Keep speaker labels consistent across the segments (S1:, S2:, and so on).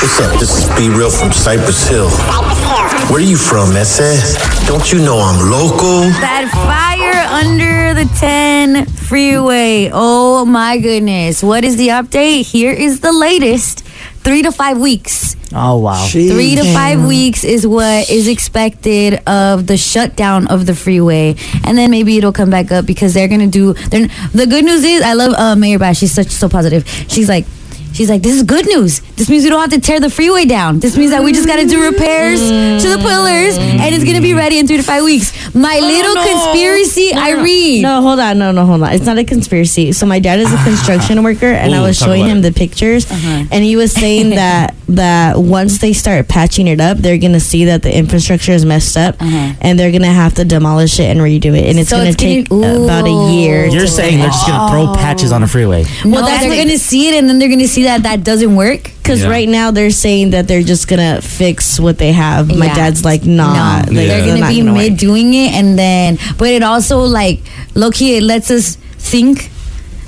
S1: What's up? This is Be Real from Cypress Hill. Where are you from, Messe? Don't you know I'm local?
S2: That fire under the 10 freeway. Oh my goodness. What is the update? Here is the latest. Three to five weeks.
S3: Oh wow.
S2: Three to five weeks is what is expected of the shutdown of the freeway, and then maybe it'll come back up because they're gonna do. They're, the good news is, I love uh, Mayor Bash. She's such so positive. She's like, she's like, this is good news. This means we don't have to tear the freeway down. This means that we just gotta do repairs to the pillars, and it's gonna be ready in three to five weeks. My little
S4: no.
S2: conspiracy,
S4: No, no, no.
S2: Irene.
S4: No, hold on. No, no, hold on. It's not a conspiracy. So my dad is a
S2: Ah.
S4: construction worker, and I
S5: Ooh,
S4: was
S5: talk
S4: showing
S5: about
S4: him
S5: it.
S4: the pictures,
S2: Uh-huh.
S4: and he was saying that that once they start patching it up, they're gonna see that the infrastructure is messed up,
S2: Uh-huh.
S4: and they're gonna have to demolish it and redo it, and it's
S2: So
S4: gonna
S2: it's getting-
S4: take about a year.
S2: Ooh.
S4: to
S3: You're saying they're just gonna throw patches on a freeway.
S2: Well,
S4: No,
S2: that's
S4: they're-
S2: they're gonna see it, and then they're gonna see that that doesn't work.
S4: Because
S5: Yeah.
S4: right now they're saying that they're just gonna fix what they have. My
S2: Yeah.
S4: dad's like, nah,
S2: No,
S4: like,
S2: they're
S5: Yeah.
S2: gonna
S4: not
S2: be
S4: work.
S2: mid doing it, and then but it also like low key it lets us think,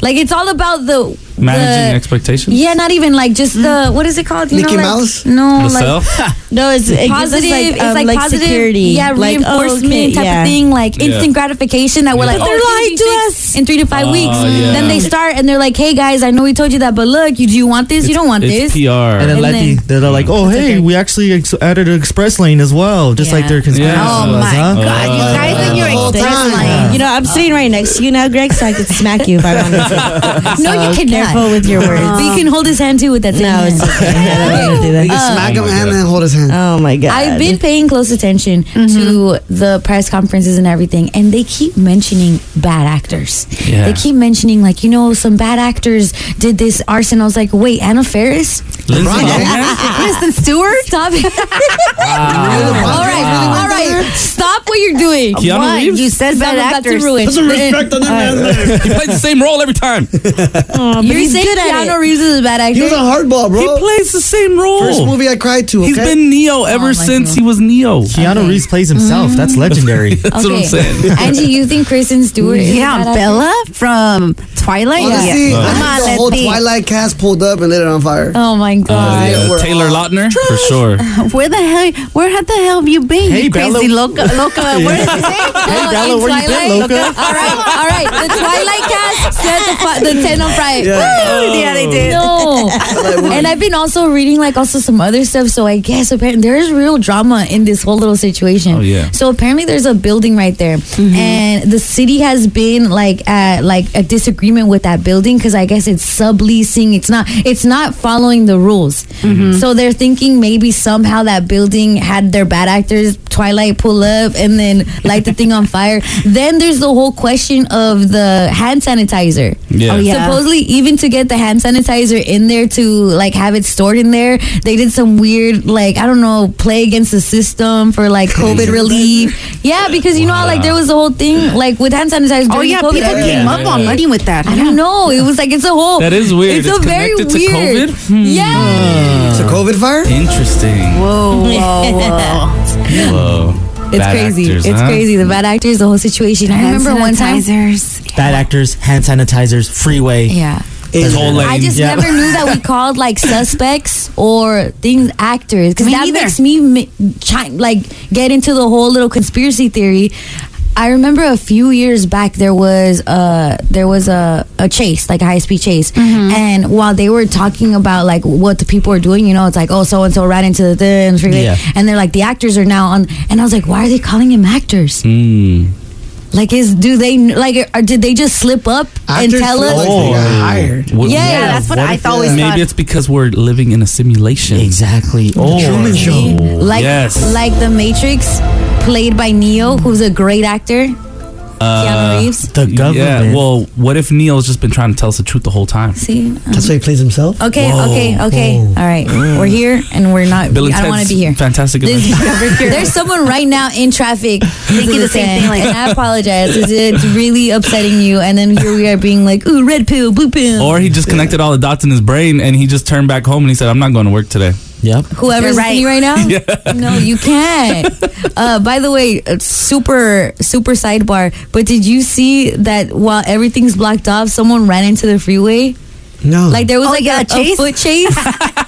S2: like it's all about the
S5: Managing
S2: the-
S5: expectations?
S2: Yeah, not even like just the
S4: Mm.
S2: what is it called? You
S6: Mickey
S2: like-
S6: Mouse?
S2: No,
S5: The
S2: like.
S5: self?
S4: No, it's it gives us,
S2: Positive,
S4: like,
S2: it's
S4: um,
S2: like,
S4: like
S2: positive,
S4: security,
S2: yeah,
S4: Like, oh,
S2: reinforcement
S4: okay,
S2: type
S4: yeah.
S2: of thing, like
S5: Yeah.
S2: instant gratification that we're like,
S4: But
S2: oh,
S4: they're
S2: it's gonna
S4: lying
S2: be
S4: to
S2: fixed in three to five
S5: Oh,
S2: weeks.
S5: yeah.
S2: Then they start and they're like, hey guys, I know we told you that, but look, you do you want this? you don't want
S5: it's
S2: this.
S5: PR.
S3: And then
S2: And
S3: let
S2: then-
S3: the, they're like, oh hey,
S2: okay.
S3: we actually ex- added an express lane as well, just like
S2: Yeah.
S3: their conspiracy
S5: Yeah. Uh,
S2: Oh
S3: was,
S2: my
S3: huh?
S2: god, you guys and your
S6: whole
S2: express
S6: time.
S2: line.
S4: You know, I'm sitting right next to you now, Greg, so I could smack you if I wanted to.
S2: No, you
S4: So,
S2: cannot.
S4: Careful with your words.
S2: But you can hold his hand too with that. same
S4: no,
S2: hand.
S4: it's okay. I don't want to do
S6: You
S4: that.
S6: can smack
S5: Oh
S6: him
S5: my
S6: and
S5: God.
S6: then hold his hand.
S4: Oh my god!
S2: I've been paying close attention to the press conferences and everything, and they keep mentioning bad actors.
S5: Yeah.
S2: They keep mentioning, like, you know, some bad actors did this arson. I was like, wait, Anna Ferris?
S5: Lindsay
S6: Right.
S5: Lohan?
S2: Kristen Stewart? Stop it. all right, all right. Stop what you're doing.
S5: Keanu
S2: Why?
S5: Reeves?
S2: You said bad actors.
S6: Put some respect on that man's name.
S5: he plays the same role every time.
S2: You're saying
S4: good at
S2: Keanu Reeves is a bad
S6: He was
S2: actor?
S6: on Hardball,
S5: He
S6: bro.
S5: plays the same role.
S6: First movie I cried to. Okay?
S5: He's been Neo ever
S2: my
S5: since
S2: God.
S5: he was Neo.
S3: Keanu Reeves plays himself. That's legendary.
S5: That's what I'm
S2: Mm-hmm. Okay.
S5: saying.
S2: Angie, you think Kristen Stewart is a bad
S7: Yeah,
S2: actor?
S7: Bella from Twilight.
S6: Honestly,
S7: Yeah.
S6: I
S7: Come
S6: had
S7: on,
S6: the
S7: let's
S6: whole
S7: be.
S6: Twilight cast pulled up and lit it on fire.
S2: Oh my God.
S5: Uh,
S6: we're
S5: Taylor
S6: off.
S5: Lautner? For sure.
S7: Where the hell? Where had the hell have you been?
S3: Hey,
S7: you
S3: Bella.
S7: crazy loca, loca. Where did you say?
S2: Oh,
S3: Bella,
S2: in
S3: where you been,
S2: Twilight?
S3: loca?
S2: All right, all right. The Twilight cast said the, fi- the 10 on Friday.
S7: Oh, yeah, they did.
S2: No. and I've been also reading like also some other stuff. So I guess apparently there is real drama in this whole little situation.
S5: Oh, yeah.
S2: So apparently there's a building right there,
S7: Mm-hmm.
S2: and the city has been like at like a disagreement with that building because I guess it's subleasing. It's not it's not following the rules.
S7: Mm-hmm.
S2: So they're thinking maybe somehow that building had their bad actors Twilight pull up and then light the thing on fire. Then there's the whole question of the hand sanitizer.
S5: Yeah.
S7: Oh, yeah.
S2: Supposedly, even to get the hand sanitizer in there to like have it stored in there, they did some weird like I don't know play against the system for like COVID relief. Yeah, because you know how like there was the whole thing like with hand sanitizer.
S7: Oh
S2: during
S7: yeah,
S2: the COVID
S7: people
S2: era.
S7: came up on money with that.
S2: I don't know. It was like it's a whole.
S5: That is weird.
S2: It's, a
S5: It's
S2: very
S5: connected to
S2: weird.
S5: COVID? Hmm.
S2: Yeah,
S6: It's a COVID fire?
S5: Interesting.
S7: Whoa, whoa, whoa.
S5: Whoa.
S2: it's
S5: Bad
S2: crazy.
S5: actors,
S2: it's
S5: huh?
S2: crazy. The bad actors, the whole situation. I remember one time.
S3: Bad actors, hand sanitizers, freeway.
S2: Yeah.
S5: His whole lane.
S2: I just
S3: Yeah.
S2: never knew that we called like suspects or things actors because
S7: Me
S2: that
S7: neither.
S2: makes me mi- chi- like get into the whole little conspiracy theory. I remember a few years back there was a there was a, a chase like a high speed chase,
S7: Mm-hmm.
S2: and while they were talking about like what the people are doing, you know, it's like oh so and so ran into the thing, and freeway,"
S3: Yeah.
S2: and they're like the actors are now on, and I was like why are they calling him actors?
S3: Hmm.
S5: Mm.
S2: Like is do they like or did they just slip up and
S6: Actors
S2: tell
S6: feel
S2: us?
S6: like they got hired.
S5: Oh, What-
S2: Yeah,
S7: Yeah, that's what, I
S3: if-
S7: thought. Always thought.
S5: Maybe it's because we're living in a simulation.
S3: Exactly. Oh,
S6: Truman Show.
S2: like
S5: Yes.
S2: like the Matrix, played by Neo, who's a great actor. Keanu Reeves.
S3: the government.
S5: Yeah, well, what if Neil's just been trying to tell us the truth the whole time?
S2: See. um,
S6: That's why he plays himself.
S2: Okay. okay. Okay. All right. We're here, and we're not.
S5: Bill and
S2: I don't want
S5: Ted's
S2: to be here.
S5: Fantastic
S2: This,
S5: Adventure.
S2: there's someone right now in traffic thinking
S7: the same thing, like-
S2: and I apologize. It's, it's really upsetting you, and then here we are being like, ooh, red pill, blue pill.
S5: Or he just connected all the dots in his brain and he just turned back home and he said, I'm not going to work today.
S3: Yep.
S2: Whoever's
S7: You're
S2: right.
S7: right.
S2: right now? No, you can't. uh, by the way, uh, super, super sidebar, but did you see that while everything's blocked off, someone ran into the freeway?
S6: No.
S2: Like there was
S7: Oh,
S2: like
S7: yeah,
S2: a, a
S7: chase?
S2: foot chase.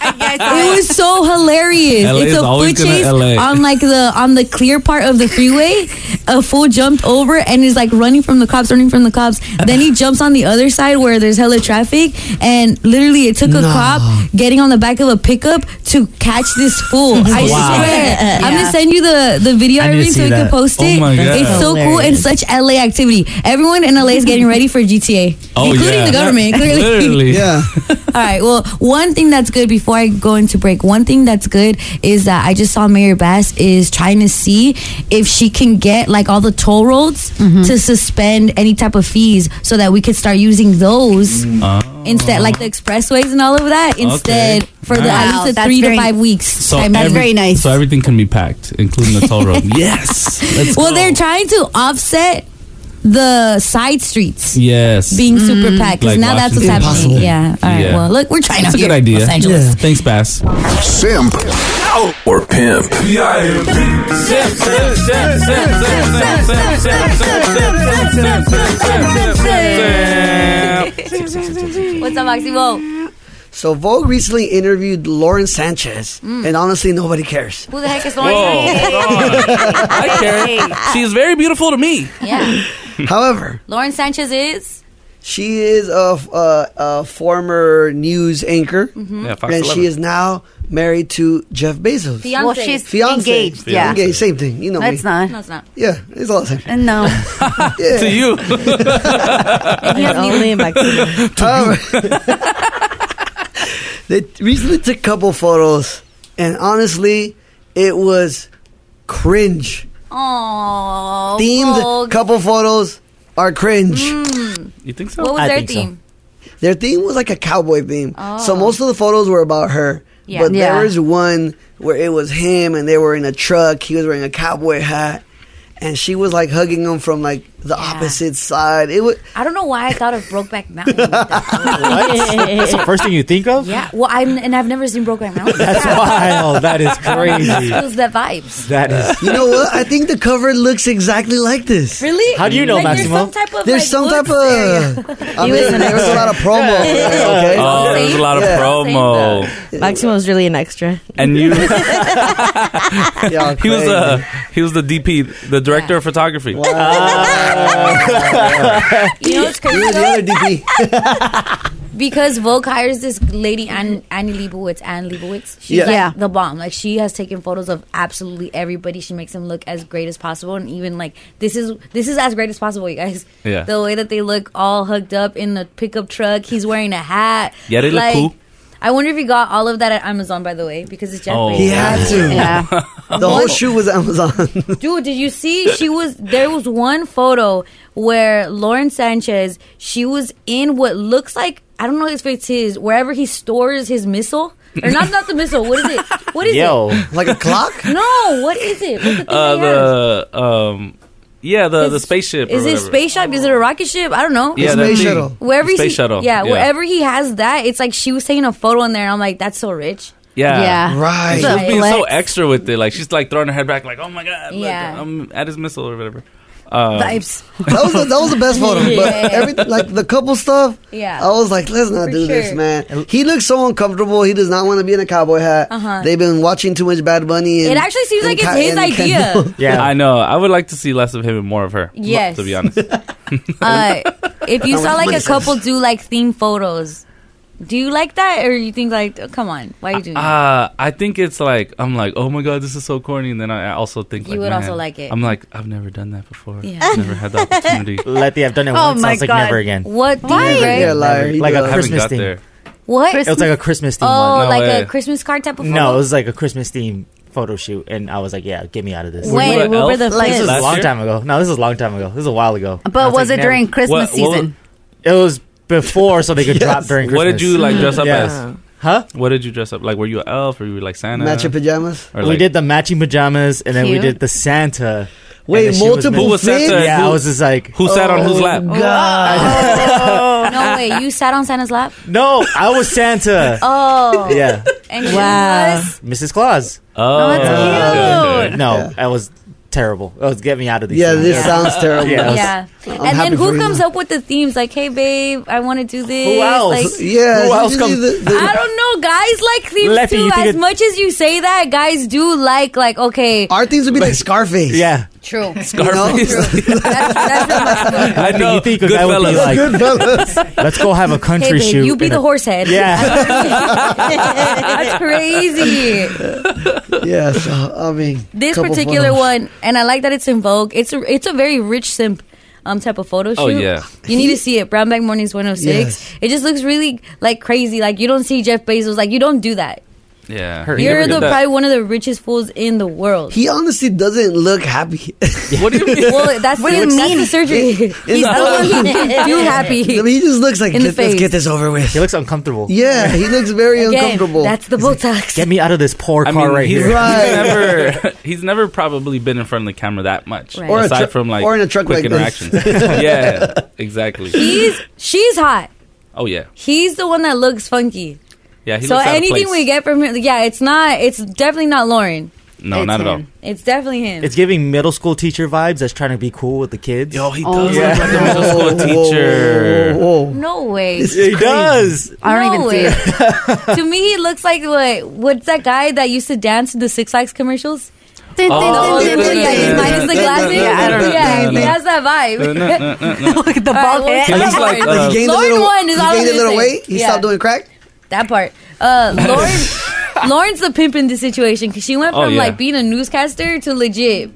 S2: It was so hilarious.
S5: LA
S2: it's
S5: is
S2: a
S5: always
S2: foot
S5: gonna
S2: chase
S5: LA.
S2: on like the on the clear part of the freeway. A fool jumped over and is like running from the cops, running from the cops. Then he jumps on the other side where there's hella traffic, and literally it took
S6: No.
S2: a cop getting on the back of a pickup to catch this fool. I
S3: Wow.
S2: swear. I'm
S7: Yeah.
S2: gonna send you the the video
S3: I need to
S2: Irene, so
S3: see
S2: we can
S3: that.
S2: post
S5: Oh
S2: it.
S5: my God.
S2: It's so cool and such LA activity. Everyone in LA is getting ready for GTA,
S5: Oh,
S2: including
S5: yeah.
S2: the government. Clearly.
S5: Literally.
S6: yeah.
S2: All right. Well, one thing that's good before I go into break, one thing that's good is that I just saw Mayor Bass is trying to see if she can get like all the toll roads
S5: Mm-hmm.
S2: to suspend any type of fees so that we could start using those instead,
S5: Oh.
S2: like the expressways and all of that, instead for the
S7: Nice.
S2: at least the
S7: Wow,
S2: three
S7: that's very-
S2: to five weeks.
S5: So
S2: time.
S5: every-
S7: very nice.
S5: So everything can be packed, including the toll road. yes. Let's
S2: well,
S5: go.
S2: they're trying to offset the side streets.
S5: Yes. Mm.
S2: Being super packed because
S5: Like
S2: now that's what's
S6: Impossible.
S5: Washington.
S2: happening. Yeah. All right.
S5: Yeah.
S2: Well, look, we're trying
S5: That's
S2: out
S5: a
S2: here
S5: good
S2: in
S5: idea.
S2: Los Angeles.
S6: Yeah.
S5: Thanks, Bass.
S1: Simp or pimp.
S2: What's up, Moxie? Whoa.
S6: So Vogue recently interviewed Lauren Sanchez,
S7: Mm.
S6: and honestly, nobody cares.
S2: Who the heck is
S5: I
S7: Ah.
S5: care. She is very beautiful to me.
S2: Yeah.
S6: However,
S2: Lauren Sanchez is.
S6: she is a, a, a former news anchor,
S7: Mm-hmm.
S5: Yeah, Fox
S6: and
S5: 11.
S6: she is now married to Jeff Bezos.
S2: Fiance.
S7: Well, she's
S6: Fiance.
S7: engaged. Yeah.
S6: Engaged, same thing. You know
S7: That's
S6: me.
S2: No,
S7: not.
S2: it's not.
S6: Yeah, it's all the same.
S7: No.
S6: Yeah.
S5: to you.
S4: And only
S6: Um,
S4: in Mexico.
S6: However, um, they recently took a couple photos, and honestly, it was cringe.
S2: Oh. Mm.
S6: Themed couple photos are cringe.
S2: Hmm.
S5: You think so?
S2: What was
S3: I
S2: their
S3: think so.
S2: theme?
S6: Their theme was like a cowboy theme. So
S2: Oh.
S6: most of the photos were about her.
S2: Yeah.
S6: But
S7: Yeah.
S6: there was one where it was him and they were in a truck. He was wearing a cowboy hat. And she was like hugging him from like the opposite side. It was
S2: I don't know why I thought of Brokeback Mountain. with that.
S3: That's the first thing you think of?
S2: yeah. Well, I'm and I've never seen Brokeback Mountain.
S3: That's wild. That is crazy.
S2: It was the vibes.
S3: That is.
S6: you know what? I think the cover looks exactly like this.
S2: Really?
S3: How do you know,
S2: like,
S3: Maximo?
S2: There's some type of.
S6: There's
S2: like,
S6: some type
S2: woods area.
S6: of I mean, there was a lot of promo. for that, okay?
S5: Oh,
S2: Same.
S5: there's a lot of
S2: Yeah.
S5: promo,
S4: Maximo's really an extra.
S5: and you. uh,
S6: Y'all
S5: He was
S6: crazy.
S5: the he was the DP, the director of photography. Uh,
S2: You know what's
S6: He
S2: crazy?
S6: was the
S2: though?
S6: other DP.
S2: Because Vogue hires this lady, Ann, Annie Leibovitz. Anne Leibovitz. She's
S6: Yeah.
S2: like
S7: Yeah.
S2: the bomb. Like she has taken photos of absolutely everybody. She makes them look as great as possible, and even like this is this is as great as possible, you guys.
S5: Yeah.
S2: The way that they look all hooked up in the pickup truck. He's wearing a hat.
S5: Yeah, they look cool.
S2: I wonder if he got all of that at Amazon, by the way, because it's Jeff.
S5: Oh.
S2: Bezos.
S6: He had to.
S7: Yeah.
S6: The whole shoe was Amazon.
S2: Dude, did you see? She was there was one photo where Lauren Sanchez she was in what looks like I don't know if it's his wherever he stores his missile or not not the missile. What is it? What is
S3: Yo.
S6: like a clock?
S2: it? No, what is it? What's the thing
S5: Uh,
S2: they have?
S5: the um, yeah, the the spaceship. or
S2: is it
S5: whatever.
S2: space ship? Is it a rocket ship? I don't know.
S5: Yeah,
S6: Space
S5: that thing.
S6: shuttle.
S2: Wherever
S5: space
S2: he,
S5: shuttle.
S2: Yeah, wherever he has that, it's like she was taking a photo in there, and I'm like, that's so rich.
S5: Yeah.
S7: Yeah.
S6: Right.
S5: She's just being so
S7: Flex.
S5: extra with it. Like she's like throwing her head back, like, "Oh my god, look,
S2: Yeah.
S5: I'm at his missile or whatever." Uh,
S2: Vibes.
S6: That was the, that was the best photo.
S2: Oh,
S6: But every like the couple stuff,
S2: Yeah.
S6: I was like, let's not
S2: For
S6: do this,
S2: sure.
S6: man. He looks so uncomfortable. He does not want to be in a cowboy hat.
S2: Uh-huh.
S6: They've been watching too much Bad Bunny. And,
S2: It actually seems
S6: and
S2: like it's
S6: Ka-
S2: his
S6: and
S2: idea.
S6: Kendall.
S3: Yeah.
S5: Um, I know. I would like to see less of him and more of her.
S2: Yes.
S5: to be honest.
S2: Uh, if you
S6: That
S2: saw
S6: was
S2: like a
S6: racist.
S2: couple do like theme photos, do you like that or you think like, oh, come on, why are you doing? that?
S5: Uh, I think it's like I'm like, oh my god, this is so corny, and then I I also think
S2: You
S5: like,
S2: would
S5: man,
S2: also like it.
S5: I'm like, I've never done that before.
S2: Yeah.
S5: I've never had the opportunity.
S3: Let the I've done it
S7: Oh
S3: once.
S7: my
S3: I was like,
S7: God.
S3: never again.
S2: What? do you
S7: Why?
S2: rate?
S6: Yeah, liar. You
S3: Like
S6: do
S3: a
S5: I
S6: that.
S5: haven't
S3: Christmas
S5: got
S3: theme.
S5: there.
S2: What?
S3: It was like a Christmas theme
S2: oh,
S5: No
S2: like
S5: way.
S2: a Christmas card type of
S3: one.
S2: photo.
S3: No, it was like a Christmas theme photo shoot, and I was like, yeah, get me out of this.
S5: Were you
S2: Wait,
S5: an
S2: what were
S5: elf
S2: the
S7: Like-
S3: This is
S5: last
S3: a long
S5: year?
S3: time ago. No, this is a long time ago. This is a while ago. And I
S7: But was
S3: like,
S7: it
S3: "Never."
S7: during Christmas
S5: What- what-
S7: season?
S3: It was before, so they could drop during Christmas.
S5: What did you
S6: Mm-hmm.
S5: like dress up
S3: Yeah.
S5: as?
S3: Huh?
S5: What did you dress up like? Were you an elf? Or you were like Santa?
S6: Match your pajamas.
S5: Or,
S3: we
S5: like-
S3: did the matching pajamas, and then we
S7: Cute.
S3: did the Santa. and
S6: Wait,
S3: then she was
S6: multiple
S5: Who was
S6: things?
S5: Santa?
S3: Yeah,
S5: Who-
S3: I was just like,
S5: Who sat on whose
S6: Oh,
S5: lap?
S6: God.
S2: no way. You sat on Santa's lap.
S3: no, I was Santa.
S2: Oh,
S3: Yeah,
S2: and she
S4: Wow.
S2: was.
S3: Mrs. Claus.
S5: Oh,
S7: that's
S5: okay,
S7: cute.
S5: okay.
S3: No, I was terrible. Oh, get me out of these.
S6: Yeah,
S3: things.
S6: this sounds terrible.
S3: Yeah.
S2: Yeah.
S6: I'm
S2: and then
S6: happy for
S2: who
S6: you.
S2: comes up with the themes? Like, hey, babe, I want to do this.
S3: Who else?
S2: Like,
S6: Yeah,
S3: Who else
S6: usually
S3: comes?
S6: the- the-
S2: I don't know. Guys like themes
S3: Lefty,
S2: too.
S3: you think
S2: As
S3: it-
S2: much as you say that, guys do like, like, okay.
S6: our things would be like Scarface.
S3: yeah.
S2: True.
S5: Scarface.
S2: That's, that's real much more.
S3: I
S5: know.
S3: You think a
S5: Good
S3: guy would be
S5: fellas.
S3: like,
S6: Good fellas.
S3: let's go have a
S2: Hey,
S3: country
S2: babe,
S3: shoot.
S2: you be
S3: in
S2: the
S3: a-
S2: horsehead.
S3: Yeah.
S2: That's crazy.
S6: yeah, so, I mean,
S2: This
S6: couple
S2: particular
S6: photos.
S2: one, and I like that it's in Vogue. It's a, it's a very rich simp um type of photo shoot.
S5: Oh, yeah.
S2: You need to see it. Brown Bag Mornings 106.
S6: Yes.
S2: It just looks really like crazy. Like you don't see Jeff Bezos. Like you don't do that.
S5: Yeah.
S3: Her- He
S2: You're
S3: never
S2: the
S3: did that.
S2: probably one of the richest fools in the world.
S6: He honestly doesn't look happy.
S5: What do you mean?
S2: well, that's
S7: What do
S2: the,
S7: you
S2: that's
S7: mean?
S2: the surgery. He's
S6: not-
S2: too happy.
S6: I mean, he just looks like
S2: In the
S6: "Get- let's
S2: face.
S6: get this over with.
S3: He looks uncomfortable.
S6: Yeah, he looks very
S2: Again,
S6: uncomfortable.
S2: that's the Botox.
S3: Get me out of this poor
S5: I
S3: car
S5: mean,
S3: right
S5: he's,
S3: here.
S6: Right.
S5: he's never he's never probably been in front of the camera that much.
S2: Right. Or
S6: a
S5: aside
S6: truck-
S5: from like
S6: or in a truck
S5: quick
S6: like this.
S5: interactions. yeah, exactly.
S2: He's she's hot.
S5: Oh yeah,
S2: He's the one that looks funky.
S5: yeah. He
S2: so
S5: looks out of
S2: anything
S5: place.
S2: we get from him, yeah, it's not. It's definitely not Lauren.
S5: no,
S7: It's
S5: not at all.
S7: him.
S2: It's definitely him.
S3: It's giving middle school teacher vibes. That's trying to be cool with the kids.
S5: Yo, he
S7: Oh
S5: does
S7: my
S5: look like a middle
S6: Whoa,
S5: school
S6: whoa, whoa,
S5: teacher.
S6: Whoa, whoa, whoa.
S2: no way.
S6: This
S3: he
S6: is crazy.
S3: does.
S7: I don't
S2: no
S7: even see it.
S2: way. to me, he looks like what? What's that guy that used to dance to the Six Flags commercials?
S5: Oh,
S2: yeah,
S5: yeah, yeah,
S2: he's
S5: yeah.
S2: minus the glasses.
S7: Yeah, I don't know.
S2: Yeah, he has that
S5: Uh, No,
S2: uh, vibe.
S5: no, no, no, no.
S7: Look at the
S2: All right,
S7: bald
S2: well,
S7: head.
S5: He looks like
S2: Lauren-
S5: uh,
S6: He gained a
S2: Lauren
S6: little,
S2: one is
S6: he
S2: all I'm
S6: gained a
S2: gonna
S6: little
S2: say.
S6: weight. He
S2: Yeah.
S6: stopped doing crack.
S2: That part. Uh, Lauren, Lauren's the pimp in this situation because she went
S5: Oh,
S2: from
S5: yeah.
S2: like being a newscaster to legit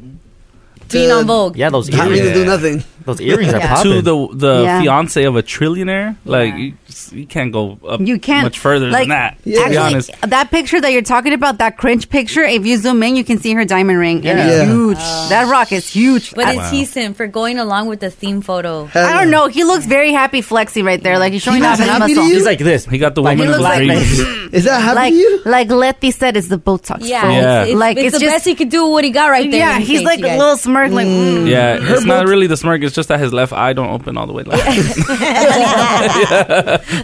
S2: being
S6: To-
S2: on Vogue.
S3: Yeah, those
S6: Not
S3: earrings.
S6: really do nothing.
S3: Those earrings are
S7: Yeah.
S5: to
S3: popping.
S5: the the
S7: Yeah.
S5: fiance of a trillionaire. Like
S7: Yeah.
S5: you, just- you can't go up.
S7: You can't
S5: much further
S7: like,
S5: than that.
S6: Yeah.
S5: To be
S7: Actually,
S5: honest,
S7: that picture that you're talking about, that cringe picture. If you zoom in, you can see her diamond ring, and
S6: Yeah.
S7: it's huge. that rock is huge.
S2: But
S7: I,
S2: it's he sim for going along with the theme photo.
S6: Hell
S7: I don't
S6: no.
S7: know. He looks very happy, flexing right there. Like he's showing
S6: looks
S7: off his
S6: happy to
S7: muscle.
S6: you?
S3: He's like this.
S5: he got the
S3: Like, he
S5: woman of
S3: looks like
S5: his dreams.
S6: Is that happy
S7: like
S6: to you?
S7: like Letty said, it's the Botox.
S2: Yeah,
S7: for-
S5: Yeah.
S2: It's, it's,
S7: Like,
S2: it's,
S7: it's
S2: the
S7: just-
S2: best he could do with what he got right there.
S7: yeah.
S2: in his
S7: He's
S2: face,
S7: like
S2: you
S7: a
S2: guys.
S7: little smirk, like mm.
S5: Yeah, it's not really the smirk. It's just that his left eye don't open all the way. Like,
S2: Like,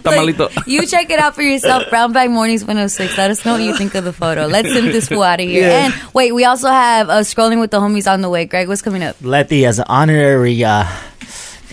S5: Tamalito.
S2: you check it out for yourself. Brown Bag Mornings 106. Let us know what you think of the photo. Let's simp this fool out of here.
S6: Yeah.
S2: And wait, we also have uh, Scrolling with the Homies on the way. Greg, what's coming up?
S3: Letty as an honorary uh,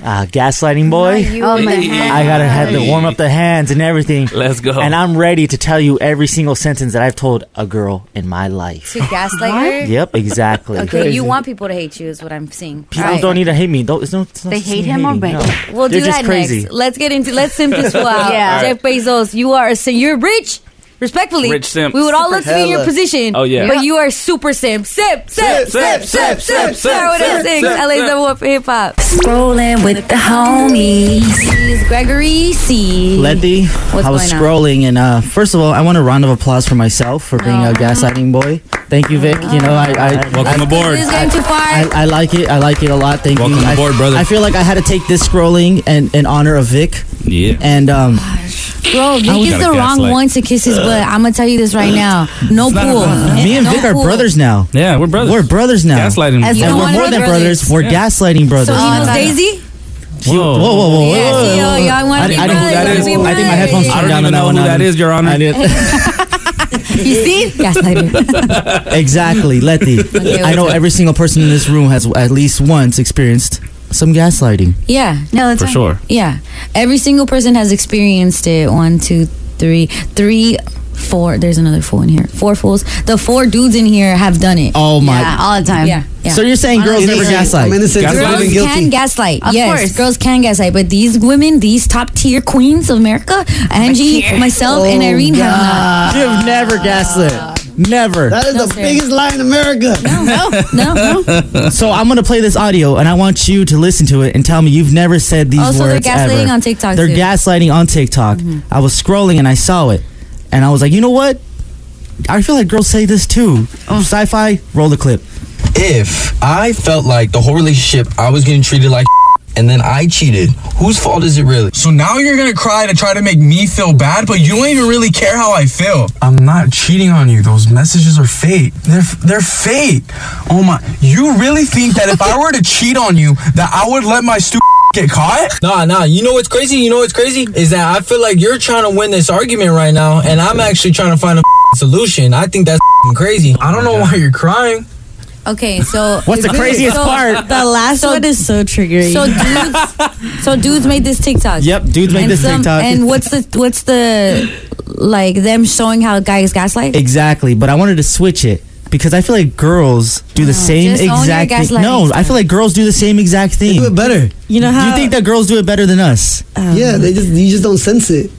S3: uh, gaslighting boy.
S7: Oh my god.
S3: I gotta have to warm up the hands and everything.
S5: Let's go.
S3: And I'm ready to tell you every single sentence that I've told a girl in my life.
S2: To gaslight her?
S3: Yep, exactly.
S2: Okay, you want people to hate you, is what I'm seeing.
S3: People
S2: All right.
S3: don't need to hate me. Don't, it's no, it's no
S7: They
S3: such
S7: hate
S3: thing
S7: him or
S3: hating,
S7: hate
S3: no.
S7: him?
S2: We'll
S3: They're
S2: do
S3: just
S2: that
S3: crazy.
S2: next. Let's get into let's simp this fool out.
S7: Yeah.
S2: Jeff Bezos, you are a sim. You're rich. Respectfully,
S5: Rich simp.
S2: we would all look to be in your
S6: Hella.
S2: position.
S5: Oh, yeah.
S2: but you are super simp. Simp,
S5: Simp,
S2: simp, simp, simp,
S5: simp, simp,
S2: simp. Sarah
S5: simp,
S2: with six.
S5: simp,
S2: LA's
S5: simp.
S2: number one for hip hop.
S7: Scrolling with the homies.
S2: He's Gregory C.
S8: Letty,
S2: What's
S8: I was
S2: going on?
S8: scrolling, and uh, first of all, I want a round of applause for myself for being a gaslighting boy. Thank you, Vic. You know, I I,
S5: Welcome aboard.
S2: This is going too far.
S8: I, I like it. I like it a lot. Thank
S5: Welcome
S8: you. I-
S5: aboard, brother.
S8: I feel like I had to take this scrolling and in honor of Vic,
S5: Yeah.
S8: and um,
S2: Bro, Oh, Vic is
S5: gotta
S2: the wrong
S5: gaslight.
S2: one to kiss his butt. I'm gonna tell you this right now. No
S5: It's not
S2: pool.
S5: about
S8: me and
S2: No
S8: Vic are
S2: pool.
S8: brothers now.
S5: Yeah, we're brothers.
S8: We're brothers now.
S5: Gaslighting.
S2: As
S5: As
S2: You
S8: And
S2: know
S8: we're
S2: what?
S8: more than
S2: Brothers.
S8: brothers. We're
S5: Yeah.
S8: gaslighting
S2: So
S8: brothers.
S2: he
S9: Ah,
S2: knows
S7: Uh,
S2: Daisy.
S8: whoa, whoa, whoa, whoa!
S2: Yeah,
S8: whoa.
S2: see, yo, y'all want
S8: I,
S2: to be brothers.
S8: I didn't know who that
S2: wanna
S8: is.
S2: be
S8: I think my
S2: brothers.
S8: headphones
S5: I
S8: turned
S5: don't
S8: down
S5: even
S8: on
S5: know
S8: that one.
S5: who that
S8: Adam.
S5: is, Your Honor.
S8: I didn't-
S2: You see, gaslighter.
S8: Exactly, Letty. I
S2: what's
S8: know
S2: up?
S8: every single person in this room has at least once experienced some gaslighting.
S2: Yeah,
S7: No, that's
S5: For
S7: fine.
S5: sure.
S2: yeah. Every single person has experienced it. One, two, three, three, four. There's another fool in here. Four fools. The four dudes in here have done it.
S8: Oh my!
S7: Yeah, all the time.
S2: Yeah, yeah.
S8: So you're saying girls never
S6: Innocent.
S8: gaslight?
S6: I'm innocent.
S5: Gaslighting.
S6: I've been
S2: Girls
S6: guilty.
S2: can gaslight.
S7: Of
S2: yes,
S7: course.
S2: girls can gaslight, but these women, these top tier queens of America, Angie, myself,
S6: Oh,
S2: and Irene have not.
S8: You've never
S2: Uh,
S8: gaslit. Never.
S6: That is
S2: No,
S6: the
S2: sir.
S6: biggest lie in America.
S2: No, no.
S8: so I'm gonna play this audio, and I want you to listen to it and tell me you've never said these
S2: Also, Oh, they're
S8: words
S2: gaslighting
S8: ever.
S2: on TikTok,
S8: They're
S2: too. Mm-hmm.
S8: gaslighting on TikTok. I was scrolling and I saw it, and I was like, you know what? I feel like girls say this too.
S2: Oh.
S8: Sci-fi, roll the clip.
S10: if I felt like the whole relationship I was getting treated like and then I cheated, whose fault is it really?
S11: So now you're gonna cry to try to make me feel bad, but you don't even really care how I feel. I'm not cheating on you. Those messages are fake. They're they're fake. Oh my! You really think that if I were to cheat on you, that I would let my stupid get caught?
S10: Nah, nah. You know what's crazy? You know what's crazy? Is that I feel like you're trying to win this argument right now, and I'm actually trying to find a solution. I think that's crazy. I don't know why you're crying.
S2: Okay, so
S3: What's the craziest part?
S4: The last one is so triggering.
S2: So dudes, so dudes made this TikTok.
S8: Yep, dudes made
S2: And
S8: this TikTok.
S2: And what's the what's the like them showing how guys gaslight?
S8: Exactly, but I wanted to switch it because I feel like girls do the same
S2: Oh. just own your
S8: exact thing.
S2: gaslighting
S8: No, I feel like girls do the same exact thing.
S6: do it better.
S4: you know
S8: Do
S4: how
S8: you think that girls do it better than us?
S2: Um,
S6: yeah, they just you just don't sense it.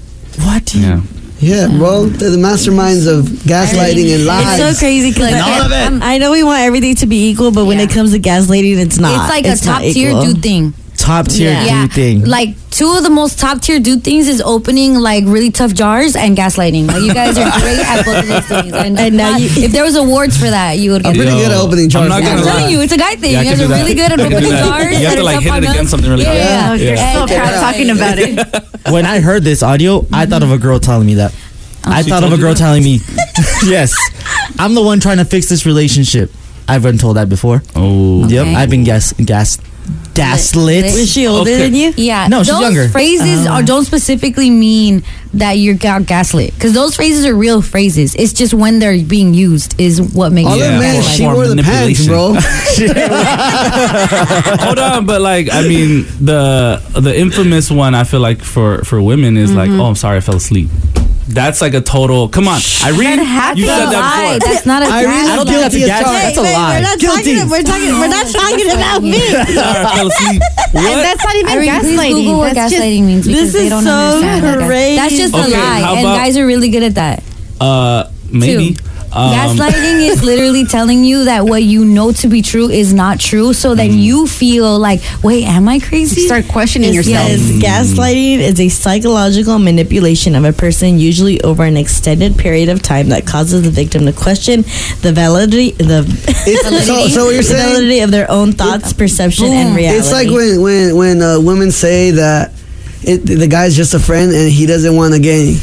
S8: What?
S5: Yeah.
S6: Yeah, bro,
S2: Um,
S6: they're the masterminds of gaslighting and lies.
S4: it's so crazy because
S2: And
S6: all of it.
S4: I know we want everything to be equal, but when
S2: Yeah.
S4: it comes to gaslighting, it's not.
S2: it's like a
S4: not
S2: top tier
S4: equal.
S2: dude thing.
S8: Top tier
S4: Yeah.
S8: dude
S2: yeah,
S8: thing.
S2: like two of the most top tier dude things is opening like really tough jars and gaslighting. Like you guys are great at both of those things. And,
S4: And now
S2: God,
S4: you-
S2: if there was awards for that, you would.
S6: I'm
S2: Get
S6: pretty
S2: it.
S6: good at opening jars.
S5: I'm not
S2: I'm
S5: gonna
S2: telling
S5: lie.
S2: you, it's a guy thing.
S5: Yeah, I
S2: you
S5: can
S2: guys
S5: do
S2: are
S5: that.
S2: really good at
S5: I can do
S2: opening
S5: that.
S2: jars.
S5: You have
S2: and
S5: to, like,
S2: tough
S5: hit it
S2: on
S5: against
S2: them.
S5: something really
S2: yeah,
S5: hard.
S2: Yeah,
S7: You're
S5: Yeah.
S7: Oh, so
S2: Exactly.
S7: proud talking about it.
S8: when I heard this audio, I thought of a girl telling me that.
S2: Oh.
S8: I thought of a girl telling me, "Yes, I'm the one trying to fix this relationship." I've been told that before.
S5: Oh.
S8: Yep,
S2: Okay.
S8: I've been gas gas gaslit.
S2: Lit.
S4: Is she older
S5: Okay.
S4: than you?
S2: Yeah,
S8: No, she's
S2: those
S8: younger. Oh.
S2: phrases are, don't specifically mean that you got gaslit because those phrases are real phrases. It's just when they're being used is what makes
S6: All
S2: you
S5: Yeah,
S6: that man,
S5: for-
S6: she
S5: for
S6: wore the pants,
S5: manipulation.
S6: bro.
S5: Hold on, but like I mean the the infamous one I feel like for for women is
S2: Mm-hmm.
S5: like, "Oh, I'm sorry, I fell asleep." That's like a total. Come on. Irene, you said that
S2: Lie.
S5: before.
S2: That's not a
S6: Irene is
S2: gaslight.
S8: I don't think that's a
S6: Guilty as
S8: gaslight.
S6: charged.
S8: That's a
S4: Wait,
S8: lie.
S4: We're not talking. We're talking. We're not talking about me.
S5: Sorry, I fell asleep.
S7: And
S5: What?
S7: that's not even
S2: Irene, please
S7: gaslighting.
S2: Google what
S7: That's just-
S2: gaslighting means because
S4: this
S2: they
S4: is
S2: don't
S4: so
S2: understand. that.
S4: crazy.
S2: That's just
S5: Okay,
S2: a lie,
S5: how
S2: and
S5: about-
S2: guys are really good at that.
S5: Uh, maybe.
S2: Two.
S5: Um,
S2: Gaslighting is literally telling you that what you know to be true is not true, so
S5: Mm.
S2: then you feel like, wait, am I crazy?
S7: You start questioning
S4: It
S7: yourself.
S4: says gaslighting is a psychological manipulation of a person, usually over an extended period of time, that causes the victim to question the validity the
S6: It's, so, so what you're
S4: the
S6: saying?
S4: validity of their own thoughts, perception, and
S2: Boom.
S4: reality.
S6: It's like when when when uh, women say that it, the guy's just a friend and he doesn't want a gang.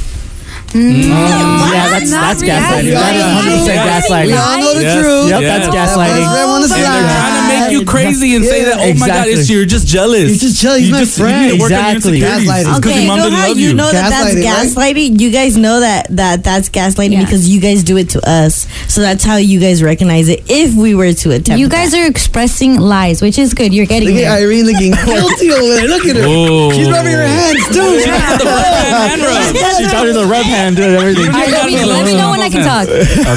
S2: Mm.
S8: yeah, that's
S2: Not
S8: that's
S2: really
S8: gaslighting. That is
S2: gaslighting.
S8: 100 percent
S6: We
S8: gaslighting.
S6: all know the
S5: Yes.
S6: truth.
S8: Yep,
S5: Yeah.
S8: that's
S5: That's
S8: gaslighting.
S6: That's everyone's a
S5: and they're
S6: lie.
S5: trying to make you crazy and say
S6: Yeah,
S5: that, oh my God, it's
S8: exactly.
S5: you're just jealous.
S6: You're just jealous. He's
S5: You
S6: my
S5: just- you
S6: friend.
S5: need to work on your
S8: Exactly.
S5: insecurities.
S6: Gaslighting.
S5: It's 'cause
S4: Okay,
S5: your
S4: you
S5: mom
S4: know
S5: didn't
S4: how
S5: love
S4: you,
S5: you.
S4: know that that's
S6: Gaslighting,
S4: gaslighting? You guys know that that that's gaslighting
S2: Yeah.
S4: because you guys do it to us. So that's how you guys recognize it if we were to attempt.
S2: You guys are expressing lies, which is good. You're getting
S6: Look at
S2: there.
S6: Irene looking guilty over there. Look at her.
S5: Whoa.
S6: She's rubbing her hands too.
S8: She taught her the rub hand and everything.
S2: All right, let, me, let me know when I can talk.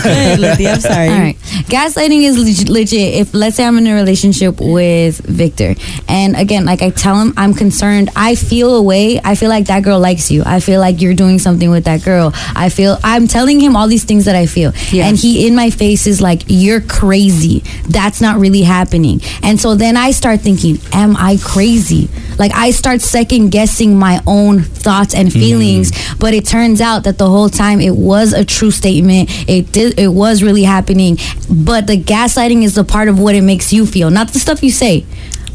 S4: Hey, Lithia, I'm sorry.
S2: All right. Gaslighting is leg- legit. If let's say I'm in a relationship with Victor, and again, like I tell him, I'm concerned. I feel a way. I feel like that girl likes you. I feel like you're doing something with that girl. I feel. I'm telling him all these things that I feel,
S7: Yeah.
S2: and he in my face is like, "You're crazy. That's not really happening." And so then I start thinking, "Am I crazy?" Like I start second guessing my own thoughts and feelings. But it turns out that the whole time it was a true statement. It did. It was really happening. But the gaslighting is the part of what it makes you feel, not the stuff you say.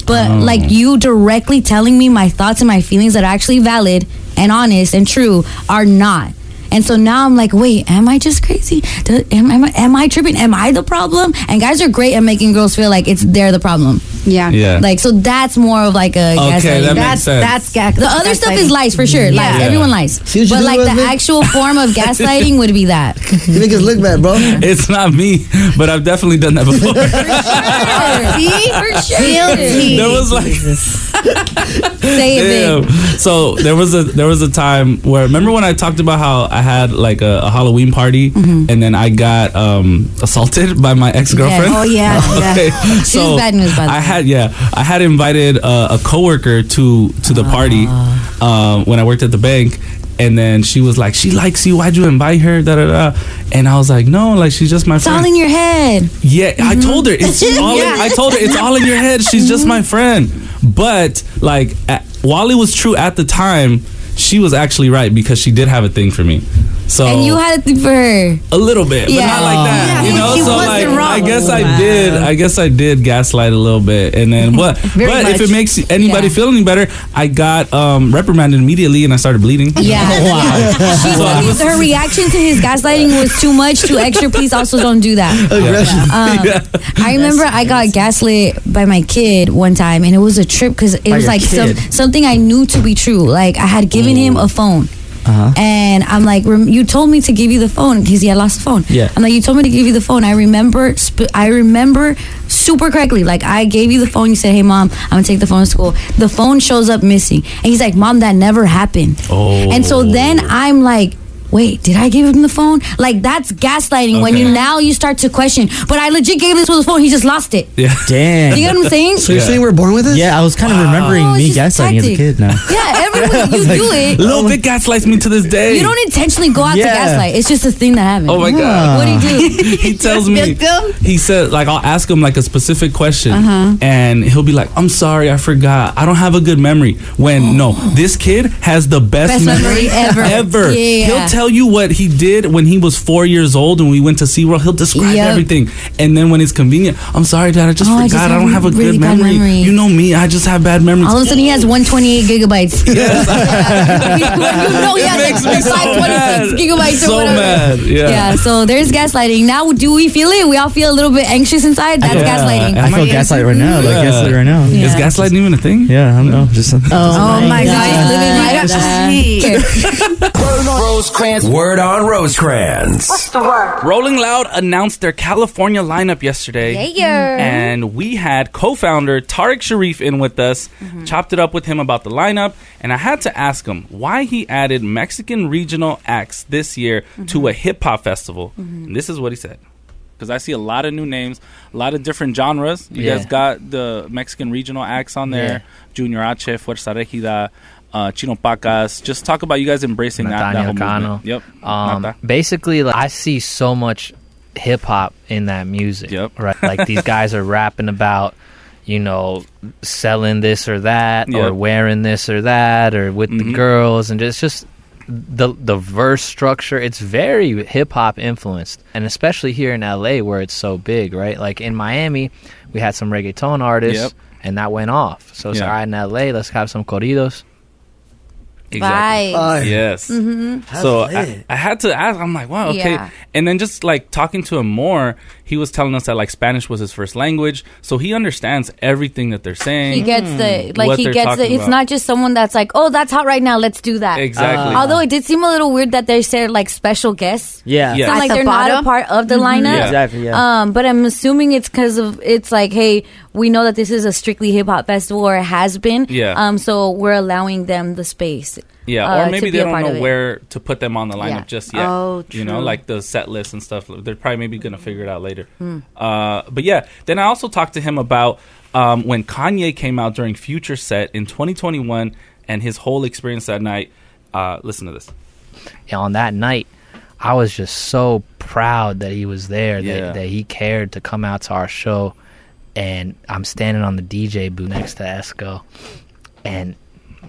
S2: But like you directly telling me my thoughts and my feelings that are actually valid and honest and true are not. And so now I'm like, wait, am I just crazy? Do, am, am, I, am I tripping? Am I the problem? And guys are great at making girls feel like it's they're the problem.
S7: Yeah.
S5: Yeah.
S2: Like so that's more of like a
S5: Okay,
S2: gaslighting.
S5: that
S7: That's
S5: Makes sense.
S7: that's gas.
S2: The other
S7: that's
S2: stuff
S7: gaslighting.
S2: is lies for sure. Lies.
S7: Yeah.
S2: Everyone lies.
S6: See what you
S2: But
S6: do
S2: like
S6: with
S2: the
S6: me?
S2: actual form of gaslighting would be that.
S6: You make us look bad, bro.
S5: It's not me, but I've definitely done that before.
S2: See? For sure.
S5: there was like
S2: Say it
S5: Damn.
S2: big.
S5: So there was a there was a time where remember when I talked about how I had like a, a Halloween party
S2: Mm-hmm.
S5: and then I got um, assaulted by my ex girlfriend.
S2: Oh, yeah, yeah.
S5: okay.
S2: She was bad news, by the
S5: I
S2: way.
S5: had yeah I had invited uh, a coworker to to the party
S2: Ah.
S5: um, when I worked at the bank. And then she was like, "She likes you. Why'd you invite her?" Da da da. And I was like, "No, like she's just my
S2: It's
S5: friend."
S2: all in your head.
S5: Yeah, I
S2: Mm-hmm.
S5: told her it's all. In, I told her it's all in your head. She's just
S2: Mm-hmm.
S5: my friend. But like, at, while it was true at the time, she was actually right because she did have a thing for me. So
S2: And you had a thing for her.
S5: a little bit, but
S2: Yeah.
S5: not like that.
S7: Yeah,
S5: you know,
S7: she
S5: so
S7: wasn't
S5: like,
S7: wrong.
S5: I guess I
S4: Wow.
S5: did. I guess I did gaslight a little bit, and then what? but if
S7: much.
S5: it makes anybody
S2: Yeah.
S5: feel any better, I got um, reprimanded immediately, and I started bleeding.
S2: Yeah. She
S5: Wow.
S2: said his- her reaction to his gaslighting was too much, too extra. Please also don't do that.
S6: Aggression.
S2: Um, I remember I got gaslit by my kid one time, and it was a trip because it was
S8: your
S2: like some,
S8: kid?
S2: something I knew to be true. Like I had given him a phone.
S8: Uh-huh.
S2: And I'm like, rem- you told me to give you the phone because he had lost the phone.
S8: Yeah.
S2: I'm like, you told me to give you the phone. I remember, sp- I remember super correctly. Like I gave you the phone. You said, "Hey, mom, I'm gonna take the phone to school." The phone shows up missing, and he's like, "Mom, that never happened."
S12: Oh.
S2: And so then I'm like, wait, did I give him the phone? Like that's gaslighting when
S12: Okay.
S2: you now you start to question. But I legit gave this with the phone. He just lost it.
S5: Yeah.
S8: Damn.
S2: You get what I'm saying? So you're saying
S6: we're born with this?
S8: Yeah, I was kind of remembering
S2: Oh,
S8: me gaslighting as a
S2: tactic.
S8: kid now.
S2: Yeah, everyone you do it. Oh
S5: Little bit gaslights me to this day.
S2: You don't intentionally go out
S5: Yeah.
S2: to gaslight. It's just a thing that happened.
S5: Oh my God.
S2: What do you do?
S5: he tells me he said like i'll ask him like a specific question
S2: Uh-huh.
S5: and he'll be like i'm sorry i forgot i don't have a good memory when no this kid has the best,
S12: Best memory ever.
S5: ever.
S12: Yeah.
S5: he'll tell you what he did when he was four years old and we went to seaworld he'll describe
S12: Yep.
S5: everything and then when it's convenient i'm sorry dad i just
S2: Oh, I
S5: forgot
S2: just
S5: i, don't
S2: have
S5: have a
S2: really
S5: good
S2: bad
S5: memory.
S2: memory."
S5: you know me i just have bad memories
S2: All of a sudden, he has 128 gigabytes.
S12: no,
S2: It
S12: yeah,
S2: makes
S12: like,
S2: me so
S12: 526
S2: mad.
S12: gigabytes
S2: So
S12: or whatever.
S5: mad, yeah.
S2: So there's gaslighting. Now, do we feel it? We all feel a little bit anxious inside. That's
S5: Yeah.
S2: gaslighting.
S8: I feel gaslight right now. Like
S5: Yeah.
S8: gaslight right now.
S5: Is Yeah. gaslighting even a thing?
S8: Yeah, I don't know. Just oh,
S12: my
S2: God.
S5: Rosecrans.
S13: Word on Rosecrans.
S5: What's the word? Rolling Loud announced their California lineup yesterday.
S2: Yeah. Mm-hmm.
S5: And we had co founder Tariq Sharif in with us,
S2: Mm-hmm.
S5: chopped it up with him about the lineup. And I had to ask him why he added Mexican regional acts this year
S2: Mm-hmm.
S5: to a hip hop festival. And this is what he said. Because I see a lot of new names, a lot of different genres. You guys
S3: Yeah.
S5: got the Mexican regional acts on there Junior H, Fuerza Regida, uh, Chino Pacas. Just talk about you guys embracing that, that
S14: Nathaniel
S5: whole
S14: Cano.
S5: movement. Yep.
S14: Um,
S5: Nata.
S14: basically, like, I see so much hip hop in that music. Yep. Right. Like these guys are rapping about, you know, selling this or that,
S5: Yep. Mm-hmm.
S14: or wearing this or that, or with the girls, and it's just the the verse structure. It's very hip hop influenced, and especially here in L.A. where it's so big. Right. Like in Miami, we had some reggaeton artists.
S5: Yep.
S14: And that went off. So it's
S5: Yeah.
S14: all right in LA, let's have some corridos.
S5: Exactly.
S14: Vibes.
S5: Yes.
S2: Mm-hmm.
S14: Mhm. That's
S5: So
S14: lit.
S5: I, I had to ask. I'm like, wow, okay.
S14: Yeah.
S5: And then just like talking to him more, he was telling us that like Spanish was his first language, so he understands everything that they're saying. Mm.
S2: He gets the like
S5: what
S2: he
S5: they're
S2: gets the.
S5: talking
S2: It's
S5: about.
S2: not just someone that's like, oh, that's hot right now. Let's do that.
S5: Exactly. Uh.
S2: Although it did seem a little weird that they said like special guests.
S3: Yeah. Yeah.
S2: Sound
S3: At
S2: like
S3: the
S2: they're not a
S3: bottom?
S2: part of the
S3: Mhm.
S2: lineup.
S3: Yeah. Exactly, yeah.
S2: Um, but I'm assuming it's because of it's like, hey, we know that this is a strictly hip hop festival or it has been.
S5: Yeah.
S2: Um, so we're allowing them the space.
S5: Yeah,
S2: uh,
S5: or
S2: to
S5: maybe
S2: be
S5: they
S2: a
S5: don't
S2: part of
S5: know
S2: it.
S5: where to put them on the lineup
S2: Yeah.
S5: just yet.
S2: Oh,
S5: You know,
S2: true. Mm.
S5: like the set list and stuff. They're probably maybe gonna figure it out later.
S12: Hmm.
S5: Uh, but yeah, then I also talked to him about um, when Kanye came out during Future set in 2021 and his whole experience that night. Uh, listen to this.
S14: And on that night, I was just so proud that he was there,
S5: Yeah.
S14: that, that he cared to come out to our show. And I'm standing on the DJ booth next to Esco, and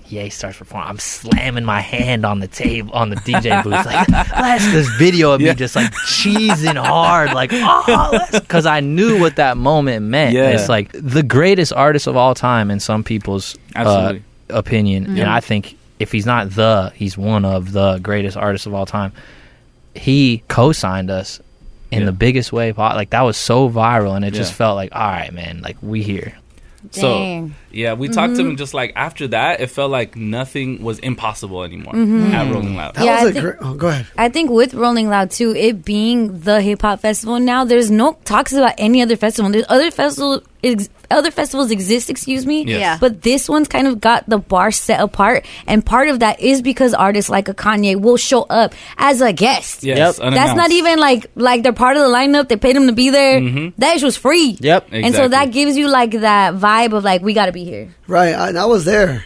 S14: Ye starts performing. I'm slamming my hand on the table on the DJ booth, like let's this video of me just like cheesing hard, like oh, let's, because I knew what that moment meant.
S5: Yeah.
S14: It's like the greatest artist of all time in some people's uh,
S5: Absolutely.
S14: opinion,
S5: Mhm.
S14: and I think if he's not the, he's one of the greatest artists of all time. He co-signed us in
S5: Yeah.
S14: the biggest way possible. Like that was so viral, and it just
S5: Yeah.
S14: felt like, all right, man, like we here.
S5: So yeah, we talked to
S14: Mhm.
S2: Mm-hmm.
S5: him just like after that, it felt like nothing was impossible anymore
S2: Mhm.
S5: at Rolling Loud.
S2: That Yeah, was I a think-
S6: great. Oh, go ahead.
S2: I think with Rolling Loud too, it being the hip hop festival now, there's no talks about any other festival. There's other festival ex, other festivals exist, excuse me.
S12: Yes. Yeah.
S2: But this one's kind of got the bar set apart, and part of that is because artists like a Kanye will show up as a guest.
S12: Yes, Yep.
S2: That's
S12: unannounced.
S2: not even like like they're part of the lineup. They paid them to be there.
S6: Mhm.
S12: Mm-hmm.
S2: That issue was free.
S6: Yep.
S2: And so that gives you like that vibe of like we got to be here.
S6: Right, I, and I was there.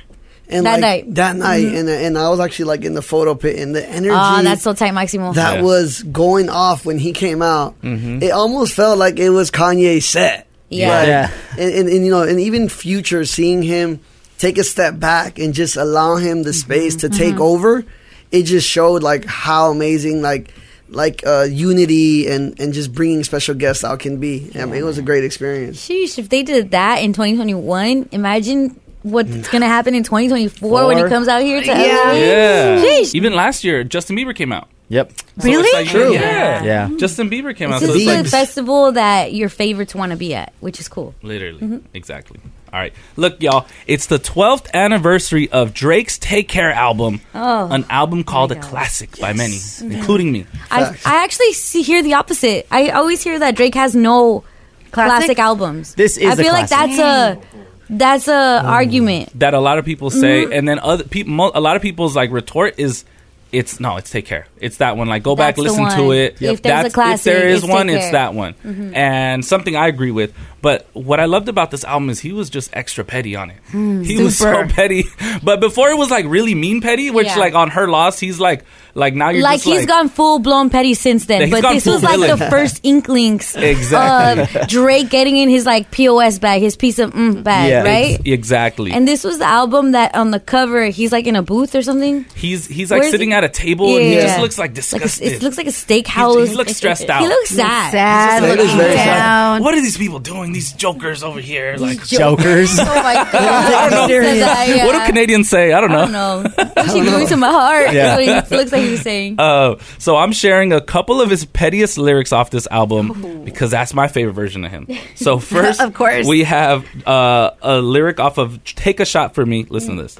S6: And
S2: That
S6: like,
S2: night.
S6: that night,
S2: Mhm.
S6: and and I was actually like in the photo pit, and the energy
S2: Ah, that's so tight, Maximo.
S6: that was going off when he came out. It almost felt like it was Kanye's set.
S2: Yeah.
S6: Like,
S2: Yeah.
S6: And, and, and you know, and even future seeing him take a step back and just allow him
S2: Mm-hmm.
S6: the space to take over, it just showed like how amazing like like uh, unity and and just bringing special guests out can be. I mean, it was a great experience.
S2: Sheesh, if they did that in 2021, imagine what's going to happen in 2024 when
S5: Mm.
S2: he
S5: Four.
S2: comes out here to LA.
S5: Yeah.
S2: Sheesh.
S5: Even last year, Justin Bieber came out.
S8: Yep.
S2: Really? True.
S5: Yeah.
S8: Yeah.
S5: Justin Bieber came
S2: This
S5: out. so
S2: is
S5: it's
S2: the
S5: like,
S2: festival that your favorites want to be at, which is cool.
S5: Literally.
S2: Mhm.
S5: Exactly. All right. Look, y'all, it's the 12th anniversary of Drake's Take Care album,
S2: Oh.
S5: an album called a classic by many, including me.
S2: I, I actually see, hear the opposite. I always hear that Drake has no classic albums.
S5: This is
S2: I
S5: a
S2: feel like
S5: classic. Mm.
S2: that's a that's a argument.
S5: that a lot of people say,
S2: Mhm.
S5: and then other people, mo- a lot of people's like retort is, "It's no, it's take care. It's that one. Like go back,
S2: That's the
S5: listen to
S2: one.
S5: it.
S2: If there's a
S5: if there
S2: classic,
S5: is
S2: it's Take
S5: one, it's
S2: Care.
S5: that one."
S2: Mhm.
S5: And something I agree with. But what I loved about this album is he was just extra petty on it.
S2: Mm-hmm.
S12: Mm,
S5: he was so
S12: super.
S5: petty. But before it was like really mean petty, which
S2: Yeah.
S5: like on her loss, he's like, like now you're
S2: Like
S5: just
S2: he's
S5: like,
S2: gone full blown petty since
S5: Yeah,
S2: then,
S5: he's
S2: but
S5: gone
S2: this
S5: full
S2: was like the
S5: villain.
S2: first inklings
S5: Exactly.
S2: of Drake getting in his like POS bag, his piece of mm bag,
S5: Yeah,
S2: right?
S5: ex- exactly.
S2: And this was the album that on the cover he's like in a booth or something.
S5: he's he's like
S2: Where's
S5: sitting
S2: he-
S5: at a table and he
S2: Yeah.
S5: just looks like
S2: Like a,
S5: disgusted.
S2: it looks like a steakhouse.
S5: He- he looks stressed out.
S2: He looks sad.
S5: He's just like,
S2: Looking
S5: "Oh,
S2: down.
S5: What are these people doing? These jokers over here, like
S2: Jokers. Oh my God.
S5: I don't know.
S2: Says that, yeah.
S5: What do Canadians say? I don't know.
S2: I don't know. What's she doing to my heart?
S5: Yeah.
S2: That's what he looks like he's saying.
S5: Uh, so I'm sharing a couple of his pettiest lyrics off this album because that's my favorite version of him. So first,
S7: Of course.
S5: we have uh, a lyric off of "Take a Shot for Me." Listen to this.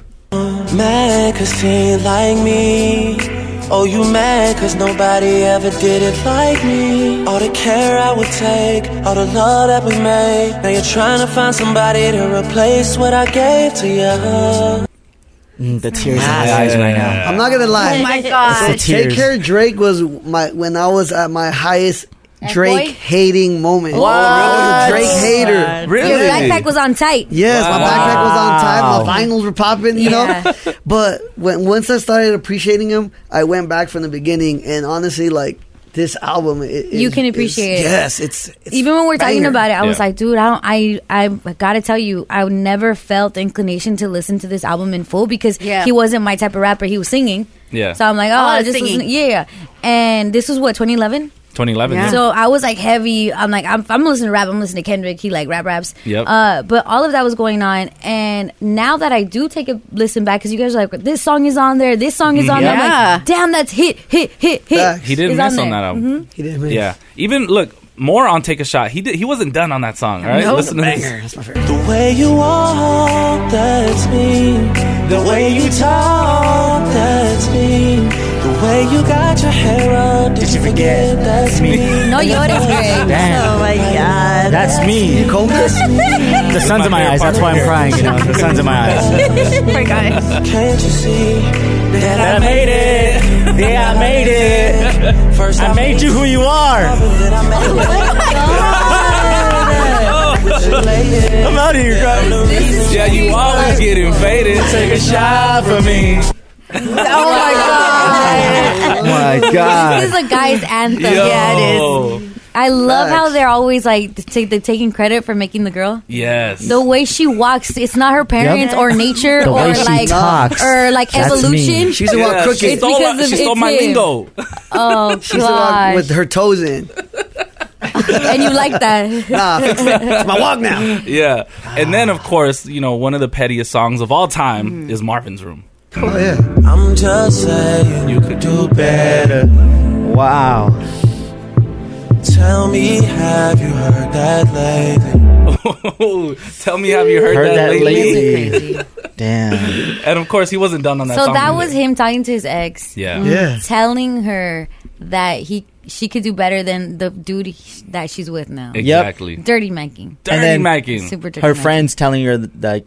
S12: Mad cause she ain't like me. Oh, you mad cause nobody ever did it like me. All the care I would take, all the love that we made. Now you're trying to find somebody to replace what I gave to you.
S3: Mm, the tears in my eyes right now.
S6: I'm not gonna lie.
S7: Oh my God.
S6: So
S3: It's the
S6: Take
S3: tears.
S6: care, Drake was my when I was at my highest
S2: That
S6: Drake
S2: boy?
S6: hating moment.
S2: What? Oh
S6: I was a Drake hater.
S2: Your backpack was on tight.
S6: Yes, my backpack was on time.
S2: Wow.
S6: My vinyls were popping, you know. But when once I started appreciating him, I went back from the beginning, and honestly, like this album, i- is-
S2: You can
S6: is-
S2: appreciate it.
S6: Yes, it's, it's
S2: Even when we're talking
S6: banger.
S2: about it, I was
S6: Yeah.
S2: like, dude, I don't, I, I gotta tell you, I never felt the inclination to listen to this album in full because he wasn't my type of rapper. He was singing.
S5: Yeah.
S2: So I'm like, oh,
S7: A lot
S2: I
S7: of
S2: just
S7: singing.
S2: listen- yeah, yeah. And this was what 2011.
S5: 2011. yeah.
S2: So I was like heavy. I'm like, I'm, I'm listening to rap. I'm listening to Kendrick. He like rap raps.
S5: Yep.
S2: Uh, but all of that was going on, and now that I do take a listen back, because you guys are like, this song is on there. This song is on there. I'm
S7: Yeah.
S2: like, damn, that's hit, hit, hit, hit.
S5: Mm-hmm. He didn't
S2: is
S5: miss on
S2: there.
S5: that album.
S2: Mhm.
S6: He didn't
S5: Yeah. Even look more on "Take a Shot." He did. He wasn't done on that song. All right,
S12: No,
S5: listen to
S12: the
S5: this.
S12: banger. The way you walk, that's me. The way you talk, that's me. The way you got your hair up, did you forget? That's me.
S2: No llores, Greg.
S12: Damn.
S2: Oh my God.
S3: That's me. You
S6: cold?
S3: The sun's in my eyes. That's why I'm crying. You know, the sun's in my eyes.
S12: my God. Can't you see that, I made it? Yeah, I made it. First, I, made you who you are. I'm out of here, guys.
S5: Yeah, you always get invaded. Take a shot for me.
S2: Oh my god!
S3: Oh my God.
S2: This is a guy's anthem.
S5: Yo.
S2: I love how
S5: Facts.
S2: they're always like take the taking credit for making the girl.
S5: Yes.
S2: The way she walks, it's not her parents or nature
S5: The
S2: or
S5: way she
S2: like
S5: talks,
S2: or like
S5: that's me.
S2: evolution.
S5: She's the one Yeah, crooked. she
S2: It's
S5: stole-
S2: because of-
S5: she stole
S2: it's
S5: my
S2: him.
S5: lingo.
S2: Oh
S6: She's the one
S2: god!
S6: with her toes in.
S2: And you like that?
S6: Nah, fix that. It's my walk now.
S5: Yeah. And then, of course, you know, one of the pettiest songs of all time is Marvin's Room.
S6: Oh, yeah.
S12: I'm just saying you could do better.
S3: Wow.
S12: Tell me, have you heard that lately?
S5: Tell me, have you heard,
S3: Heard
S5: that,
S3: that
S5: lately?
S3: Damn.
S5: and of course, he wasn't done on that
S2: So
S5: song.
S2: that
S5: either.
S2: was him talking to his ex. Mm.
S5: Yeah. Yeah.
S2: Telling her that he she could do better than the dude he- that she's with now.
S3: Exactly. Yep.
S2: Dirty making. Super dirty
S3: Her
S2: Macking.
S3: friends telling her that,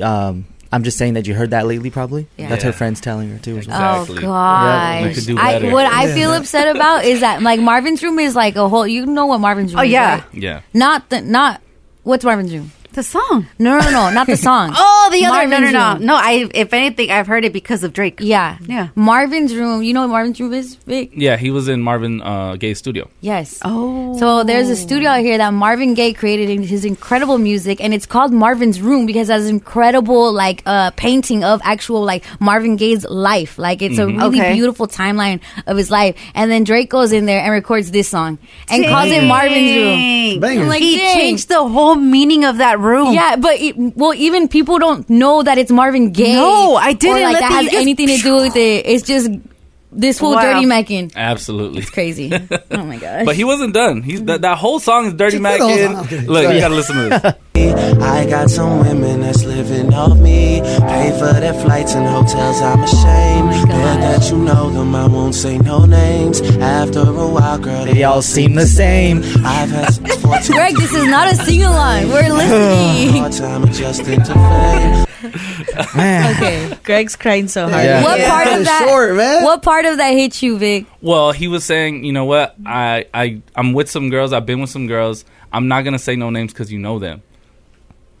S3: um, I'm just saying that you heard that lately, probably.
S2: Yeah.
S3: That's her
S2: Yeah.
S3: friends telling her too.
S2: Oh god!
S3: We could do
S2: I,
S3: better.
S2: what I
S3: Yeah.
S2: feel upset about is that like Marvin's room is like a whole. You know what Marvin's room?
S7: Oh,
S2: is,
S7: yeah.
S2: right?
S5: Yeah.
S2: Not the not what's Marvin's room?
S7: The song.
S2: No, no, no, not the song.
S7: Oh, the other no, no,
S2: Marvin's
S7: no,
S2: Room.
S7: no. I, if anything, I've heard it because of Drake.
S2: Yeah, yeah. Marvin's room. You know what Marvin's room is, Vic?
S5: Yeah, he was in Marvin uh, Gaye's studio.
S2: Yes. Oh. So there's a studio out here that Marvin Gaye created in his incredible music, and it's called Marvin's Room because it has incredible like uh, painting of actual like Marvin Gaye's life. Like it's
S7: Mhm.
S2: a really
S7: Okay.
S2: beautiful timeline of his life. And then Drake goes in there and records this song and calls it
S7: Dang.
S2: Marvin's Room.
S7: Bangers.
S2: I'm like,
S7: He
S2: dang.
S7: changed the whole meaning of that room.
S2: Yeah, but it, well, even people don't know that it's Marvin Gaye.
S7: No, I didn't.
S2: Or, like
S7: Let
S2: that
S7: the-
S2: has
S7: you just-
S2: anything to do with it. It's just this whole
S7: Wow.
S2: dirty macking.
S5: Absolutely. It's
S2: crazy. Oh my gosh.
S5: But he wasn't done. He's that, that whole song is Dirty Mac.
S12: the whole
S5: Look,
S12: song.
S5: you
S12: Sorry.
S5: gotta listen to this.
S12: I got some women that's living off me. Pay for their flights and hotels, I'm ashamed.
S3: Oh
S12: Now that you know them, I won't say no names. After a while, girl,
S3: They all seem the same.
S12: I've had some
S2: Greg, this is not a sing along. We're listening.
S4: okay, Greg's crying so hard.
S5: Yeah.
S2: What
S5: Yeah.
S2: part
S5: Kinda
S2: of that?
S5: short,
S2: What part of that hit you, Vic?
S5: Well, he was saying, you know what? I I I'm with some girls. I've been with some girls. I'm not gonna say no names because you know them.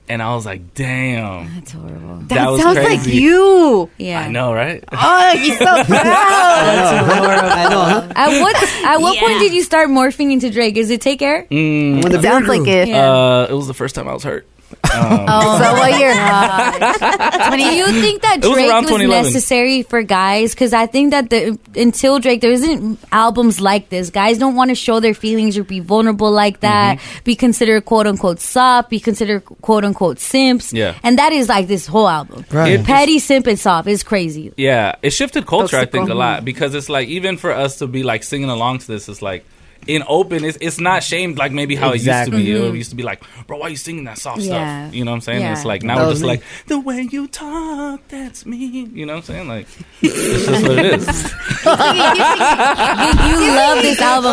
S5: And I was like, damn,
S2: that's horrible.
S5: That,
S15: That
S5: was
S15: sounds
S5: crazy.
S15: like you. Yeah.
S5: I know, right?
S15: Oh, you're so proud.
S6: I know, huh?
S2: At what at what point did you start morphing into Drake? Is it take air?
S5: Mm,
S2: When the Sounds beer like grew. it.
S5: Uh, it was the first time I was hurt. Um,
S2: Oh,
S15: so what year?
S2: Do you think that
S5: It was
S2: Drake
S5: around
S2: was,
S5: 2011.
S2: necessary for guys? Because I think that the until Drake, there isn't albums like this. Guys don't want to show their feelings or be vulnerable like that.
S5: Mm-hmm.
S2: Be considered quote unquote soft. Be considered quote unquote simps.
S5: Yeah.
S2: and that is like this whole album.
S5: Right. It-
S2: Petty, simp, and soft is crazy.
S5: Yeah, it shifted culture, I think, a
S2: Toxico.
S5: lot because it's like even for us to be like singing along to this, it's like in open, it's it's not shamed like maybe how it
S16: Exactly.
S5: used to be.
S16: Mhm.
S5: It used to be like, bro, why you singing that soft
S16: Yeah.
S5: stuff? You know what I'm saying?
S16: Yeah.
S5: It's like
S16: That
S5: now we're
S16: was
S5: just
S16: me.
S5: like, the way you talk, that's me. You know what I'm saying? Like, it's just what it is.
S2: you, you love this album.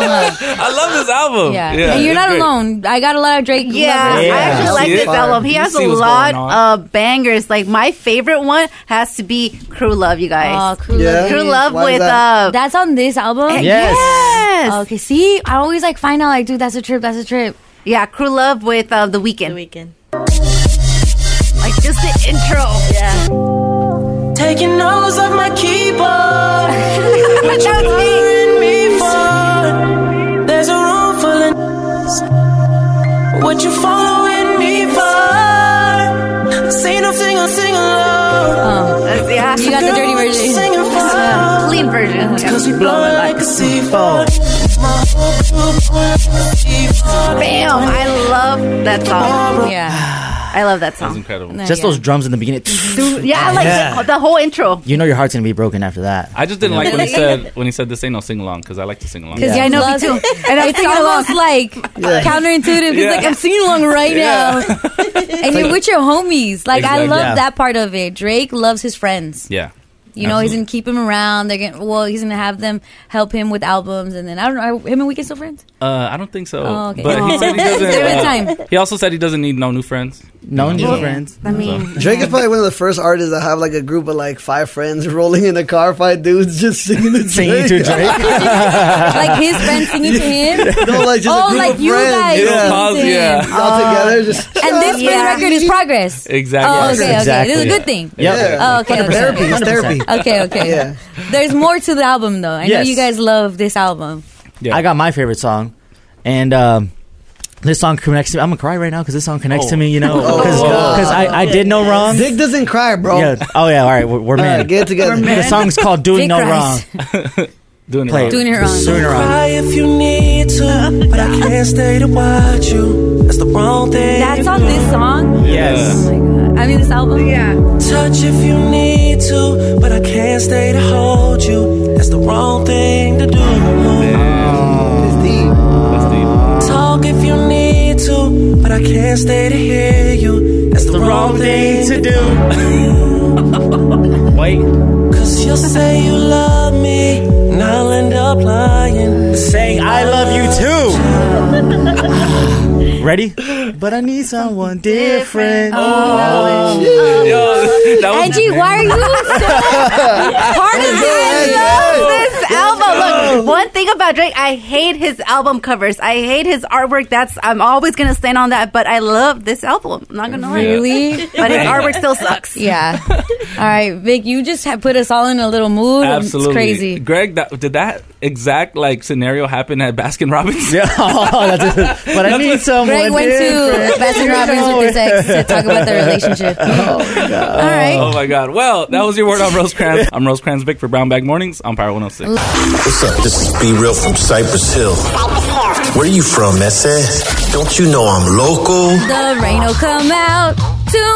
S2: Huh?
S5: I love this album.
S2: Yeah.
S5: Yeah,
S2: and you're
S5: it's
S2: not
S5: great.
S2: alone. I got a lot of Drake. who
S15: Yeah,
S2: love
S15: I
S2: this
S5: Yeah.
S15: actually
S5: You
S15: like
S5: see
S15: this
S5: it?
S15: album. He
S5: You
S15: has
S5: see
S15: a
S5: what's
S15: lot
S5: going on.
S15: of bangers. Like my favorite one has to be "Crew Love." You guys,
S2: Oh, Crew Love Eh, Yeah?
S15: Crew
S2: is-
S15: Love
S2: Why is
S15: with
S2: that?
S15: uh,
S2: that's on this album.
S15: Yes.
S2: Okay. See, I always like find out like, dude, that's a trip. That's a trip.
S15: Yeah, Crew Love with uh, the weekend. The
S4: weekend.
S15: Like just the intro. Yeah.
S12: Taking notes of my keyboard. what you
S15: That's me.
S12: covering me for? There's a room full of. What you following me for? Say nothing, I'll sing along.
S15: That's- yeah.
S2: You got the dirty version.
S15: Yeah, Clean version.
S12: Cause we blow it like a C4.
S15: Bam! I love that song. Yeah, I love that song.
S5: incredible.
S15: No,
S8: Just
S15: yeah. Mm-hmm.
S8: those drums in the beginning.
S15: Dude, yeah, I like
S8: Yeah.
S15: The, the whole intro.
S8: You know your heart's gonna be broken after that.
S5: I just didn't
S8: You know?
S5: like when he said when he said this ain't no sing along because I like to sing along.
S2: Because yeah. I know me too. And I think almost like counterintuitive. It's
S5: Yeah.
S2: like I'm singing along right
S5: Yeah.
S2: now, and you're with your homies. Like I
S5: Exactly.
S2: love
S5: Yeah.
S2: that part of it. Drake loves his friends.
S5: Yeah.
S2: You know, he's gonna keep him around. They're gonna well, he's gonna have them help him with albums, and then I don't know. Are him and Weekend still friends?
S5: Uh, I don't think so.
S2: Oh, okay.
S5: But he said he
S2: Give
S5: doesn't.
S2: it
S5: uh,
S2: time.
S5: He also said he doesn't need no new friends.
S8: No
S5: You know,
S8: new
S5: so-
S8: friends.
S15: I mean,
S6: Drake is probably one of the first artists that have like a group of like five friends rolling in a car, five dudes just singing to
S8: Singing
S6: Drake.
S8: to Drake?
S2: like his friends singing to him.
S6: No, like just
S2: oh,
S6: a group
S2: like
S6: of
S2: you
S6: friends.
S2: guys.
S6: yeah.
S2: singing to him.
S6: All together, just
S2: And this
S6: Yeah.
S2: record is progress.
S5: Exactly.
S2: Oh, okay, okay.
S5: Exactly.
S2: This is a good
S5: Yeah.
S2: thing.
S5: Yeah.
S2: Oh, okay, okay.
S6: 100%. Therapy, it's therapy.
S2: Okay, okay.
S6: Yeah.
S2: There's more to the album, though. I know
S8: Yes.
S2: you guys love this album.
S8: I got my favorite song, and um, this song connects to me. I'm gonna cry right now because this song connects to me. You know,
S6: Oh.
S8: because
S6: Oh.
S8: I, I did no wrong.
S6: Dick doesn't cry, bro.
S8: Yeah. Oh yeah. All right. We're, we're
S6: All right,
S8: men.
S6: get it together. We're
S8: The
S6: men.
S8: song's called "Doing
S6: Dick
S8: No
S6: cries.
S8: Wrong."
S5: Doing
S8: Play
S12: Doing it
S8: wrong. Doing it wrong.
S12: Cry if you need to, but I can't stay to watch you. That's the wrong thing.
S2: That's on this song.
S12: Yes.
S2: I mean, this album. Yeah.
S12: Touch if you need to, but I can't stay to hold you. That's the wrong thing to do. Talk if you need to, but I can't stay to hear you. That's the, wrong, thing to do.
S8: Wait.
S12: Cause you'll say you love me, and I'll end up lying.
S8: Saying I love you too. Ready? But I need someone different. Oh.
S5: Yo, that was-
S2: Angie, why are you so
S15: Part of me
S2: Angie.
S15: loves this album.
S2: go.
S15: Look, one thing about Drake, I hate his album covers. I hate his artwork. That's I'm always gonna stand on that. But I love this album. I'm not gonna lie.
S2: Really?
S15: But his artwork still sucks.
S2: Yeah. All right, Vic, you just ha- put us all in a little mood.
S5: Absolutely
S2: It's crazy.
S5: Greg. That, did that exact like scenario happen at Baskin Robbins?
S8: Yeah, Oh, that's it. But I need someone.
S2: Greg went to
S8: different. Oh.
S2: Baskin Robbins with his ex to talk about their relationship.
S5: All
S2: right.
S5: Oh my God. Well, that was your word on Rosecrans. I'm Rosecrans Vic for Brown Bag Mornings on Power 106.
S14: What's up? This is Be Real from Cypress Hill. Where you from, Messi? Don't you know I'm local?
S2: The rain will come out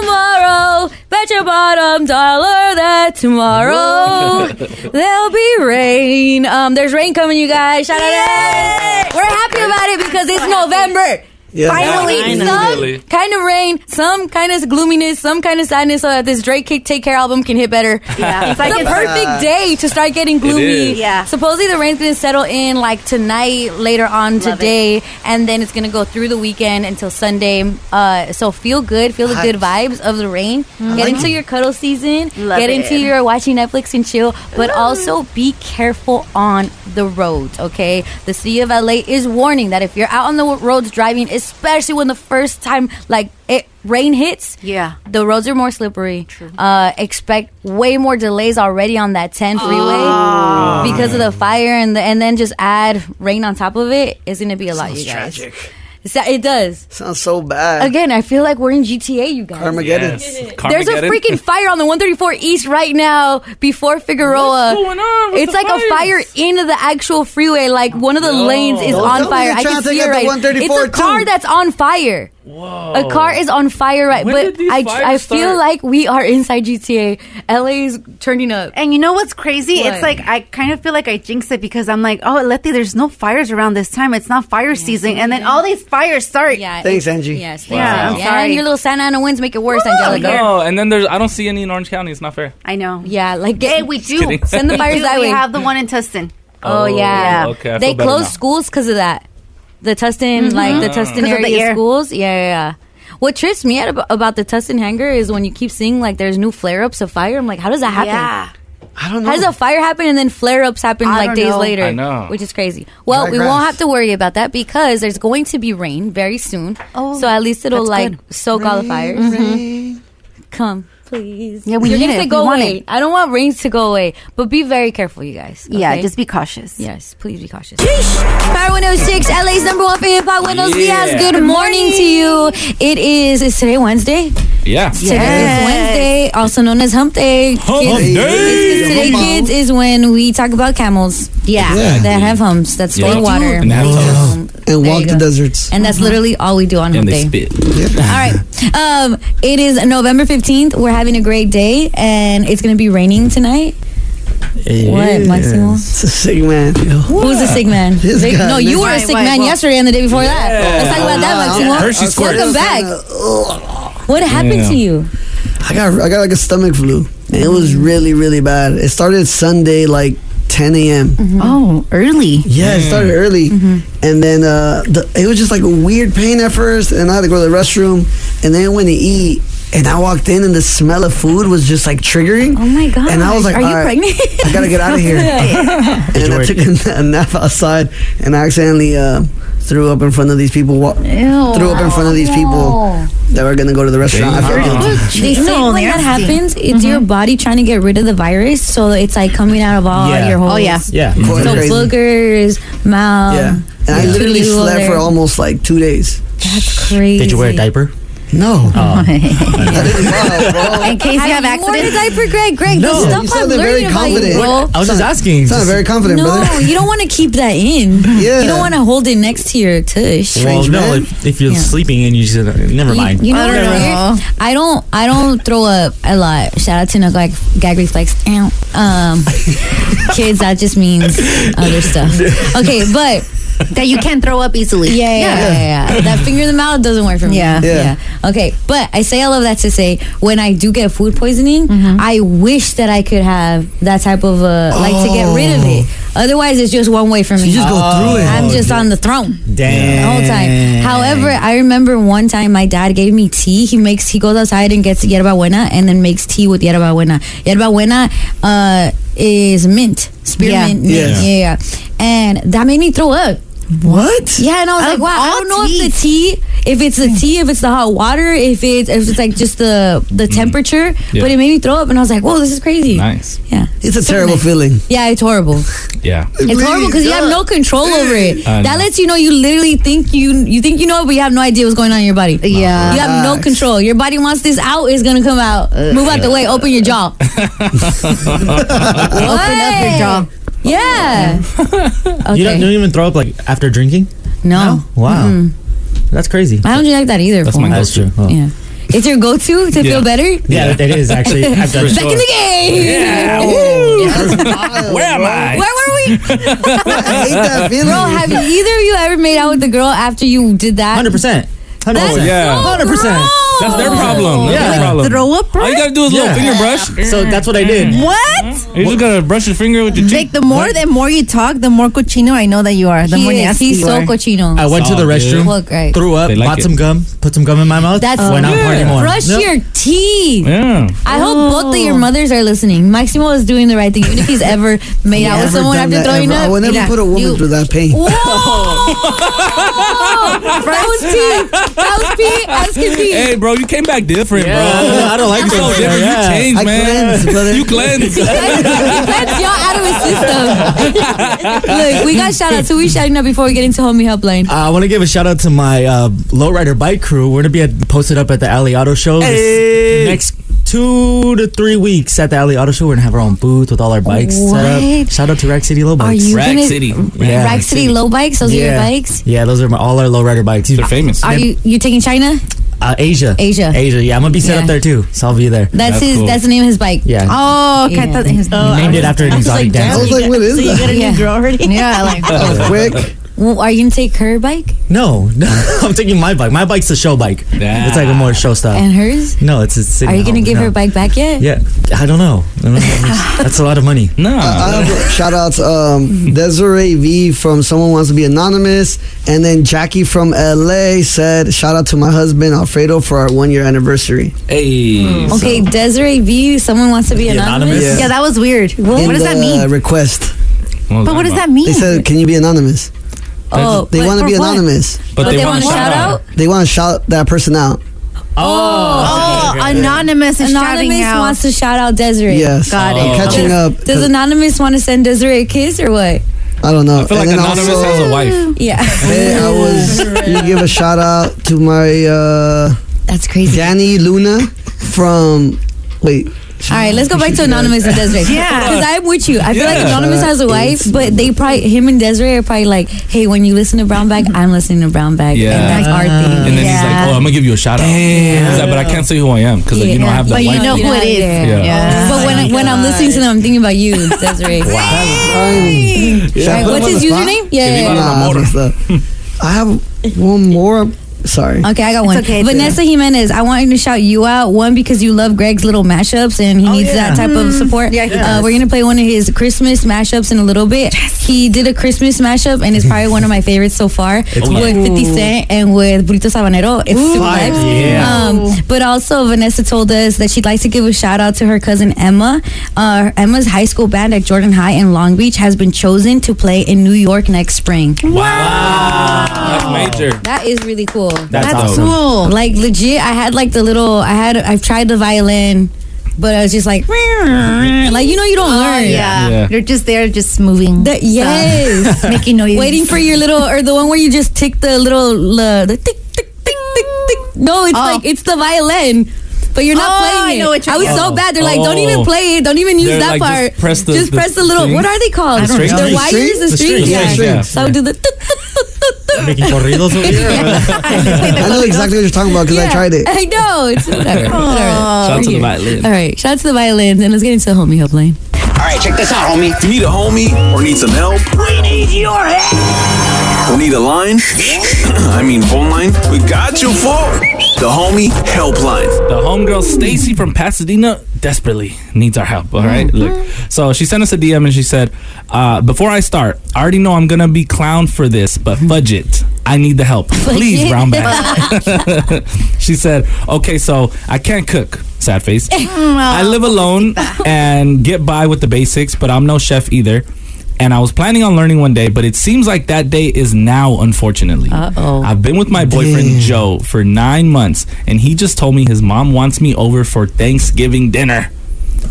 S2: tomorrow. Bet your bottom dollar that tomorrow there'll be rain. Um, there's rain coming, you guys. Shout out! to us. We're happy about it because it's November.
S6: Yeah.
S2: Finally,
S6: Yeah,
S2: some
S6: finally.
S2: kind of rain, some kind of gloominess, some kind of sadness, so that this Drake Take, Take Care album can hit better.
S7: Yeah.
S2: it's like the
S7: It's-
S2: perfect day to start getting gloomy.
S7: is. Yeah.
S2: Supposedly the rain's gonna settle in like tonight, later on today, and then it's gonna go through the weekend until Sunday. Uh, so feel good, feel the good vibes of the rain.
S7: I
S2: Get
S7: like
S2: into
S7: it.
S2: your cuddle season.
S7: Mm-hmm. Love
S2: get
S7: it.
S2: into your watching Netflix and chill, but also be careful on the roads, okay? The city of LA is warning that if you're out on the roads driving, especially when the first time like it rain hits,
S7: Yeah.
S2: the roads are more slippery. Uh, expect way more delays already on that 10 freeway
S6: Ah.
S2: because of the fire and the, and then just add rain on top of it is going to be a lot,
S6: Sounds
S2: you guys.
S6: tragic.
S2: It's- It does.
S6: Sounds so bad.
S2: Again, I feel like we're in GTA, you guys.
S6: Armageddon.
S2: There's a freaking fire on the 134 East right now before Figueroa.
S6: What's going on with
S2: it's
S6: the
S2: like a fire
S6: fires?
S2: into the actual freeway. Like one of the lanes is
S6: Don't tell
S2: on
S6: me
S2: fire.
S6: you're
S2: I
S6: trying
S2: can
S6: to
S2: see
S6: get
S2: it
S6: the
S2: right.
S6: 134
S2: It's a car
S6: too.
S2: that's on fire. A car is on fire right,
S7: When did
S2: but
S7: these
S2: I I
S7: fires
S2: feel
S7: start?
S2: like we are inside GTA. LA's turning up.
S7: And you know what's crazy?
S2: What?
S7: It's like I kind of feel like I jinxed it because I'm like, oh, Letty, there's no fires around this time. It's not fire season, and then all these fires start.
S2: Yeah.
S6: Thanks, Angie.
S2: Yes.
S5: Wow.
S7: Yeah. I'm
S2: Yeah,
S7: sorry.
S2: and your little Santa Ana winds make it worse,
S5: I
S2: Angelica.
S5: know, and then there's I don't see any in Orange County. It's not fair.
S7: I know.
S2: Yeah, like
S7: hey, we do
S5: kidding.
S2: Send the
S7: We
S2: fires
S7: do.
S2: that
S7: We
S2: way.
S7: have the one in Tustin.
S2: Oh, yeah.
S5: Yeah. Okay, I
S2: they
S5: feel better
S2: closed
S5: now.
S2: schools because of that. The Tustin,
S7: Mhm.
S2: like the
S7: Ah.
S2: Tustin
S7: 'Cause of the
S2: area
S7: air.
S2: schools. Yeah, yeah, yeah. What trips me out ab- about the Tustin hangar is when you keep seeing like there's new flare ups of fire. I'm like, how does that happen?
S7: Yeah.
S2: I don't know. How does a fire happen and then flare ups happen
S7: I
S2: like
S7: don't
S2: days
S7: know.
S2: later?
S7: I know.
S2: Which is crazy. Well,
S7: Dry
S2: we
S7: grass.
S2: won't have to worry about that because there's going to be rain very soon. Oh, so at least it'll
S7: that's
S2: like
S7: good.
S2: soak all the fires. Mm-hmm. Come, please. Yeah, we You're
S7: need
S2: gonna
S7: it.
S2: say
S7: We
S2: go
S7: want
S2: away.
S7: it.
S2: I don't want rains to go away, but be very careful, you guys.
S7: Yeah,
S2: okay?
S7: just be cautious.
S2: Yes, please be cautious. Power 106, LA's number one for hip hop. Buenos
S7: Yeah.
S2: dias. Good
S7: Good
S2: morning to you. It is, is today Wednesday?
S5: Yeah.
S2: Today is Wednesday, also known as Hump Day.
S5: Hump
S2: Kids-
S5: Day.
S2: It's 'cause Today,
S5: Hump
S2: kids, is when we talk about camels. Yeah.
S6: Yeah.
S2: That have humps, that store water.
S6: And,
S2: walk
S6: walk
S2: you the
S6: the
S2: go.
S6: deserts.
S2: And that's literally all we do on Hump Day. All right. Um, it is November 15th. We're having a great day, and it's going to be raining tonight. What, Maximo?
S6: It's a sick man.
S2: Who's a sick man? Vic-
S6: guy.
S2: no, you were a
S6: Wait,
S2: sick
S6: wait,
S2: man
S6: well-
S2: yesterday and the day before that.
S6: Yeah.
S2: Let's talk about that,
S6: Uh,
S2: Maximo.
S6: yeah. Hershey squirts.
S2: Welcome back. What happened
S6: Yeah.
S2: to you?
S6: I got I got like a stomach flu. And it was really really bad. It started Sunday like 10 a.m.
S7: Oh, early.
S6: Yeah, it started early,
S2: Mm-hmm.
S6: and then uh, the, it was just like a weird pain at first, and I had to go to the restroom, and then went to eat. And I walked in, and the smell of food was just like triggering. Oh
S2: my god!
S6: And I was like,
S2: Are you
S6: "All right,
S2: pregnant?"
S6: I gotta get out of here. and I took a, a nap outside, and I accidentally uh, threw up in front of these people. Wa- threw up in front of these
S2: Oh,
S6: people that were gonna go to the restaurant. I felt
S2: Damn.
S6: guilty.
S2: They say
S7: No,
S2: when that
S7: nasty.
S2: happens, it's your
S6: Mm-hmm.
S2: body trying to get rid of the virus, so it's like coming out of all
S6: Yeah.
S2: your holes.
S6: Oh, yeah. Yeah.
S2: So
S6: Crazy.
S2: boogers, mouth.
S6: Yeah, and I
S2: Yeah.
S6: literally
S2: Toodaloo
S6: slept for
S2: there.
S6: almost like two days.
S2: That's crazy. Oh.
S6: Did you wear a
S8: diaper?
S6: No. Oh.
S7: In case you have
S2: Where did
S7: accidents.
S2: I for Greg? Greg,
S6: No.
S2: the stuff
S6: You
S2: I'm
S6: sounded very
S2: learning about you,
S6: confident.
S2: bro.
S8: I was just asking.
S6: Sound very confident,
S2: no,
S6: brother.
S2: you don't want to keep that in.
S6: Yeah.
S2: You don't want to hold it next to your tush.
S8: Well, no, if, if you're
S2: Yeah.
S8: sleeping and you just never
S2: You-
S8: mind.
S2: You, know what I'm weird? I don't. I don't throw up a lot. Shout out to no gag, gag reflex. Ow. Um, kids, that just means other stuff. Okay, but that you can throw up easily. Yeah, yeah, yeah.
S7: Yeah.
S2: yeah, yeah. That finger in the mouth doesn't work for me.
S7: Yeah. Yeah.
S2: Okay, but I say all of that to say when I do get food poisoning, I wish that I could have that type of uh, like to get rid of it. Otherwise, it's just one way for me.
S6: Oh. you just go
S8: Oh,
S6: through it.
S2: I'm just on the throne.
S8: Damn.
S2: The whole time. However, I remember one time my dad gave me tea. He makes he goes outside and gets yerba buena and then makes tea with yerba buena. Yerba buena uh, is mint,
S7: Yeah.
S2: spearmint. mint.
S7: Yeah.
S2: yeah, yeah. And that made me throw up.
S6: What?
S2: Yeah, and I was
S7: Out
S2: like,
S7: of
S2: wow, I
S7: all
S2: don't know if the tea, if it's the tea, if it's the hot water, if it's if it's like just the the temperature,
S6: Yeah.
S2: but it made me throw up, and I was like, whoa, this is crazy.
S5: Nice.
S2: Yeah.
S6: It's a terrible feeling.
S2: Yeah, it's horrible.
S5: Yeah.
S2: It's horrible because you have no control over it.
S5: I
S2: That
S5: know.
S2: lets you know you literally think you you think you know, but you have no idea what's going on in your body.
S7: Yeah.
S2: you have no
S7: Facts.
S2: control. Your body wants this out; it's gonna come out. Move out the way. Open your jaw.
S7: Open up your jaw.
S2: Yeah.
S8: You don't,
S2: Okay.
S8: you don't even throw up like after drinking?
S2: No.
S8: Wow. That's crazy.
S2: I don't drink like that either.
S8: That's
S2: fool.
S8: my go-to. That's true. Oh.
S2: Yeah. It's your go-to to feel better.
S17: Yeah, it is, actually. I've done it.
S2: Back in the game.
S17: Yeah.
S2: Ooh.
S5: Where am I?
S2: Where were we?
S17: hate that feeling.
S2: Bro, have either of you ever made out with a girl after you did that? Hundred
S8: percent.
S5: Oh, yeah.
S8: 100%.
S5: That's their problem. That's their problem.
S2: Oh. Throw up, bro.
S5: All you gotta do is a little
S8: Yeah.
S5: finger brush.
S8: So that's what I did.
S9: What?
S5: You just gotta brush your finger with your cheek.
S9: Vic, the more the more you talk, the more cochino I know that you are. The
S2: He
S9: more
S2: is.
S9: nasty
S2: He's
S9: you
S2: so
S9: are.
S2: cochino.
S8: I went to the restroom,
S2: Look, right.
S8: threw up,
S2: They like
S8: bought
S2: it.
S8: some gum, put some gum in my mouth,
S2: That's
S8: went out party more.
S2: Brush your teeth.
S5: Yeah.
S2: I hope both of
S6: Oh.
S2: your mothers are listening. Maximo is doing the right thing, even if he's ever made out with
S6: Never
S2: someone
S6: done
S2: after
S6: that
S2: throwing
S6: ever.
S2: up.
S6: I would never
S2: Yeah.
S6: put a woman
S2: You-
S6: through that pain.
S2: that was pee. That was pee. As can be.
S5: Hey, bro, you came back different, bro.
S8: I don't like
S5: you so
S8: this,
S5: different.
S8: yeah.
S5: You changed,
S8: I
S5: man.
S8: cleansed, brother.
S5: you cleansed.
S2: That's y'all out of his system. Look, we got shout outs, so we shouting out before we get into homie helpline.
S6: Uh,
S8: I want to give a shout out to my uh, lowrider bike crew. We're gonna be at, posted up at the Alley Auto Show this next two to three weeks at the Alley Auto Show. We're gonna have our own booth with all our bikes set up.
S2: What?
S8: Shout out to Rack City Low Bikes.
S2: you Rack gonna- City.
S8: yeah.
S2: Rack City low bikes, those are your bikes.
S8: Yeah, those are my, all our lowrider bikes. They're famous.
S2: Are you you taking China?
S8: uh, Asia?
S2: Asia.
S8: Asia. Yeah, I'm gonna be set
S2: Yeah.
S8: up there too. So I'll be there.
S2: That's, his that's the name of his bike.
S8: Yeah.
S2: Oh, okay. I thought his
S8: He named it after an exotic dancer.
S6: what is
S4: you got a new
S2: Yeah.
S4: girl already?
S2: Yeah, like
S8: Oh,
S6: quick.
S2: Well, are you gonna take her bike
S8: No, no, I'm taking my bike. My bike's the show bike. It's like a more show style.
S2: and hers?
S8: no, it's a city.
S2: Are you gonna
S8: hall,
S2: give
S8: no.
S2: her bike back yet?
S8: Yeah, I don't know. I don't know. That's a lot of money.
S5: No.
S6: I have shout outs um, Desiree V from Someone Wants to Be Anonymous. And then Jackie from LA said, Shout out to my husband Alfredo for our one year anniversary.
S5: Hey.
S2: Okay, Desiree V, someone wants to be anonymous.
S6: anonymous? Yeah. uh,
S9: Yeah, that was weird. What,
S6: In
S9: what does
S6: the
S9: that mean?
S6: Request.
S9: But what does that mean?
S6: They said, Can you be anonymous?
S9: Oh,
S6: they
S9: but
S6: want to
S9: for
S6: be
S9: what?
S6: anonymous.
S9: But But they they want want a a shout shout out?
S6: They want to shout that person out.
S9: Oh, anonymous is shouting
S2: Anonymous
S9: out.
S2: wants to shout out Desiree.
S6: Yes.
S2: Got
S6: I'm
S2: it.
S6: catching
S2: Does-
S6: up.
S2: Does Anonymous want to send Desiree a kiss or
S6: I
S2: what?
S6: don't know.
S5: I feel like
S6: And then
S5: Anonymous
S6: also-
S5: has a wife.
S2: Yeah.
S6: Hey, I was. You give a shout out to my. uh
S2: That's crazy.
S6: Danny Luna from. Wait.
S2: All right, let's go back to Anonymous and Desiree.
S6: Yeah.
S2: Because I'm with you. I feel like
S6: Yeah.
S2: Anonymous has a wife, but they probably, him and Desiree are probably like, hey, when you listen to Brown Bag, I'm listening to Brown Bag.
S5: Yeah.
S2: And that's our thing.
S5: And then he's like, "Oh, I'm gonna give you a shout out." He's like, but I can't say who I am because you don't have that.
S9: But you
S5: wife
S9: know
S5: yet."
S9: who it is.
S5: Yeah. uh,
S2: But when, I- when I'm listening to them, I'm thinking about you, Desiree.
S6: Should I
S2: All right,
S6: put
S2: what's
S6: him on
S2: his
S6: the spot?
S2: username? Yeah, yeah, yeah.
S6: Nah, that's not- I have one more. Sorry.
S2: Okay, I got one.
S9: okay, it's
S2: Vanessa Jimenez, I want you to shout you out. One because you love Greg's little mashups and he needs
S9: yeah.
S2: that type of
S9: Mm.
S2: support.
S9: Yeah, he
S2: uh,
S9: does.
S2: we're gonna play one of his Christmas mashups in a little bit. He did a Christmas mashup and it's probably one of my favorites so far
S17: It's
S2: with
S17: fire.
S2: 50 Cent and with Burrito Sabanero. It's
S17: Ooh.
S2: super
S17: Fire.
S2: vibes.
S17: Yeah.
S2: Um, but also Vanessa told us that she'd like to give a shout out to her cousin Emma. Uh, Emma's high school band at Jordan High in Long Beach has been chosen to play in New York next spring.
S5: That's major.
S2: That is really cool.
S5: That's awesome.
S9: cool.
S2: Like legit, I had like the little. I had. I've tried the violin, but I was just like, like you know, you don't learn.
S9: Oh, Yeah.
S5: Yeah.
S9: They're just there, just moving. Oh,
S2: That- yes.
S9: stuff, making noise.
S2: Waiting for your little, or the one where you just tick the little, uh, the tick, tick, tick, tick, tick. No, it's
S9: Oh.
S2: like it's the violin. But you're not
S9: Oh, I
S2: playing it.
S9: know what you're
S2: I was
S9: talking
S2: so
S9: about.
S2: bad. They're like, don't
S5: Oh.
S2: even play it. Don't even use
S5: They're
S2: that
S5: like, just
S2: part.
S5: press the-
S2: just
S5: the
S2: press the little.
S5: strings?
S2: What are they called?
S5: I don't know.
S2: The
S5: The
S2: wires,
S5: strings?
S2: the
S5: The
S2: strings.
S5: strings,
S2: Yeah.
S5: yeah.
S2: So I would do the. tick,
S8: Making corridos over here.
S6: I know exactly what you're talking about because I
S2: yeah.
S6: tried it.
S2: I know. It's whatever. Whatever.
S5: Shout out to the
S2: Yeah.
S5: violin.
S2: All right, shout out to the violins, and let's get into the homie helpline.
S13: All right, check this out, homie. Need a homie or need some help? We need your help. Need a line? I mean, phone line? We got you for the homie helpline.
S5: The homegirl Stacy from Pasadena desperately needs our help. All right? look. So she sent us a DM and she said, uh, "Before I start, I already know I'm gonna be clowned for this, but fudge it. I need the help, please,
S17: it.
S5: brown bag." she said, "Okay, so I can't cook." Sad face. I live alone and get by with the basics, but I'm no chef either. And I was planning on learning one day, but it seems like that day is now, unfortunately. Uh oh. I've been with my boyfriend Joe for nine months, and he just told me his mom wants me over for Thanksgiving dinner,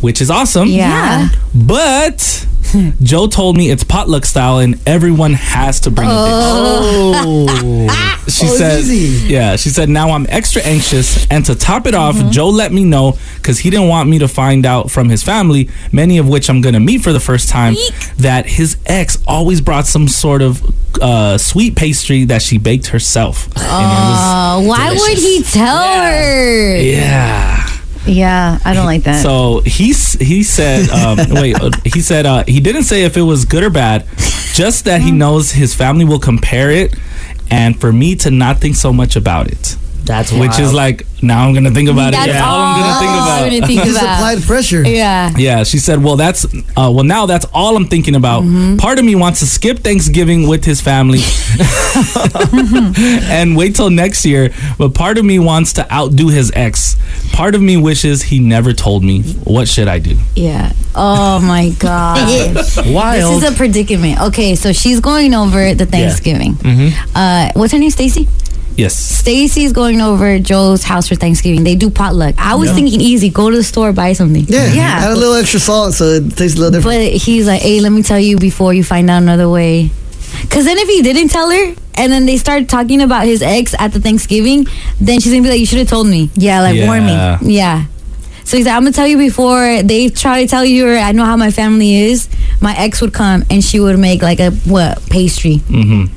S5: which is awesome.
S2: Yeah.
S5: But Joe told me it's potluck style and everyone has to bring a dish.
S17: Oh.
S5: She
S17: Oh, it's
S5: said,
S17: easy. Mm-hmm.
S5: "Yeah." She said, "Now I'm extra anxious." And to top it off, Joe let me know because he didn't want me to find out from his family, many of which I'm gonna meet for the first time, that his ex always brought some sort of uh, sweet pastry that she baked herself.
S2: Oh, why would he tell her?
S5: Yeah.
S9: Yeah, I don't like that.
S5: So he s- he said, um, wait, uh, he said uh, he didn't say if it was good or bad, just that he
S2: Hmm.
S5: knows his family will compare it, and for me to not think so much about it. That's which is
S3: wild.
S5: like now I'm gonna think about it.
S2: That's
S5: Yeah.
S2: all
S5: I'm gonna think about.
S2: I'm gonna think
S5: Just
S2: about.
S6: applied pressure.
S2: Yeah.
S5: Yeah, she said, "Well, that's uh, well now that's all I'm thinking about.
S2: Mm-hmm.
S5: Part of me wants to skip Thanksgiving with his family
S2: Mm-hmm.
S5: and wait till next year, but part of me wants to outdo his ex. Part of me wishes he never told me. What should I do?"
S2: Yeah. Oh my god.
S5: Wild.
S2: This is a predicament. Okay, so she's going over the Thanksgiving.
S5: Mm-hmm.
S2: Uh, what's her name? Stacy.
S5: Yes.
S2: Stacy's going over Joe's house for Thanksgiving. They do potluck. I was
S6: Yeah.
S2: thinking easy. Go to the store, buy something.
S6: Yeah, Add a little extra salt so it tastes a little different.
S2: But he's like, hey, let me tell you before you find out another way. Because then if he didn't tell her, and then they start talking about his ex at the Thanksgiving, then she's going to be like, you should have told me.
S9: Yeah,
S2: like
S9: Yeah. warn me.
S2: Yeah. So he's like, I'm going to tell you before they try to tell you, or I know how my family is. My ex would come and she would make like a, what, pastry.
S5: Mm-hmm.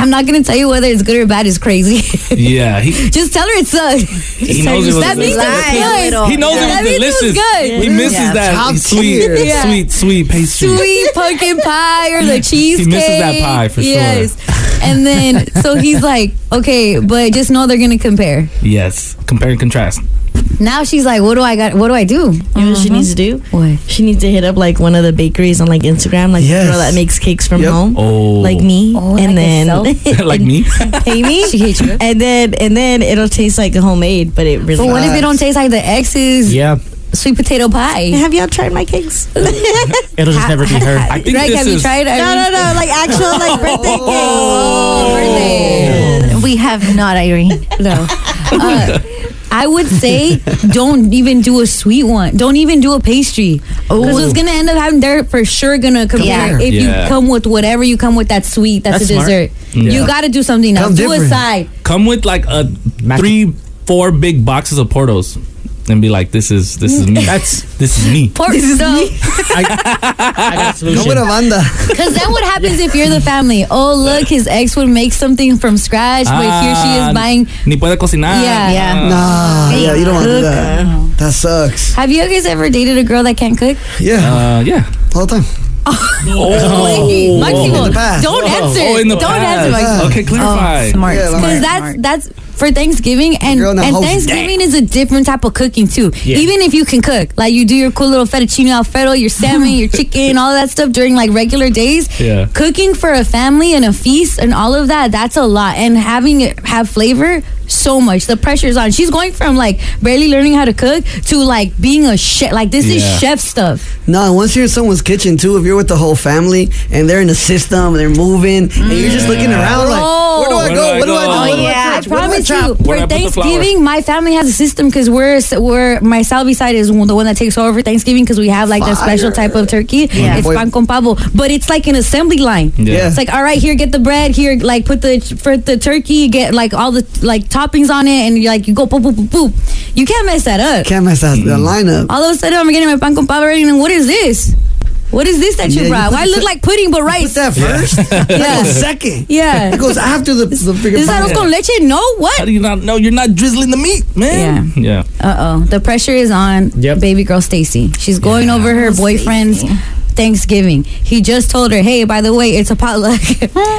S2: I'm not going to tell you whether it's good or bad. It's crazy.
S5: Yeah, he,
S2: Just tell her it sucks.
S5: he knows it was
S2: that means it was
S5: delicious.
S2: good.
S5: He knows
S2: That
S5: it
S2: means
S5: was delicious.
S2: good.
S5: He misses
S2: Yeah.
S5: that
S2: Top
S5: sweet,
S2: tier. Yeah.
S5: sweet, sweet pastry.
S2: sweet pumpkin pie or the cheesecake.
S5: misses that pie for sure.
S2: Yes. And then so he's like, okay, but just know they're gonna compare.
S5: Yes, compare and contrast.
S2: Now she's like, what do I got? What do I do?
S4: You know what she needs to do?
S2: Uh-huh. What?
S4: She needs to hit up like one of the bakeries on like Instagram, like the girl that makes cakes from home,
S5: Oh.
S4: like me, and then
S5: like me.
S4: pay me.
S2: She hates you.
S4: And then and then it'll taste like homemade, but it really.
S2: But what if it don't taste like the ex's
S4: Yeah.
S2: sweet potato pie?
S4: Have y'all tried my cakes?
S8: It'll just never be her. I
S2: Greg, have you tried?
S4: No, no, no, like actual like birthday
S9: Oh.
S4: cakes.
S8: Oh,
S9: We have not, Irene.
S2: No. Uh, I would say don't even do a sweet one. Don't even do a pastry. Because it's gonna end up having they're for sure gonna compare
S9: Yeah.
S2: if you
S5: Oh. Yeah.
S2: come with whatever you come with that sweet, that's,
S5: That's
S2: a
S5: smart.
S2: dessert.
S5: Yeah.
S2: You gotta do something else.
S5: Come
S2: do a
S5: different.
S2: side.
S5: Come with like a three, four big boxes of Portos, and be like, "This is this is me.
S2: That's-
S5: this is me."
S2: Pork stuff.
S6: No buena banda.
S2: Because then what happens if you're the family? Oh look, his ex would make something from scratch, but here she
S5: Ah,
S2: is buying
S5: Ni puede cocinar. Ah.
S2: Yeah. Yeah.
S6: Nah,
S2: Hey,
S6: yeah, you don't want to do
S2: cook.
S6: that. That sucks.
S2: Have you guys ever dated a girl that can't cook?
S5: Yeah. Uh, yeah.
S6: All the time.
S2: Oh, Maximo,
S6: In the past.
S2: don't answer.
S6: Oh, in the
S2: don't
S6: past.
S2: answer. Maximo.
S6: Okay, clarify.
S2: Oh, smart.
S6: Yeah,
S2: Because
S6: smart,
S2: that's that's for Thanksgiving and
S6: that
S2: and
S6: house is
S2: Thanksgiving is a different type of cooking too.
S6: Yeah.
S2: Even if you can cook, like you do your cool little fettuccine alfredo, your salmon, your chicken, all that stuff during like regular days.
S17: Yeah.
S2: Cooking for a family and a feast and all of that, that's a lot. And having it have flavor so much. The pressure's on. She's going from like barely learning how to cook to like being a chef. Like this
S6: Yeah.
S2: is chef stuff.
S6: No, and once you're in someone's kitchen too, if you're with the whole family and they're in the system, they're moving, and you're just looking around like, where do I
S17: Where do
S6: go?
S17: I
S6: What do I
S17: go?
S6: do? What do I
S2: yeah, I Oh,
S6: touch? What do I
S2: promise
S6: chop?
S2: you.
S6: Where do
S2: For
S6: I put the flower?
S2: Thanksgiving, my family has a system because we're we're my Salvi side is the one that takes over Thanksgiving because we have like that special
S9: Fire.
S2: type of turkey.
S9: Yeah.
S2: It's pan con pavo, but it's like an assembly line.
S9: Yeah. Yeah.
S2: It's like all right, here get the bread, here like put the for the turkey, get like all the like toppings on it, and you like you go boop boop boop boop. You can't mess that up.
S6: Can't mess up the lineup.
S2: All of a sudden, I'm getting my pan con pavo ready, and what is this? What is this that
S6: Yeah,
S2: you
S6: you
S2: brought?
S6: put
S2: Why
S6: the
S2: it look
S6: tur-
S2: like pudding but rice?
S6: that first? That goes second.
S2: Yeah.
S6: It goes after the, the freaking
S2: Is that arroz con leche? No, what?
S5: How do you not know? You're not drizzling the meat, man.
S2: Yeah.
S5: Yeah.
S2: Uh oh, the pressure is on baby girl Stacy. She's going over her boyfriend's Thanksgiving. He just told her, "Hey, by the way, it's a potluck.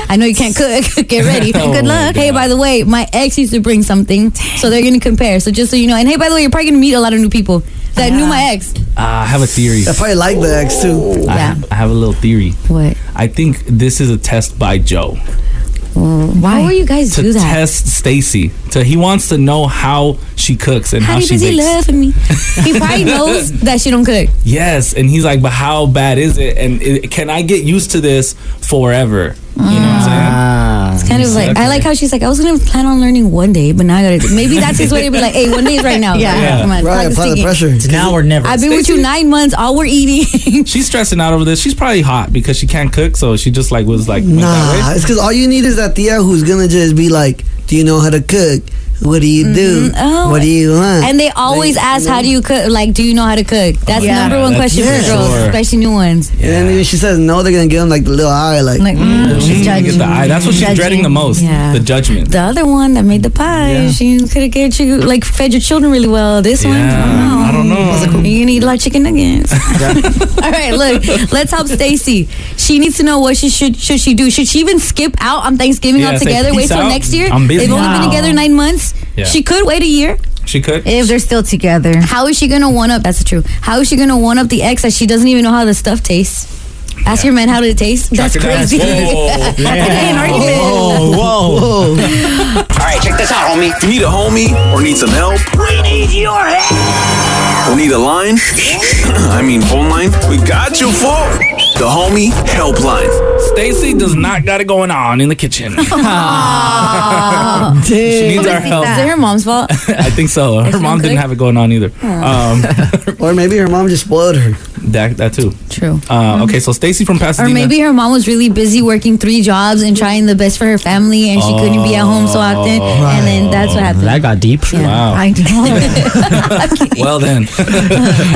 S2: I know you can't cook. Get ready.
S9: Oh,
S2: Good luck. Hey, by the way, my ex used to bring something, so they're gonna compare. So just so you know, and hey, by the way, you're probably gonna meet a lot of new people that knew my ex.
S5: Uh, I have a theory.
S6: I probably like the ex too.
S5: I,
S2: Yeah.
S5: I have a little theory.
S2: What?
S5: I think this is a test by Joe
S2: Why would you guys
S5: to
S2: do that?
S5: test Stacy. To he wants to know how she cooks and how,
S2: How
S5: she
S2: does he
S5: bakes.
S2: love me? He probably knows that she don't cook.
S5: Yes, and he's like, but how bad is it? And it, can I get used to this forever? You know what I'm saying?
S2: It's kind of like I like how she's like I was gonna plan on learning one day, but now I gotta. Maybe that's his way to be like, hey, one day is right now.
S6: Yeah.
S2: Like, come on,
S6: Right,
S2: fuck this
S6: apply the
S2: ticket.
S6: pressure. It's
S3: now or never.
S2: I've been with you nine months. All we're eating.
S5: She's stressing out over this. She's probably hot because she can't cook, so she just like was like, went that way.
S6: Nah, it's because all you need is that tia who's gonna just be like, "Do you know how to cook? What do you do?
S2: Oh.
S6: What do you want?"
S2: And they always
S6: Like,
S2: ask,
S6: you know?
S2: how do you cook? Like, do you know how to cook? That's
S6: Yeah.
S2: number one
S6: Yeah,
S2: question
S6: that's-
S2: for girls,
S6: Sure.
S2: especially new ones.
S6: And then if she says no, they're gonna give them like the little eye, like,
S2: Like, mm,
S5: She's gonna get the eye. That's what she's
S2: Judging.
S5: dreading the most.
S2: Yeah.
S5: The judgment.
S2: The other one that made the pie,
S5: Yeah.
S2: she could have gave you like fed your children really well. This one,
S5: I don't know.
S2: You're gonna eat a lot of chicken nuggets. All right, look, let's help Stacy. She needs to know what she should should she do. Should she even skip out on Thanksgiving
S5: Yeah, say,
S2: altogether? Wait
S5: "Peace
S2: till
S5: out.
S2: next year.
S5: I'm busy."
S2: They've only
S5: Wow.
S2: been together nine months.
S5: Yeah.
S2: She could wait a year
S5: She could.
S2: if they're still together. How is she gonna one up? That's true. How is she gonna one up the ex that she doesn't even know how the stuff tastes? Ask your man how did it taste. That's
S17: it out.
S2: crazy.
S17: Whoa.
S2: That's
S17: Yeah.
S2: an argument.
S17: Whoa,
S13: whoa. All right, check this out, homie. Need a homie or need some help? We need your help. Or need a line? I mean, phone line? We got you for the homie helpline.
S5: Stacy does not got it going on in the kitchen.
S2: Oh. Aw.
S5: She needs
S2: What
S5: our
S2: is
S5: help.
S2: that? Is it her mom's fault?
S5: I think so. Her
S2: she
S5: mom didn't
S2: cook?
S5: have it going on
S2: Oh.
S5: either. Um,
S6: or maybe her mom just spoiled her.
S5: That that too.
S2: True.
S5: Uh, okay, so Stacy from
S2: Or
S5: Pasadena.
S2: maybe her mom was really busy working three jobs and trying the best for her family, and she couldn't be at home so often. And then that's what happened.
S5: Oh. That got deep. Wow.
S2: I know.
S5: well then.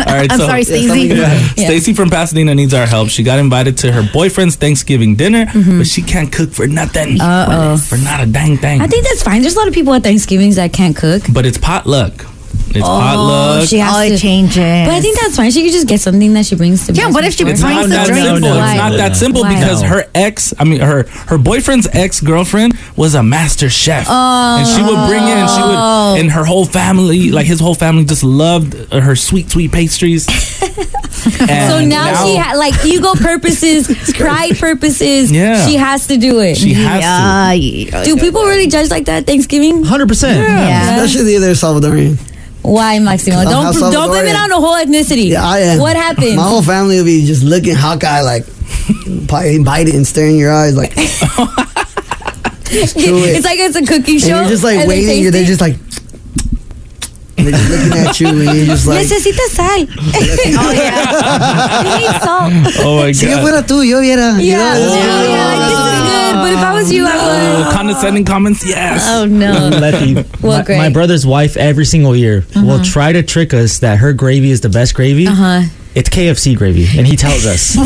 S5: All right.
S2: I'm
S5: so,
S2: sorry, Yeah, Stacey. something like that. Yeah.
S5: Stacy from Pasadena needs our help. She got invited to her boyfriend's Thanksgiving dinner, but she can't cook for nothing.
S2: Mm-hmm. Uh-oh.
S5: For not a dang thing.
S2: I think that's fine. There's a lot of people at Thanksgivings that can't cook.
S5: but it's potluck. It's potluck.
S2: Oh, She has to change Oh, it. But I think that's fine. She could just get something that she brings to. Yeah, what if she
S5: It's not that simple. It's not that simple because her ex, I mean her her boyfriend's ex girlfriend was a master chef, and she would bring in, she
S2: Oh.
S5: would, and her whole family, like his whole family, just loved uh, her sweet sweet pastries. And
S2: So now, she
S5: now-
S2: ha- like ego purposes, pride purposes.
S5: Yeah.
S2: she has to do it.
S5: She has to. Yeah,
S2: Do people really judge like that Thanksgiving?
S8: Hundred percent.
S6: Especially the other Salvadorian.
S2: Why, Maximo?
S6: I'm
S2: Don't
S6: half
S2: don't blame it
S6: Salvadorian.
S2: on the whole ethnicity.
S6: Yeah, I am.
S2: What happened?
S6: My whole family will be just looking Hawkeye like, biting, biting and staring in your eyes like. do it.
S2: it's like it's a cooking
S6: and
S2: show.
S6: you're just like
S2: and they
S6: waiting. You're,
S2: taste
S6: they're
S2: it.
S6: just like. and they're just looking at you, and you're just like.
S2: Necesita sal. oh yeah. We need salt.
S5: Oh my
S6: Si yo
S5: God.
S6: fuera tú, yo viera. You
S2: Yeah,
S6: know,
S2: yeah, Oh, yeah, like, this is good. But if I was you, I would.
S5: Oh, condescending comments, yes.
S2: Oh no.
S8: Letty,
S2: Well,
S8: my,
S2: great.
S8: my brother's wife every single year will try to trick us that her gravy is the best gravy.
S2: Uh-huh.
S8: It's KFC gravy, and he tells us.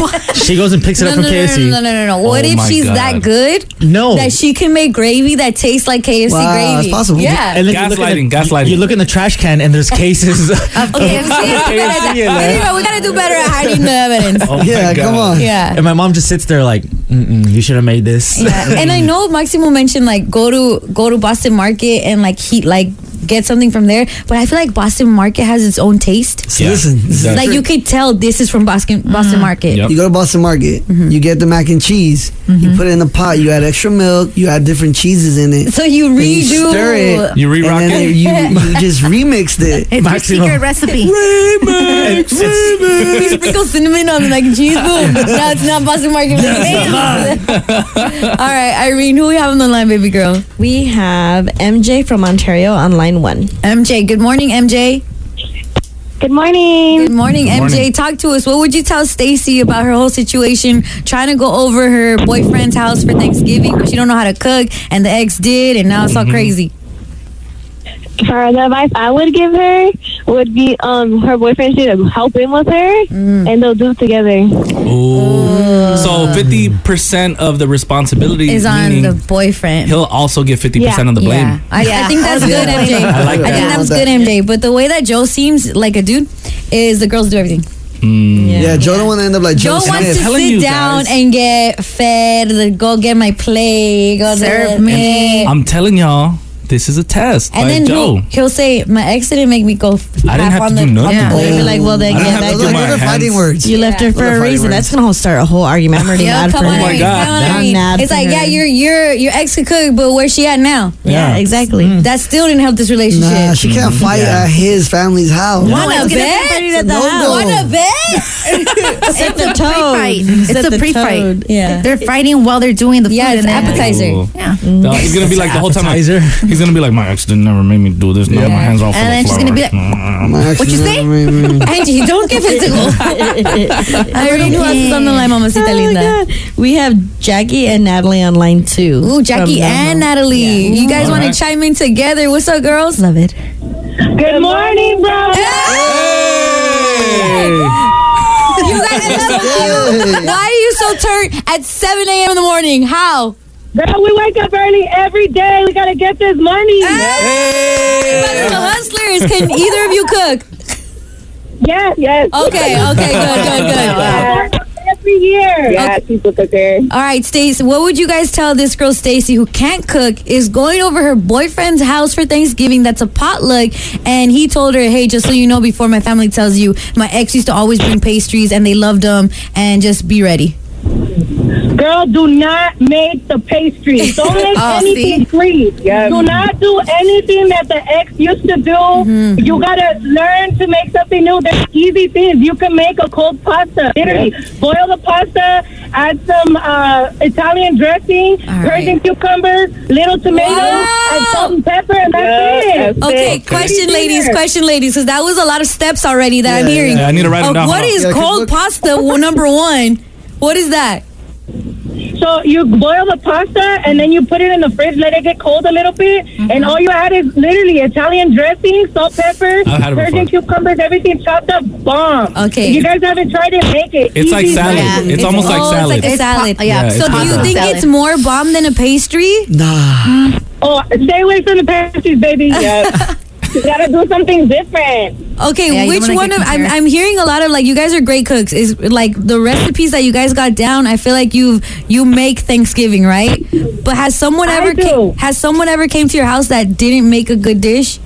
S8: She goes and picks it
S2: No,
S8: up
S2: no,
S8: from
S2: no,
S8: KFC.
S2: no, no, no, no, no. What
S8: Oh
S2: if
S8: my
S2: she's
S8: God.
S2: that good?
S8: No.
S2: That she can make gravy that tastes like KFC gravy. Yeah.
S8: And then you look in the, gaslighting. You look in the trash can, and there's cases. Oh of
S2: Okay, I'm saying it's better at that.
S8: KFC in
S2: But
S8: there.
S2: anyway, we gotta do better at hiding the evidence.
S8: Oh my God.
S2: Yeah.
S8: And my mom just sits there like, Mm-mm, you should have made this.
S2: Yeah. and I know Maximo mentioned like go to go to Boston Market and like he like get something from there, but I feel like Boston Market has its own taste.
S6: So listen, this is the
S2: like
S6: trick.
S2: you could tell this is from Boston Boston Market.
S6: You go to Boston Market,
S2: Mm-hmm.
S6: you get the mac and cheese, you put it in the pot, you add extra milk, you add different cheeses in it.
S2: So you
S6: Then
S2: redo-
S6: stir it,
S5: You re-rock
S6: and then
S5: it?
S6: You, you just remixed it.
S9: It's your secret recipe.
S5: Remix,
S2: You sprinkle cinnamon on the mac and cheese. Boom. now it's not Boston Market. All right, Irene, who we have on the line, baby girl?
S4: We have MJ from Ontario on line one.
S2: MJ, good morning, MJ.
S18: Good morning.
S2: Good morning,
S4: Good
S2: MJ.
S4: morning.
S2: Talk to us. What would you tell Stacy about her whole situation, trying to go over her boyfriend's house for Thanksgiving, but she don't know how to cook, and the ex did, and now it's all
S5: Mm-hmm.
S18: Mhm.
S2: crazy.
S18: For the advice I would give her would be um her boyfriend should help in with her
S2: Mm.
S18: and they'll do it together.
S5: Oh.
S15: Oh.
S5: Ooh. So fifty percent of the responsibility
S2: Is on
S5: meaning
S2: the boyfriend.
S5: He'll also get fifty percent of the blame.
S2: Yeah. I, I think that's good,
S5: Yeah.
S2: MJ.
S5: I like that.
S2: think that's good, MJ. But the way that Joe seems like a dude is the girls do everything.
S6: Yeah, Joe don't want to end up like Joe,
S2: Joe wants to
S6: Smith.
S2: sit down and get fed, the- go get my plate, go
S5: Serve
S2: serve me.
S5: I'm telling y'all, this is a test.
S2: And
S5: like,
S2: then
S5: yo,
S2: he'll, he'll say, "My ex didn't make me go." f-
S5: I didn't
S2: half
S5: have
S2: on
S5: to
S2: the,
S5: do
S2: on the
S5: nothing.
S2: plate."
S5: Yeah.
S4: You'll be like, well, then
S5: I don't
S4: again,
S5: have to
S4: that's
S5: do my Those are fighting hands. words.
S4: You left her
S5: Those
S4: for
S5: are
S4: a
S5: fighting
S4: reason.
S5: words.
S4: That's gonna whole start a whole argument. I'm already
S2: Yeah,
S4: mad
S2: come
S4: for
S2: on.
S5: Oh
S4: her.
S2: Come on.
S4: I'm mad
S2: It's
S4: for
S2: like,
S4: her.
S2: yeah, your your your ex could cook, but where's she at now?
S4: Yeah. Yeah,
S2: exactly. That still didn't help this relationship.
S6: Mm. Nah, she can't
S5: Mm-hmm.
S6: fight at his family's house.
S2: Wanna bet? Wanna bet?
S15: Set
S2: It's
S15: the
S2: a
S15: tone.
S2: pre-fight.
S15: Set
S2: It's
S15: the
S2: a pre-fight.
S15: tone.
S2: Yeah.
S15: They're fighting while they're doing the food.
S2: Yeah, it's
S15: and then-
S2: appetizer.
S5: Ooh.
S15: Yeah.
S5: No, he's gonna be like the whole time. Like, he's gonna be like, my ex didn't never made me do this. Now my hands are all full
S15: And then
S5: of
S15: she's gonna be like,
S5: flowers.
S15: "What you say?"
S2: Angie, don't get physical. I already knew I was on the line, mamacita linda.
S4: Oh We have Jackie and Natalie online too.
S2: Ooh, Jackie
S4: From Venmo.
S2: and Natalie. You guys
S4: All
S2: want
S4: right.
S2: to chime in together? What's up, girls? Love it.
S9: Good morning, bro.
S2: You guys love you. Why are you so turned at 7 a.m. in the morning? How?
S9: Girl, we wake up early every day. We gotta get this money.
S2: Brothers and hustlers, can either of you cook?
S9: Yes, yes.
S2: Okay, okay, good, good, good.
S9: Every year.
S2: Yes,
S9: people cook there.
S2: All right, Stacey, what would you guys tell this girl, Stacey, who can't cook, is going over her boyfriend's house for Thanksgiving? That's a potluck. And he told her, hey, just so you know, before my family tells you, my ex used to always bring pastries and they loved them, and just be ready.
S9: Girl, do not make the pastries. Don't make
S2: Oh,
S9: anything free. Do not do anything that the ex used to do. You gotta learn to make something new. There's easy things. You can make a cold pasta. Literally, boil the pasta, add some uh, Italian dressing, virgin cucumbers, little tomatoes, and salt and pepper, and that's it.
S2: Okay, question, ladies, question, ladies, because that was a lot of steps already that I'm
S5: Yeah,
S2: hearing.
S5: yeah, I need to write them
S2: Uh,
S5: down.
S2: What
S5: Hold on.
S2: is
S5: Yeah, 'cause
S2: cold pasta? Well, number one, what is that?
S9: So you boil the pasta and then you put it in the fridge, let it get cold a little bit,
S5: Mm-hmm.
S9: and all you add is literally Italian dressing, salt, pepper,
S5: I've had it
S9: virgin cucumbers, everything chopped up, bomb.
S2: Okay.
S9: If you guys haven't tried it, make it.
S5: It's like
S9: Easy
S5: salad.
S9: as
S5: It's almost like
S2: oh, it's
S5: salad.
S2: like a
S5: It's
S2: salad.
S5: po- yeah, Yeah, it's
S2: so do you
S5: possible.
S2: think
S5: Salad.
S2: it's more bomb than a pastry?
S6: Nah.
S9: Oh, stay away from the pastries, baby. Yep. you gotta do something different.
S2: Okay, which one of I'm, I'm hearing a lot of like you guys are great cooks is like the recipes that you guys got down. I feel like you've you make Thanksgiving right, but has someone ever ca- has someone ever came to your house that didn't make a good dish?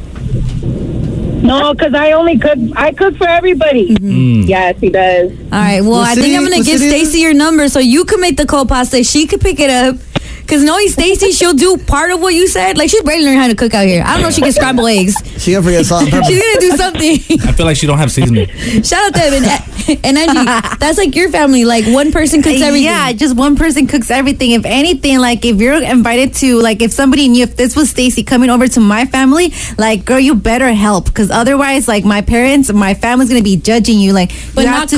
S9: No, because I only cook. I cook for everybody.
S5: Mm.
S9: Yes, he does.
S2: Mm-hmm. All right, well
S9: What
S2: I think
S9: city-
S2: I'm gonna
S9: what
S2: give
S9: city is
S2: Stacy your number so you can make the cold pasta. She could pick it up. Cause knowing Stacy, she'll do part of what you said. Like she's barely learning how to cook out here. I don't know if she can scramble eggs.
S6: She gonna forget salt
S2: She's
S6: and
S5: Uh-huh.
S6: pepper.
S2: gonna do something.
S5: I feel like she don't have seasoning.
S2: Shout out to Evan and, and Angie. That's like your family. Like one person cooks everything.
S15: Yeah, just one person cooks everything. If anything, like if you're invited to, like if somebody knew if this was Stacy coming over to my family, like girl, you better help because otherwise, like my parents, my family's gonna be judging you. Like,
S2: But
S15: you
S2: not
S15: have to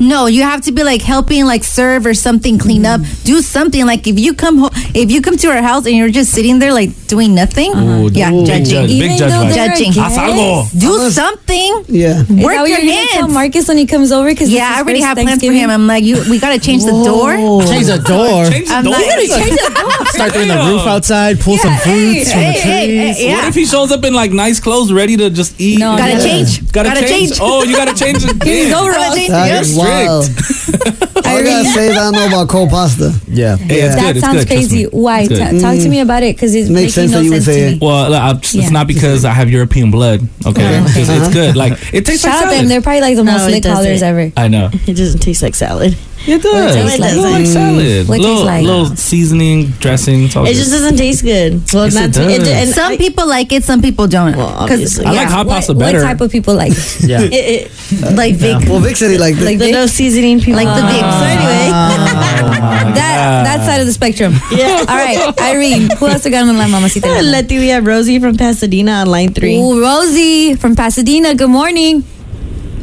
S15: Be, no, you have to be like helping, like serve or something, clean
S2: Mm.
S15: up, do something. Like if you come, ho- if you come to our house and you're just sitting there like doing nothing,
S5: Ooh,
S15: yeah,
S5: big
S15: judging,
S5: judge, big Even judge though vibes. they're
S15: judging.
S5: a guest? Haz algo.
S15: Do something.
S6: Yeah.
S2: Is
S15: Work
S2: that what
S15: your
S2: you're gonna
S15: hands.
S2: tell Marcus when he comes over? Because
S15: Yeah, I already have plans for him. I'm like, you, we gotta change the door.
S8: Change the door.
S15: the I'm door? not-
S8: You gotta
S15: change the door.
S8: Start throwing the roof outside. Pull some
S15: hey,
S8: fruits from the
S15: hey,
S8: trees.
S15: hey, hey, yeah.
S5: What if he shows up in like nice clothes, ready to just eat?
S15: No, Gotta no. change.
S5: Gotta,
S15: Gotta
S5: change.
S15: change.
S5: Oh, you gotta change. it.
S15: He's
S5: Damn.
S15: overalls. Gotta change.
S6: That
S5: You're
S6: is
S5: strict.
S6: wild. I gotta say that I know about cold pasta.
S8: Yeah,
S5: it's
S2: that
S5: good, it's
S2: sounds
S5: good, trust
S2: crazy.
S5: me.
S2: Why?
S5: It's
S2: T-
S5: good.
S2: talk to me about it because it's making no sense to me.
S5: Well, I- I'm just-
S2: Yeah. Oh,
S5: it's not because I have European blood. Okay, It's- it's good. Like it tastes
S2: Shout out
S5: like
S2: to them.
S5: salad.
S2: They're probably like the
S4: No,
S2: most
S4: it
S2: lit callers
S4: doesn't.
S2: ever.
S5: I know.
S4: It doesn't taste like salad.
S5: It does.
S4: No, it
S5: It's
S4: doesn't.
S5: like salad.
S4: What tastes
S5: Little,
S4: like?
S5: little seasoning, dressing. It's all
S4: It
S5: good.
S4: just doesn't taste good. Well,
S5: Yes, it
S4: not to-
S5: does.
S4: and
S15: Some people like it, some people don't. Because
S5: I like hot pasta
S2: What
S5: better.
S2: type of people like? it?
S5: Yeah.
S4: It-
S15: like Vic.
S5: Uh-huh.
S6: Well, Vic said he liked
S4: like
S6: it.
S4: the no seasoning people.
S15: Like the
S5: Ah.
S15: Vic. So anyway.
S2: that that side of the spectrum. Yeah. All right, Irene. Who else we got on the line, Mamacita?
S4: Letty, we have Rosie from Pasadena on line three.
S2: Ooh, Rosie from Pasadena. Good morning.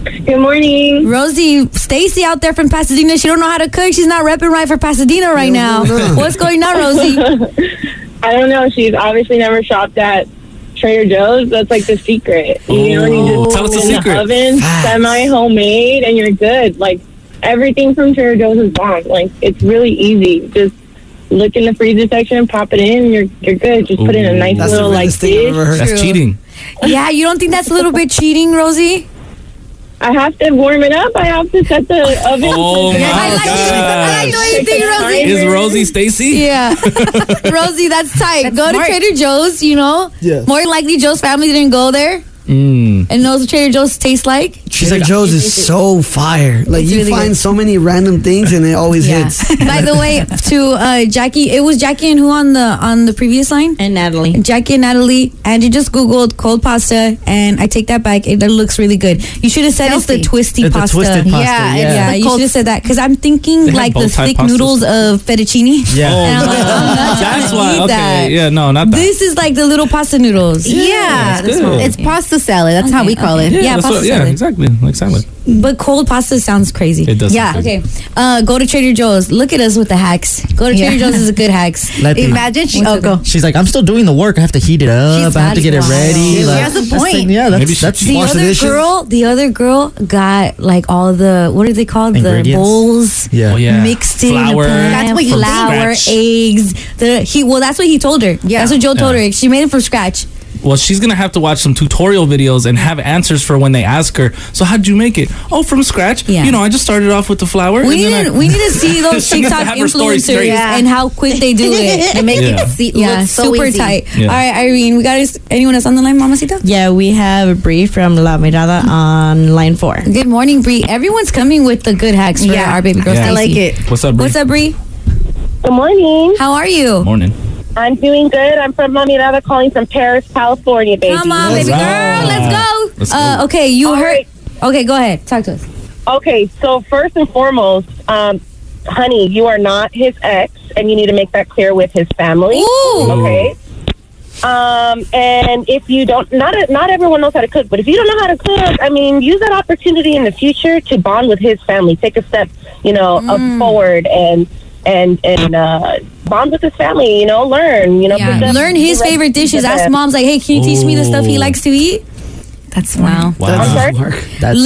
S9: Good morning,
S2: Rosie. Stacy out there from Pasadena. She don't know how to cook. She's not repping right for Pasadena right now. What's going on, Rosie?
S9: I don't know. Oh, She's obviously never shopped at Trader Joe's. That's like the secret. You know, when you just
S5: Oh. Tell
S9: put
S5: us the
S9: it in
S5: secret.
S9: the oven, semi homemade, and you're good. Like everything from Trader Joe's is bomb. Like it's really easy. Just look in the freezer section, pop it in, and you're you're good. Just put in a nice
S6: That's the
S9: little like
S6: weirdest thing I've
S9: dish.
S6: ever heard.
S5: That's cheating.
S2: Yeah, you don't think that's a little bit cheating, Rosie?
S18: I have to warm it up. I have to set the oven.
S5: Oh my
S2: I know you think Rosie
S5: Is Rosie Stacy?
S2: Yeah. Rosie, that's tight. go
S9: smart.
S2: to Trader Joe's, you know?
S5: Yes.
S2: More likely Joe's family didn't go there
S6: Mm.
S2: and knows what Trader Joe's tastes like.
S6: Trader Joe's is so fire. Like
S2: It's
S6: you
S2: really
S6: find
S2: good.
S6: so many random things and it always hits.
S2: By the way, to uh, Jackie, it was Jackie and who on the on the previous line?
S4: And Natalie.
S2: Jackie and Natalie. And you just Googled cold pasta, and I take that back. It, that looks really good. You should have said it's the twisty
S3: It's the
S2: pasta.
S3: twisted pasta,
S2: yeah,
S3: Yeah,
S2: yeah.
S3: it's the
S2: you
S3: cold-
S2: should have said that because I'm thinking
S5: They have
S2: like the
S5: bow-tie
S2: thick
S5: pastas.
S2: noodles of fettuccine.
S5: Yeah. Oh,
S2: And I'm like, I'm not trying
S5: That's
S2: to
S5: why.
S2: eat
S5: Okay.
S2: that.
S5: Yeah. No, not that.
S2: This is like the little pasta noodles.
S9: Yeah, Yeah, it's that's good. it's
S2: pasta salad. That's
S9: how we call it.
S2: Yeah,
S5: that's
S2: pasta
S5: what-
S2: salad.
S5: yeah, exactly. Like salad.
S2: But cold pasta sounds crazy.
S5: It does
S2: Yeah.
S5: sound
S2: Okay. Uh, go to Trader Joe's. Look at us with the hacks. Go to
S9: Yeah.
S2: Trader Joe's is a good hacks.
S8: Let me-
S2: Oh, go.
S8: She's like, I'm still doing the work. I have to heat it up. Oh, I have to get it ready.
S2: She
S8: like,
S2: has a
S8: that's the-
S2: point.
S8: yeah, that's that's
S2: the other girl. The other girl got like all the what are they called? The
S8: Ingredients?
S2: bowls.
S8: Yeah. Oh, yeah.
S2: Mixed in
S8: Flour.
S2: The pan,
S8: That's what you
S2: flour,
S5: think.
S2: eggs. The he well, that's what he told her. Yeah. That's what Joe told her. She made it from scratch.
S5: Well, she's gonna have to watch some tutorial videos and have answers for when they ask her. So, how'd you make it? Oh, from scratch.
S2: Yeah.
S5: You know, I just started off with the flour.
S2: We
S5: and
S2: need,
S5: then
S2: to,
S5: I-
S2: we need to see those
S5: She needs to
S2: TikTok
S5: have her story
S2: influencers
S5: straight.
S2: and how quick they do it.
S9: They make
S5: it Yeah.
S9: se-
S2: yeah,
S9: look so
S2: super
S9: easy.
S2: tight.
S4: Yeah.
S2: All right, Irene, we got anyone else on the line, Mamacita?
S4: Yeah, we have a brief from La Mirada on line four.
S2: Good morning, Bree. Everyone's coming with the good hacks for
S4: Yeah.
S2: our baby girl.
S4: Yeah. I
S2: Stacy.
S4: like it.
S5: What's up, Bree?
S2: What's up, Bree?
S18: Good morning.
S2: How are you?
S5: Morning.
S18: I'm doing good. I'm from La Mirada calling from Paris, California, baby.
S2: Come on, baby girl, let's go. uh, okay, you heard. Okay, go ahead. Talk to us.
S18: Okay, so first and foremost, um, honey, you are not his ex, and you need to make that clear with his family.
S2: Ooh.
S18: Okay. Um, and if you don't, not not everyone knows how to cook, but if you don't know how to cook, I mean, use that opportunity in the future to bond with his family. Take a step, you know,
S2: Mm.
S18: up forward and and and uh, bond with his family. You know, learn. You know,
S2: Yeah.
S18: put them-
S2: Learn his
S18: be
S2: favorite
S18: ready
S2: dishes.
S18: for
S2: Ask
S18: them.
S2: moms, like, hey, can you teach me the stuff he
S18: Ooh.
S2: likes to eat? That's wow.
S5: Wow.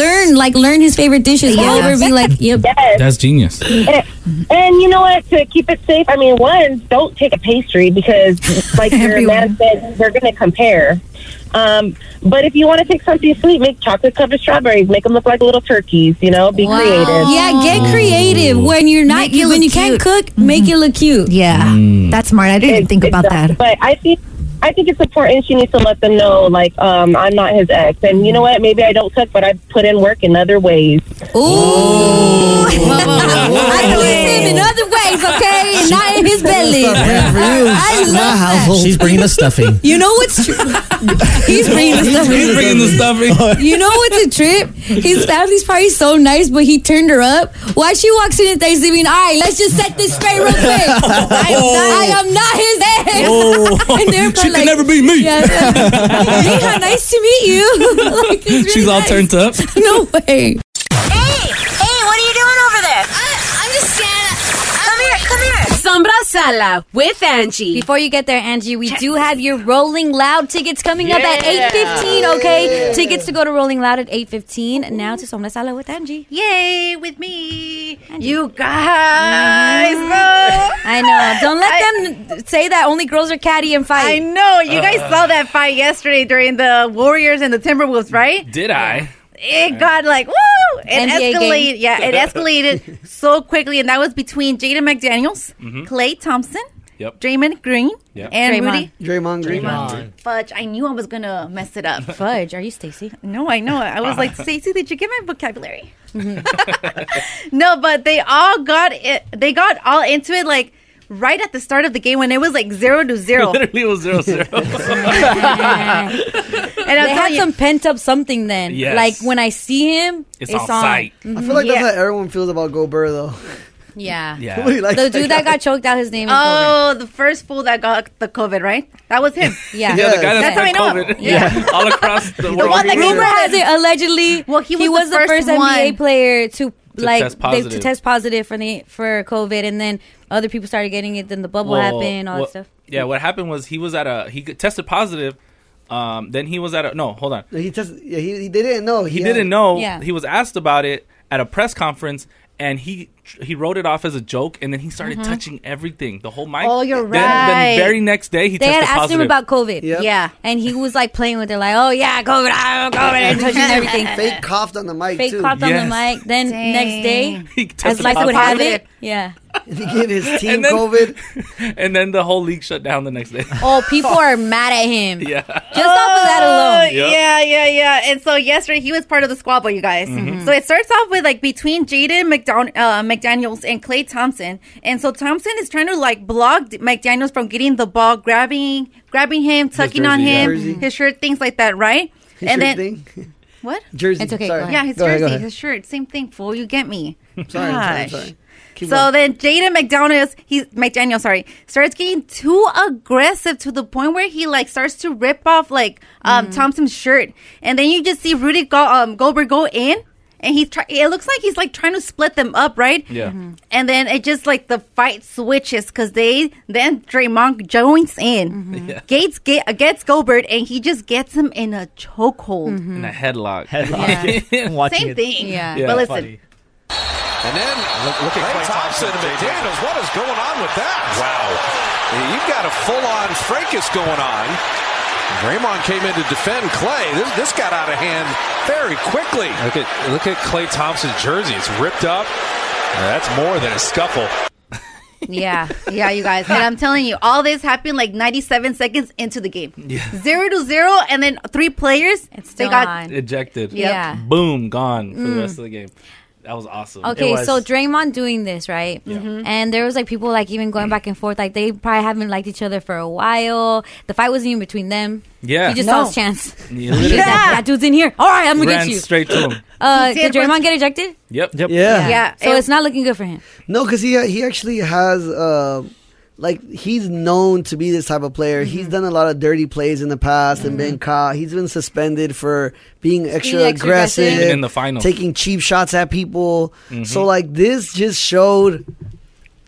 S2: learn, like, learn his favorite dishes.
S18: Yeah.
S2: Go over and be like, yep.
S5: That's genius.
S18: and, Eh, and you know what? To keep it safe, I mean, one, don't take a pastry because, like your man said, they're going to compare. Um, but if you want to take something sweet, make chocolate covered strawberries. Make them look like little turkeys. You know, be creative.
S2: Yeah, get creative. When you're not, when you can't cook, make it look cute.
S9: Yeah,
S18: Mm.
S9: that's smart. I didn't even think about that.
S18: But I think I think it's important. She needs to let them know, like, um, I'm not his ex, and you know what? Maybe I don't cook, but I put in work in other ways.
S2: Ooh. I do him in other ways, okay? And not in his belly. I love that.
S8: She's bringing the stuffing.
S2: You know what's true? He's bringing the stuff.
S5: He's bringing the stuffing.
S2: You know what's a trip? His family's probably so nice, but he turned her up. Why she walks in at Thanksgiving? All right, let's just set this straight real quick. I am not, I am not his ex.
S5: Oh.
S2: And they're
S5: She
S2: probably
S5: can
S2: like,
S5: never be me.
S2: Yeah, like, hey, how nice to meet you. like, it's really
S5: She's all
S2: nice.
S5: turned up.
S2: No way.
S15: Hey, what are you doing over there? I, Uh, I'm just standing. Come here, come here. Sombra Sala with Angie.
S2: Before you get there, Angie, we do have your Rolling Loud tickets coming up at
S15: Yeah.
S2: 8.15, okay? Tickets to go to Rolling Loud at 8.15. Now to Sombra Sala with Angie.
S15: Yay, with me. You guys.
S2: I know. Don't let them say that only girls are catty and fight.
S15: I know. You guys saw that fight yesterday during the Warriors and the Timberwolves, right?
S5: Did I?
S15: It got like woo! It
S2: NBA game.
S15: escalated. Yeah, it escalated so quickly, and that was between Jaden McDaniels,
S5: Mhm.
S15: Clay Thompson,
S5: Yep.
S15: Draymond Green,
S5: Yep.
S15: and
S5: Draymond.
S15: Rudy.
S6: Draymond Green.
S15: Fudge! I knew I was gonna mess it up.
S2: Fudge, are you Stacy?
S15: No, I know. I was like, Stacey, did you get my vocabulary? no, but they all got it. They got all into it like right at the start of the game when it was like zero to zero.
S5: Literally it was zero zero.
S2: And
S15: I'll
S2: I
S15: tell
S2: had
S15: you-
S2: some pent up something then.
S6: Yes.
S2: Like when I see him, it's, on. Mm-hmm.
S6: I feel like
S2: yeah.
S6: that's how everyone feels about Gobert though.
S2: yeah.
S6: Yeah. Nobody likes
S2: The
S6: that
S2: dude
S6: guy.
S2: that got choked out, his name is Gobert.
S15: Oh, the first fool that got the COVID, right? That was him.
S2: Yeah.
S5: Yeah, the guy that
S15: that's how I
S5: had
S15: know.
S5: COVID. Yeah. all across the world.
S2: rumor has it allegedly. Well, he was, the, first, NBA
S15: one.
S2: player to like
S5: test
S2: they, to
S5: positive.
S2: test positive for the for COVID, and then other people started getting it. Then the bubble
S5: Well,
S2: happened, all
S5: what-
S2: that stuff.
S5: Yeah, what happened was he was at a he tested positive. Um, then he was at a no. Hold on.
S6: He just yeah, he, he didn't know.
S5: he didn't know
S6: Yeah.
S5: he was asked about it at a press conference and he he wrote it off as a joke, and then he started
S2: Mm-hmm.
S7: Mhm.
S5: touching everything, the whole mic.
S7: Oh, you're
S5: Then, then
S7: right.
S5: very next day, he
S2: they had
S5: tested
S2: asked
S5: positive.
S2: him about COVID.
S7: Yeah.
S2: And he was like playing with it, like, oh, yeah, COVID, I don't know, COVID, and touching everything.
S6: Fake coughed on the mic,
S2: Fake
S6: too.
S2: coughed on the
S6: Yes.
S2: mic. Then next day, as
S5: tested
S2: life would have
S5: positive.
S2: it, yeah.
S6: he gave his
S5: team And then- and then the whole league shut down the next day.
S2: Oh, mm-hmm. people are mad at him.
S5: yeah.
S2: Just off of that alone.
S5: Yep.
S15: Oh, Yeah, yeah, yeah. And so yesterday he was part of the squabble, you guys.
S6: Mm-hmm.
S7: Mhm.
S15: So it starts off with like between Jaden McDon- uh, McDaniels and Clay Thompson. And so Thompson is trying to like block D- McDaniels from getting the ball, grabbing grabbing him, tucking on
S6: jersey, yeah.
S15: him,
S6: Jersey.
S15: his shirt, things like that, right?
S6: His
S15: and
S6: shirt
S15: then
S6: thing?
S15: what?
S6: Jersey, It's okay, sorry. go ahead.
S15: Yeah, his
S6: Go ahead,
S15: jersey,
S6: go ahead.
S15: his shirt, same thing. Fool, you get me.
S6: Sorry, I'm sorry,
S15: Gosh.
S6: sorry. Keep
S15: so
S6: going.
S15: then Jaden McDaniels, he McDaniel, sorry, starts getting too aggressive to the point where he like starts to rip off like um Thompson's shirt, and then you just see Rudy Go- um, Goldberg go in, and he's try- it looks like he's like trying to split them up, right?
S7: Yeah.
S15: And then it just like the fight switches because they then Draymond joins in,
S5: Yeah.
S15: Gates get, gets Goldberg, and he just gets him in a chokehold.
S5: In a headlock.
S3: Headlock.
S15: Same thing.
S5: Yeah.
S15: But listen,
S5: Funny.
S19: And then look, look at Clay Thompson and McDaniels. What is going on with that? Wow. You've got a full-on fracas going on. Draymond came in to defend Clay. This, this got out of hand very quickly. Look at look at Clay Thompson's jersey. It's ripped up. That's more than a scuffle.
S15: Yeah, yeah, you guys. And I'm telling you, all this happened like 97 seconds into the game. Zero to zero, and then three players. It's they got
S5: Ejected.
S2: Yeah.
S5: Boom, gone for
S2: Mm.
S5: the rest of the game. That was awesome.
S2: Okay, so Draymond doing this, right? And there was like people like even going back and forth, like they probably haven't liked each other for a while. The fight wasn't even between them.
S5: Yeah.
S2: he just
S5: No.
S2: saw his chance.
S5: You
S2: He was
S5: literally-
S2: like, that dude's in here. All right, I'm gonna
S5: Ran
S2: get you.
S5: straight to him.
S2: Uh,
S15: He did
S2: did Draymond get ejected?
S5: Yep. Yep.
S2: So it's not looking good for him.
S6: No, because he he actually has uh, like he's known to be this type of player. He's done a lot of dirty plays in the past and been caught. He's been suspended for being extra,
S5: extra aggressive.
S6: aggressive
S5: Even in the finals. Mm-hmm.
S6: taking cheap shots at people. So like this just showed.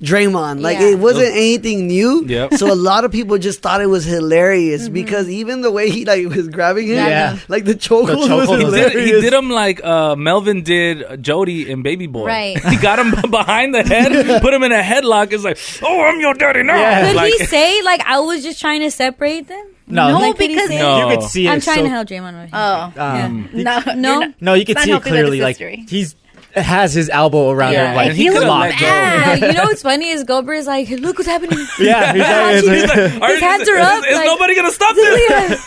S6: Draymond, like
S5: Yeah.
S6: it wasn't anything new,
S5: Yep.
S6: so a lot of people just thought it was hilarious because even the way he like was grabbing him,
S5: Yeah.
S6: like the chokehold was
S5: he, did,
S6: hilarious.
S5: he did him like uh, Melvin did Jody in Baby Boy.
S2: Right.
S5: he got him behind the head, put him in a headlock. It's like, oh, I'm your daddy now.
S2: Could
S5: Like-
S2: he say like I was just trying to separate them?
S3: No.
S2: Like, could he
S3: because-
S2: say-
S3: No. You could see
S2: I'm
S3: it,
S2: trying
S3: so-
S2: to help Draymond. Right oh,
S3: Um,
S15: no,
S2: no,
S3: No, you can
S2: Not
S3: see it
S2: helping that it's
S3: clearly. Like
S2: history.
S3: he's has his elbow around
S5: Yeah,
S3: her, like
S5: and he could've
S3: locked
S5: let go.
S2: Yeah, you know what's funny is Goldberg is like, look what's happening.
S3: Yeah, he's like-
S5: He's like,
S3: His
S5: "All right,
S2: hands
S5: is-
S2: are
S5: is-
S2: up,
S5: Is
S2: like-
S5: nobody gonna stop this?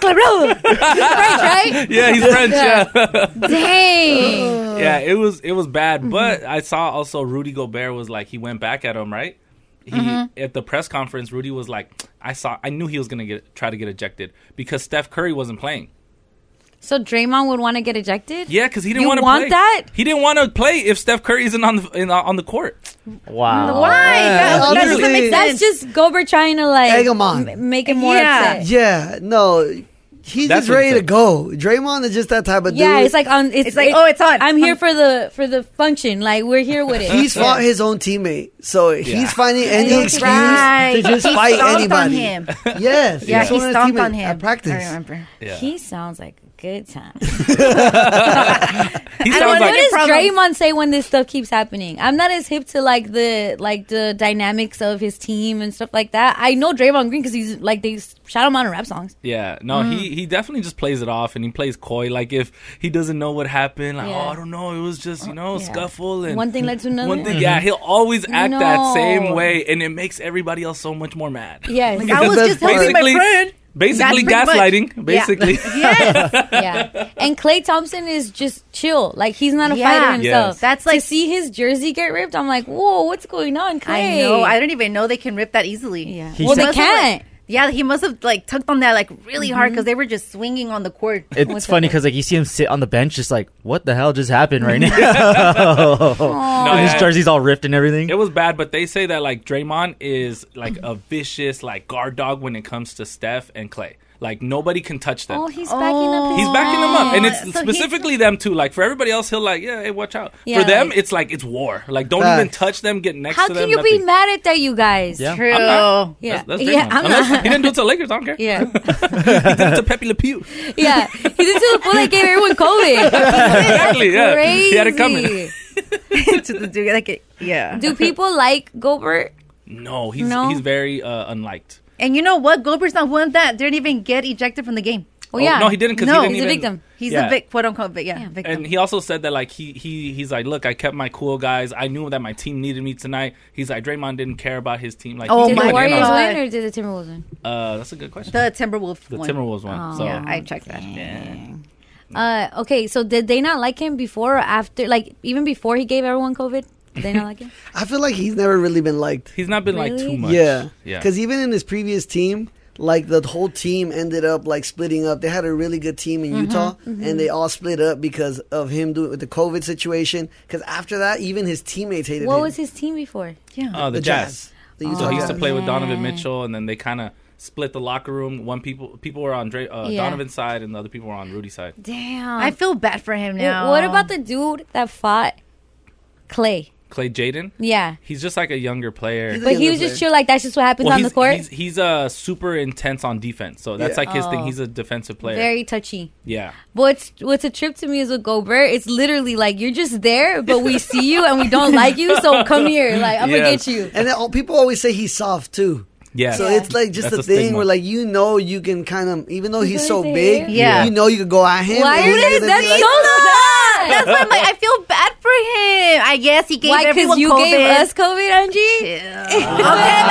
S2: bleu! He's French, right?
S5: yeah, he's French.
S2: Yeah.
S5: Yeah.
S2: Dang.
S5: yeah, it was it was
S2: mm-hmm.
S5: bad. But I saw also Rudy Gobert was like he went back at him, right? He
S15: Mhm.
S2: Mm-hmm.
S5: at the press conference, Rudy was like, I saw I knew he was gonna get try to get ejected because Steph Curry wasn't playing.
S2: So Draymond would want to get ejected?
S5: Yeah, because he didn't
S2: You
S5: want to
S2: want
S5: play.
S2: that?
S5: He didn't want to play if Steph Curry isn't on the in, uh, on the court.
S3: Wow.
S2: Why? That- that doesn't
S6: Literally.
S2: make sense. That's just Goldberg trying to like
S6: Egg him on.
S2: m- make him more upset.
S6: Yeah, no, he's
S5: That's
S6: just
S5: what
S6: ready
S5: he
S6: to
S5: said.
S6: go. Draymond is just that type of dude.
S2: Yeah, it's like on. Um, It's,
S15: like,
S2: it-
S15: oh, it's on.
S2: I'm here for the for the function. Like we're here with it.
S6: he's
S2: Yeah.
S6: fought his own teammate, so
S2: Yeah.
S6: he's finding
S2: Yeah,
S6: any
S2: that's
S6: excuse
S2: right.
S6: to just
S2: He
S6: fight
S2: stomped on
S6: anybody.
S2: him.
S6: Yes,
S2: Yeah, he
S6: one of his
S2: stomped on
S6: teammates
S2: him.
S6: At practice,
S2: I remember. He sounds like a good time.
S5: He
S2: I don't
S5: sounds
S2: know, what does
S5: like
S2: Draymond say when this stuff keeps happening? I'm not as hip to like the like the dynamics of his team and stuff like that. I know Draymond Green because he's like they shout him out in rap songs.
S5: yeah, no,
S2: Mm-hmm.
S5: he he definitely just plays it off and he plays coy. Like if he doesn't know what happened, like
S2: Yeah.
S5: oh I don't know, it was just you know
S2: yeah.
S5: scuffle and
S2: One thing led to another.
S5: One thing, yeah, he'll always act that same
S2: No.
S5: way, and it makes everybody else so much more mad.
S2: Yes.
S5: Like,
S2: I was
S5: that's
S2: just helping my
S5: basically-
S2: friend.
S5: Basically,
S2: That's pretty
S5: gaslighting.
S2: much-
S5: Basically,
S2: yeah. And Clay Thompson is just chill. Like he's not a
S15: Yeah.
S2: fighter himself.
S15: Yes.
S2: That's like to see his jersey get ripped. I'm like, whoa, what's going on,
S15: I
S2: Clay?
S15: know. I don't even know they can rip that easily. Yeah.
S2: He Well, they can't.
S15: yeah, he must have like tucked on that like really hard because they were just swinging on the court.
S3: It's funny because like you see him sit on the bench, just like what the hell just happened right now?
S5: No,
S3: And his
S5: yeah.
S3: jersey's all ripped and everything.
S5: It was bad, but they say that like Draymond is like a vicious like guard dog when it comes to Steph and Clay. Like nobody can touch them.
S2: Oh, he's backing up. His
S5: He's backing them up, and it's
S2: So he's-
S5: specifically them too. Like for everybody else, he'll like, yeah, hey, watch out.
S2: Yeah,
S5: for them,
S2: like-
S5: it's like it's war. Like don't
S6: Facts.
S5: even touch them. Get next to
S2: How can
S5: them.
S2: you
S5: nothing.
S2: be mad at that, you guys?
S5: Yeah. I'm not.
S2: Yeah.
S5: That's, that's
S2: yeah,
S5: Draymond.
S2: I'm
S5: Unless-
S2: not.
S5: He didn't do it to Lakers. I don't care.
S2: Yeah.
S5: It's a Pepe Le Pew.
S2: Yeah. He did to the point that gave everyone COVID.
S5: exactly. Yeah. He had it
S2: Crazy.
S5: coming.
S15: to the dude. Like, it, yeah.
S7: Do people like Gobert?
S5: No, he's
S15: No.
S5: he's very uh, unliked.
S15: And you know what? Gobert's not one that didn't even get ejected from the game.
S5: Oh, yeah. no, he didn't 'cause he didn't
S15: he's a
S5: even-
S15: victim. He's
S5: Yeah.
S15: a vic, quote unquote, vic, yeah, victim.
S5: And he also said that like he he he's like, look, I kept my cool guys. I knew that my team needed me tonight. He's like, Draymond didn't care about his team. Like, he
S7: did
S5: went
S7: the
S5: in on-
S7: Warriors win or did the Timberwolves win?
S5: Uh, that's a good question.
S15: The Timberwolves
S5: The
S15: won.
S5: Timberwolves won.
S7: Oh,
S5: so
S7: yeah, I
S15: checked that.
S2: Uh, okay, so did they not like him before or after? Like even before he gave everyone COVID, did they not like him?
S6: I feel like he's never really been liked.
S5: He's not been liked
S2: Really?
S5: too much.
S6: Yeah,
S5: yeah.
S6: Because even in his previous team, like the whole team ended up like splitting up. They had a really good team in
S2: Mm-hmm,
S5: Mhm,
S6: Utah,
S5: mhm.
S6: and they all split up because of him doing with the COVID situation. Because after that, even his teammates hated
S2: What
S6: him.
S2: was his team before? Yeah.
S15: Uh,
S5: Oh, the, Jazz.
S6: The Utah
S5: so he used to
S6: Jazz.
S5: play with Donovan
S2: Yeah.
S5: Mitchell, and then they kind of split the locker room. One people people were on Dre, uh,
S2: Yeah.
S5: Donovan's side, and the other people were on Rudy's side.
S2: Damn.
S15: I feel bad for him
S2: Wh-
S15: now.
S2: What about the dude that fought Clay?
S5: Clay Jaden.
S2: Yeah.
S5: He's just like a younger player.
S2: But he was just chill. Like that's just what happens
S5: Well,
S2: on the
S5: he's-
S2: court.
S5: He's, he's uh, super intense on defense, so that's
S2: Yeah.
S5: like his thing.
S2: Oh.
S5: He's a defensive player.
S2: Very touchy.
S5: yeah.
S2: What's what's a trip to me is with Gobert. It's literally like you're just there, but we see you and we don't like you, so come here. Like I'm gonna
S6: Yes.
S2: get you.
S6: And then all, people always say he's soft too.
S5: Yeah.
S6: So it's like just
S5: That's
S6: the
S5: a
S6: thing
S5: stigma.
S6: where like you know you can kind of even though he's so
S15: Right
S6: big,
S15: there. Yeah.
S6: you know you could go at him.
S15: Why
S6: and he's
S15: are they-
S6: gonna be
S15: that's
S6: like,
S15: so sad. That's why I'm like, I feel bad for him. I guess he gave
S2: Why?
S15: everyone
S2: Because you
S15: COVID.
S2: gave us COVID, Angie.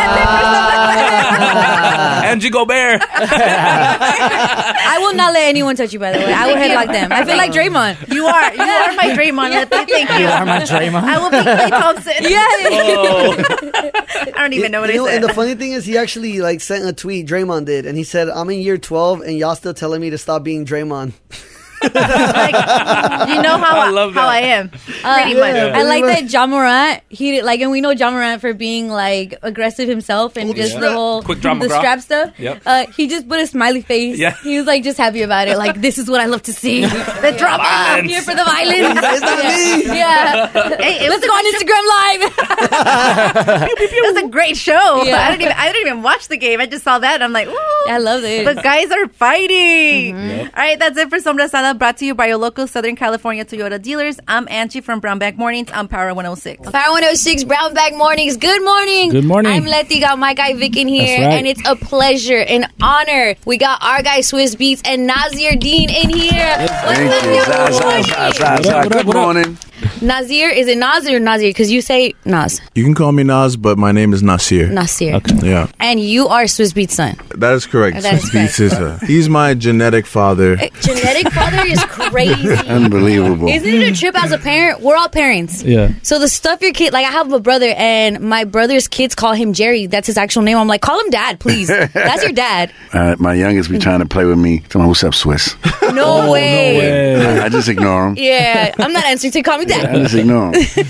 S5: Angie Gobert.
S2: I will not let anyone touch you. By the way, I will
S15: Thank you.
S2: headlock them. I feel like Draymond.
S15: You are you are my Draymond. Let me thank you.
S2: You are my Draymond.
S15: I will be Clay Thompson.
S2: Yeah.
S15: I don't even know what
S6: You
S15: I said.
S6: And the funny thing is, he actually like sent a tweet. Draymond did, and he said, "I'm in year 12, and y'all still telling me to stop being Draymond."
S15: you know how I, how I am. Pretty much.
S6: Yeah.
S2: I like that John Morant. He did- like, and we know John Morant for being like aggressive himself and just the
S5: strap.
S2: whole
S5: Quick John
S2: the
S5: McGraw.
S2: strap stuff.
S5: Yep.
S2: Uh, he just put a smiley face.
S5: Yeah.
S2: He was like just happy about it. Like this is what I love to see. the drama. I'm
S5: Violence.
S2: here for the violence.
S15: It's not
S2: yeah.
S15: me.
S2: Yeah.
S15: Hey, it was
S2: Let's go on Instagram live.
S15: It was a great show.
S2: Yeah.
S15: I didn't even I didn't even watch the game. I just saw that and I'm like, ooh.
S2: I love it. Mm-hmm.
S15: The guys are fighting.
S2: Yep.
S15: All right, that's it for Sombra Sala, brought to you by your local Southern California Toyota dealers. I'm Angie from Brownback Mornings. I'm Power 106.
S2: Power 106 Brown Bag Mornings. Good morning.
S15: Good morning.
S2: I'm Letty, got my guy Vic in here,
S15: That's right.
S2: and it's a pleasure, an honor. We got our guy Swiss Beats and Nazir Dean in here.
S20: Thank you. Zah, zah, zah, zah, zah. Good morning.
S2: Nazir, is it Nazir or Nazir? Because you say Naz.
S20: You can call me Nas, but my name is Nasir.
S2: Nasir.
S20: Yeah,
S2: And you are Swiss Beats' son.
S20: that is correct.
S2: That is correct.
S20: He's, his, uh, he's my genetic father.
S2: Genetic father is crazy.
S20: Unbelievable.
S2: Isn't it a trip as a parent? We're all parents.
S20: mm. Yeah.
S2: So the stuff your kid, like I have a brother, and my brother's kids call him Jerry. That's his actual name. I'm like, call him Dad, please. That's your dad.
S21: Uh, my youngest be trying to play with me. Tell me what's up, Swiss.
S2: No way.
S21: I, I just ignore him.
S2: Yeah, I'm not answering to call me
S21: I
S2: dad.
S21: just ignore him.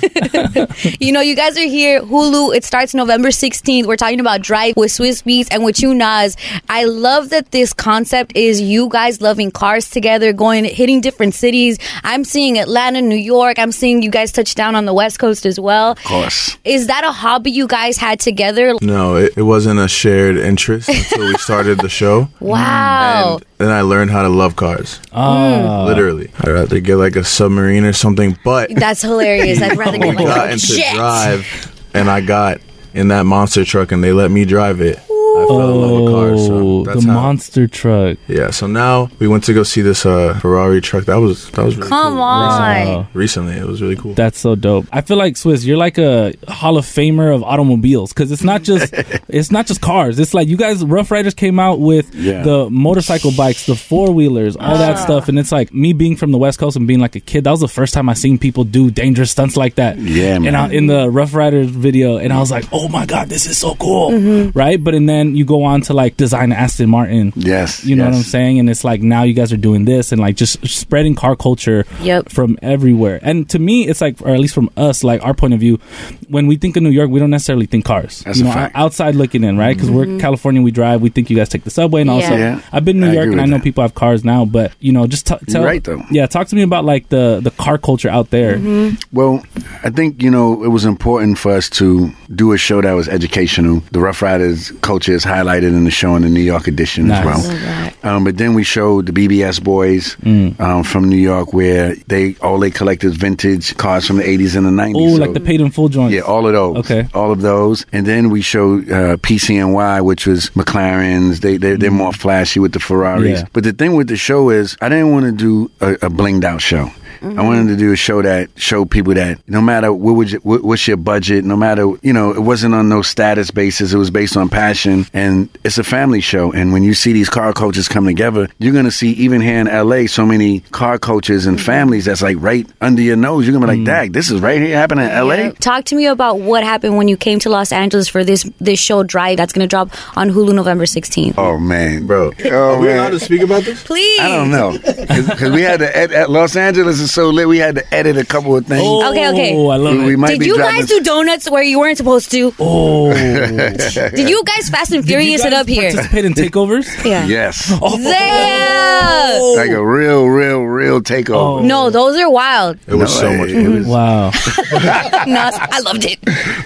S2: You know, you guys are here. Hulu, it starts November 16th. We're talking about Drive with Swiss Beats and with you, Nas. I love that this concept is you guys loving cars together, going, hitting different cities. I'm seeing Atlanta, New York. I'm seeing you guys touch down on the West Coast as well. Of
S21: course.
S2: Is that a hobby you guys had together?
S20: No, it, it wasn't a shared interest until we started the show.
S2: Wow.
S20: Then I learned how to love cars. Literally. I'd rather get like a submarine or something, but
S2: That's hilarious. I'd
S20: we
S2: rather get like
S20: got
S2: a
S20: into
S2: jet.
S20: drive and I got in that monster truck and they let me drive it. I fell in love with cars. So that's
S5: Oh, the
S20: how,
S5: monster truck.
S20: Yeah, so now we went to go see this uh, Ferrari truck. That was that was really
S2: Come
S20: cool.
S2: on.
S20: Recently- Recently, it was really cool.
S5: That's so dope. I feel like Swiss, you're like a Hall of Famer of automobiles because it's not just it's not just cars. It's like you guys, Rough Riders came out with
S21: Yeah.
S5: the motorcycle bikes, the four wheelers, all that stuff, and it's like me being from the West Coast and being like a kid. That was the first time I seen people do dangerous stunts like that.
S21: Yeah, man.
S5: And I, in the Rough Riders video, and I was like, oh my god, this is so cool,
S2: Mm-hmm.
S5: right? But and then you go on to like design Aston Martin.
S21: Yes,
S5: you know what
S21: yes.
S5: I'm saying. And it's like now you guys are doing this and like just spreading car culture
S2: Yep.
S5: from everywhere. And to me, it's like, or at least from us, like our point of view, when we think of New York, we don't necessarily think cars.
S21: That's
S5: you
S21: a
S5: know,
S21: fact.
S5: outside looking in, right? Because
S21: Mhm.
S5: we're California, we drive. We think you guys take the subway and all
S21: Yeah.
S5: also.
S21: Yeah.
S5: I've been in New
S21: I
S5: York
S21: agree
S5: and I
S21: with
S5: know people have cars now, but you know, just t- tell
S21: right, though.
S5: Yeah, talk to me about like the the car culture out there.
S21: Well, I think, you know, it was important for us to do a show that was educational. The Rough Riders culture is highlighted in the show in the New York edition
S5: Nice.
S21: as well.
S5: Love that.
S21: Um, but then we showed the BBS boys
S5: Mm.
S21: um, from New York, where they all they collect is vintage cars from the '80s and the '90s.
S5: Oh, like the paid in full joints.
S21: Yeah, all of those. Okay, all of those. And then we showed uh, PCNY, which was McLarens. They they they're more flashy with the Ferraris.
S5: Mm-hmm. Yeah.
S21: But the thing with the show is, I didn't want to do a, a blinged out show. I wanted to do a show that showed people that no matter what would you, what, what's your budget, no matter you know, it wasn't on no status basis. It was based on passion, and it's a family show. And when you see these car coaches come together, you're gonna see even here in LA, so many car coaches and families that's like right under your nose. You're gonna
S5: Mm.
S21: be like, "Dag, this is right here happening in LA."
S2: Talk to me about what happened when you came to Los Angeles for this this show Drive that's going to drop on Hulu November 16th.
S21: Oh man, bro. Oh,
S20: Are we
S21: man.
S20: allowed to speak about this?
S2: Please.
S21: I don't know because we had to ed- at Los Angeles is so lit. We had to edit a couple of things.
S2: Oh, Okay, okay.
S21: we, We might
S2: Did
S21: be
S2: you
S21: dropping
S2: guys do donuts where you weren't supposed to?
S5: Oh.
S2: Did you guys Fast and
S5: Did you
S2: Furious it
S5: guys
S2: up here?
S5: Participate in takeovers?
S2: Yeah.
S21: Yes.
S2: Damn.
S21: Like a real, real, real
S5: Oh.
S21: takeover.
S2: No, those are wild.
S20: It was so much fun.
S2: Mm-hmm.
S5: wow.
S2: no, I loved it.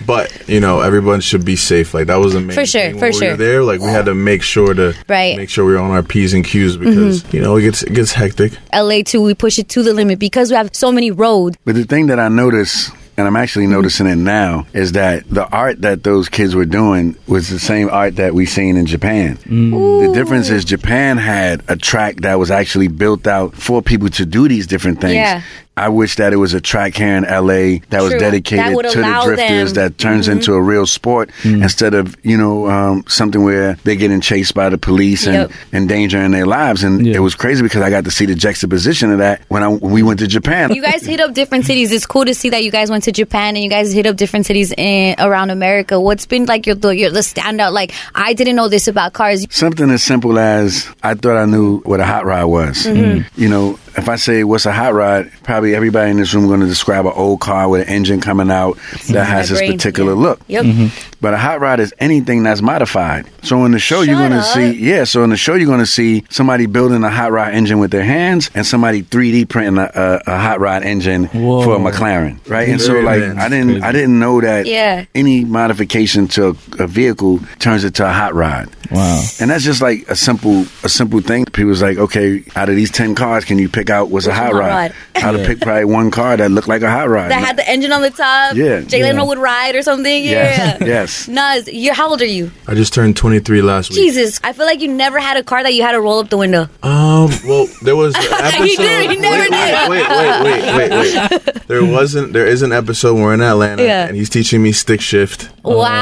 S20: But you know, everyone should be safe. Like that was the main
S2: For sure,
S20: thing when
S2: for
S20: we
S2: sure.
S20: Were there, like we had to make sure to
S2: Right.
S20: make sure we were on our p's and q's because
S2: Mhm.
S20: you know it gets it gets hectic.
S2: LA too, we push it to the limit because we have so many roads.
S21: But the thing that I noticed, and I'm
S2: Mm-hmm.
S21: actually noticing it now, is that the art that those kids were doing was the same art that we seen in Japan.
S2: Mm.
S21: The difference is Japan had a track that was actually built out for people to do these different things.
S2: Yeah.
S21: I wish that it was a track here in LA that was
S2: True.
S21: dedicated
S2: That would
S21: to the
S2: allow
S21: drifters
S2: them-
S21: that
S2: Mm.
S21: turns
S2: Mhm.
S21: into a real sport instead of, you know, um, something where they're getting chased by the police and
S2: Yep.
S21: endangering their lives. And it was crazy because I got to see the juxtaposition of that when, I, when we went to Japan.
S2: You guys hit up different cities. It's cool to see that you guys went to Japan and you guys hit up different cities in around America. What's been like your the, your the standout? Like I didn't know this about cars.
S21: Something as simple as I thought I knew what a hot rod was.
S12: Mm-hmm.
S2: Mhm.
S21: You know, if I say what's a hot rod, probably everybody in this room going to describe an old car with an engine coming out that
S12: in my
S21: has this
S12: brain,
S21: particular
S12: yeah.
S21: look.
S12: Yep. Mhm.
S21: But a hot rod is anything that's modified. So in the show, you're going to see yeah. So in the show, you're going to see somebody building a hot rod engine with their hands, and somebody 3D printing a, a, a hot rod engine for a McLaren, right? And so
S12: Very
S21: like
S12: advanced.
S21: I didn't I didn't know that
S12: Yeah.
S21: any modification to a, a vehicle turns it to a hot rod. Wow. And that's just like a simple a simple thing. People's like, okay, out of these ten cars, can you pick out what's a
S2: Which
S21: hot
S2: one?
S21: rod?
S2: Hot rod.
S21: How to
S2: Yeah.
S21: pick probably one car that looked like a hot rod.
S2: That had the engine on the top.
S21: Yeah.
S2: Jay
S20: Yeah.
S2: Leno would ride or something. Yeah.
S20: Yes, yes.
S2: Nas, you're how old are you?
S20: I just turned 23 last week.
S2: Jesus, I feel like you never had a car that you had to roll up the window.
S20: Um. Well, there was an episode.
S2: he did. He never did.
S20: Wait, wait, wait, wait, wait. There wasn't. There is an episode where we're in Atlanta,
S2: Yeah.
S20: and he's teaching me stick shift,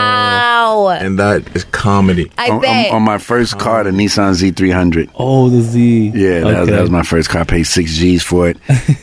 S2: Wow.
S20: and that is comedy.
S2: I On- on- bet.
S21: on my first car, the Nissan Z300.
S5: Oh, the Z.
S21: Yeah, that, was,
S5: Okay.
S21: that was my first car. I paid six G's for it,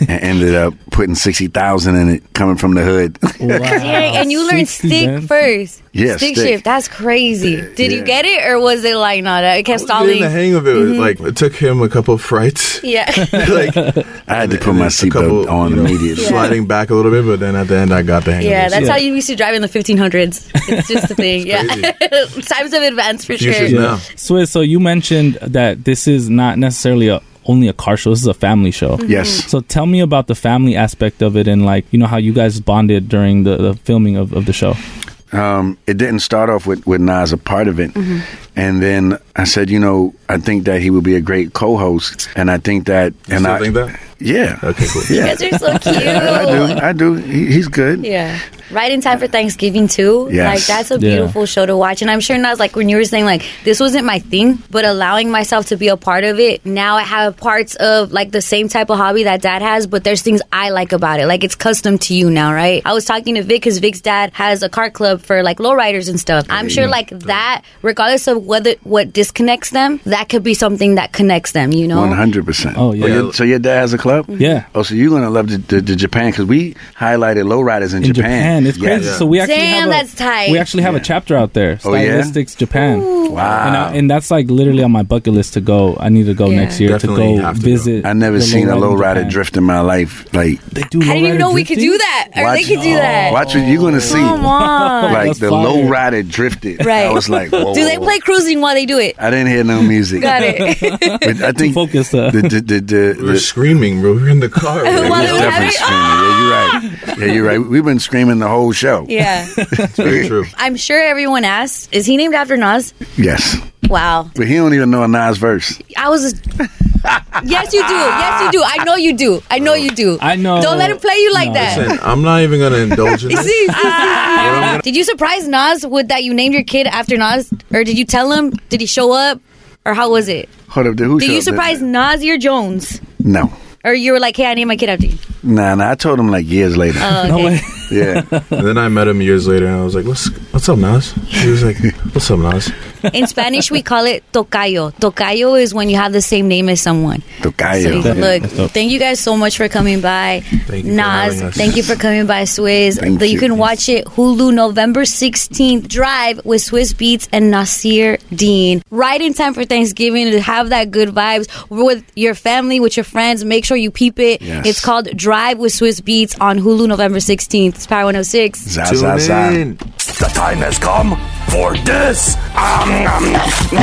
S21: and ended up putting sixty thousand in it, coming from the hood.
S2: Dang, and you learned
S21: 60
S2: stick
S21: bands.
S2: first.
S21: Yeah,
S2: stick,
S21: stick.
S2: shift. That's crazy. Did
S20: yeah.
S2: you get it, or was it like not? It kept
S20: Getting
S2: stalling.
S20: the hang of it,
S2: Mhm.
S20: like it took him a couple of frights.
S2: yeah.
S20: like I
S21: had to put my seatbelt on immediately.
S20: sliding back a little bit, but then at the end I got the hang. of
S2: Yeah,
S20: it.
S2: that's how you used to drive in the 1500s. It's just a thing. yeah, times have advanced for sure.
S5: Swiss, so you mentioned that this is not necessarily a only a car show. This is a family show.
S4: Mm-hmm.
S2: Mhm. Yes.
S5: So tell me about the family aspect of it and like you know how you guys bonded during the, the filming of, of the show.
S21: um, it didn't start off with, with Nas a part of it.
S2: Mm-hmm.
S21: And then I said, you know, I think that he would be a great co host. And I think that.
S20: You
S21: and
S20: still
S21: I
S20: think that?
S21: Yeah.
S20: Okay, cool.
S21: Yeah.
S2: You guys are so cute.
S21: I do. I do. He, he's good.
S2: Yeah. Right in time for Thanksgiving too.
S21: Yes.
S2: Like that's a
S21: Yeah.
S2: beautiful show to watch. And I'm sure Nas, like when you were saying like this wasn't my thing, but allowing myself to be a part of it, now I have parts of like the same type of hobby that dad has, but there's things I like about it. Like it's custom to you now, right? I was talking to Vic because Vic's dad has a car club for like lowriders and stuff. I'm
S4: There you
S2: sure
S4: go.
S2: like that, regardless of whether what disconnects them, that could be something that connects them, you know?
S21: One hundred percent.
S5: Oh Mm-hmm.
S21: yeah. so your dad has a club.
S5: Yeah.
S21: Oh, so you're gonna love the, the, the Japan because we highlighted lowriders in,
S5: In Japan, it's crazy. So we actually
S2: Damn,
S5: have a,
S2: that's tight.
S5: we actually have a chapter out there.
S21: Oh, yeah?
S5: Stylistics Japan.
S21: Wow.
S5: And, I, and that's like literally on my bucket list to go. I need to go
S2: Yeah.
S5: next year
S21: Definitely
S5: to go
S21: have to
S5: visit.
S21: I never
S5: the
S21: seen a
S5: lowrider in
S21: lowrider
S5: Japan.
S21: drift in my life. Like
S5: they do.
S2: I didn't even know we could do that. Or
S21: Watch-
S2: they could do that.
S21: Watch what you're gonna see.
S2: Come on.
S21: Like
S2: That's
S21: the
S2: fire.
S21: low rider drifted.
S2: Right.
S21: I was like, whoa.
S2: do they play cruising while they do it?
S21: I didn't hear no music.
S2: Got it.
S21: But I think
S5: focus.
S21: The, the, the, the,
S20: We were screaming, bro. We were in the car.
S2: While
S21: Yeah,
S2: they were
S21: definitely
S2: having-
S21: screaming. Yeah, you're right. Yeah, you're right. We've been screaming the whole show.
S2: Yeah.
S21: It's very true.
S2: I'm sure everyone asked, is he named after Nas?
S21: Yes.
S2: Wow.
S21: But he don't even know a Nas verse.
S2: I was. yes, you do. Yes, you do. I know you do. I know you do.
S21: I know.
S2: Don't let him play you like
S20: Listen,
S2: that.
S20: I'm not even gonna indulge in
S2: You
S20: this.
S2: see? Ah. did you surprise Nas with that you named your kid after Nas? Or did you tell him? Did he show up? Or how was it?
S21: Hold up, who
S2: did
S21: showed
S2: you
S21: up there?
S2: surprise Nas or Jones?
S21: No,
S2: Or you were like, hey, I named my kid after you?
S21: nah, nah. I told him like years later.
S2: Oh, No okay. way.
S21: Yeah.
S20: And then I met him years later, and I was like, "What's what's up, Nas?" He was like, "What's up, Nas?"
S2: In Spanish, we call it tocayo. Tocayo is when you have the same name as someone.
S21: Tocayo.
S2: So, look, thank you guys so much for coming by.
S21: Thank you for
S2: Nas,
S21: having us.
S2: thank you for coming by, Swizz.
S21: Thank
S2: But you.
S21: you.
S2: can watch it Hulu November 16th Drive with Swizz Beats and Nasir Dean. Right in time for Thanksgiving to have that good vibes with your family, with your friends. Make sure you peep it.
S21: Yes.
S2: It's called Drive with Swizz Beats on Hulu November 16th. It's Power 106.
S21: Za, za, za.
S12: The time has come for this Um,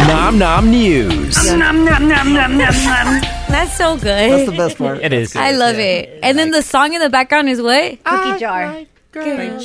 S12: Nom Nom News.
S2: That's so good.
S12: That's the best part. It is.
S2: I love it. And then the song in the background is what? Cookie jar.
S15: Girls,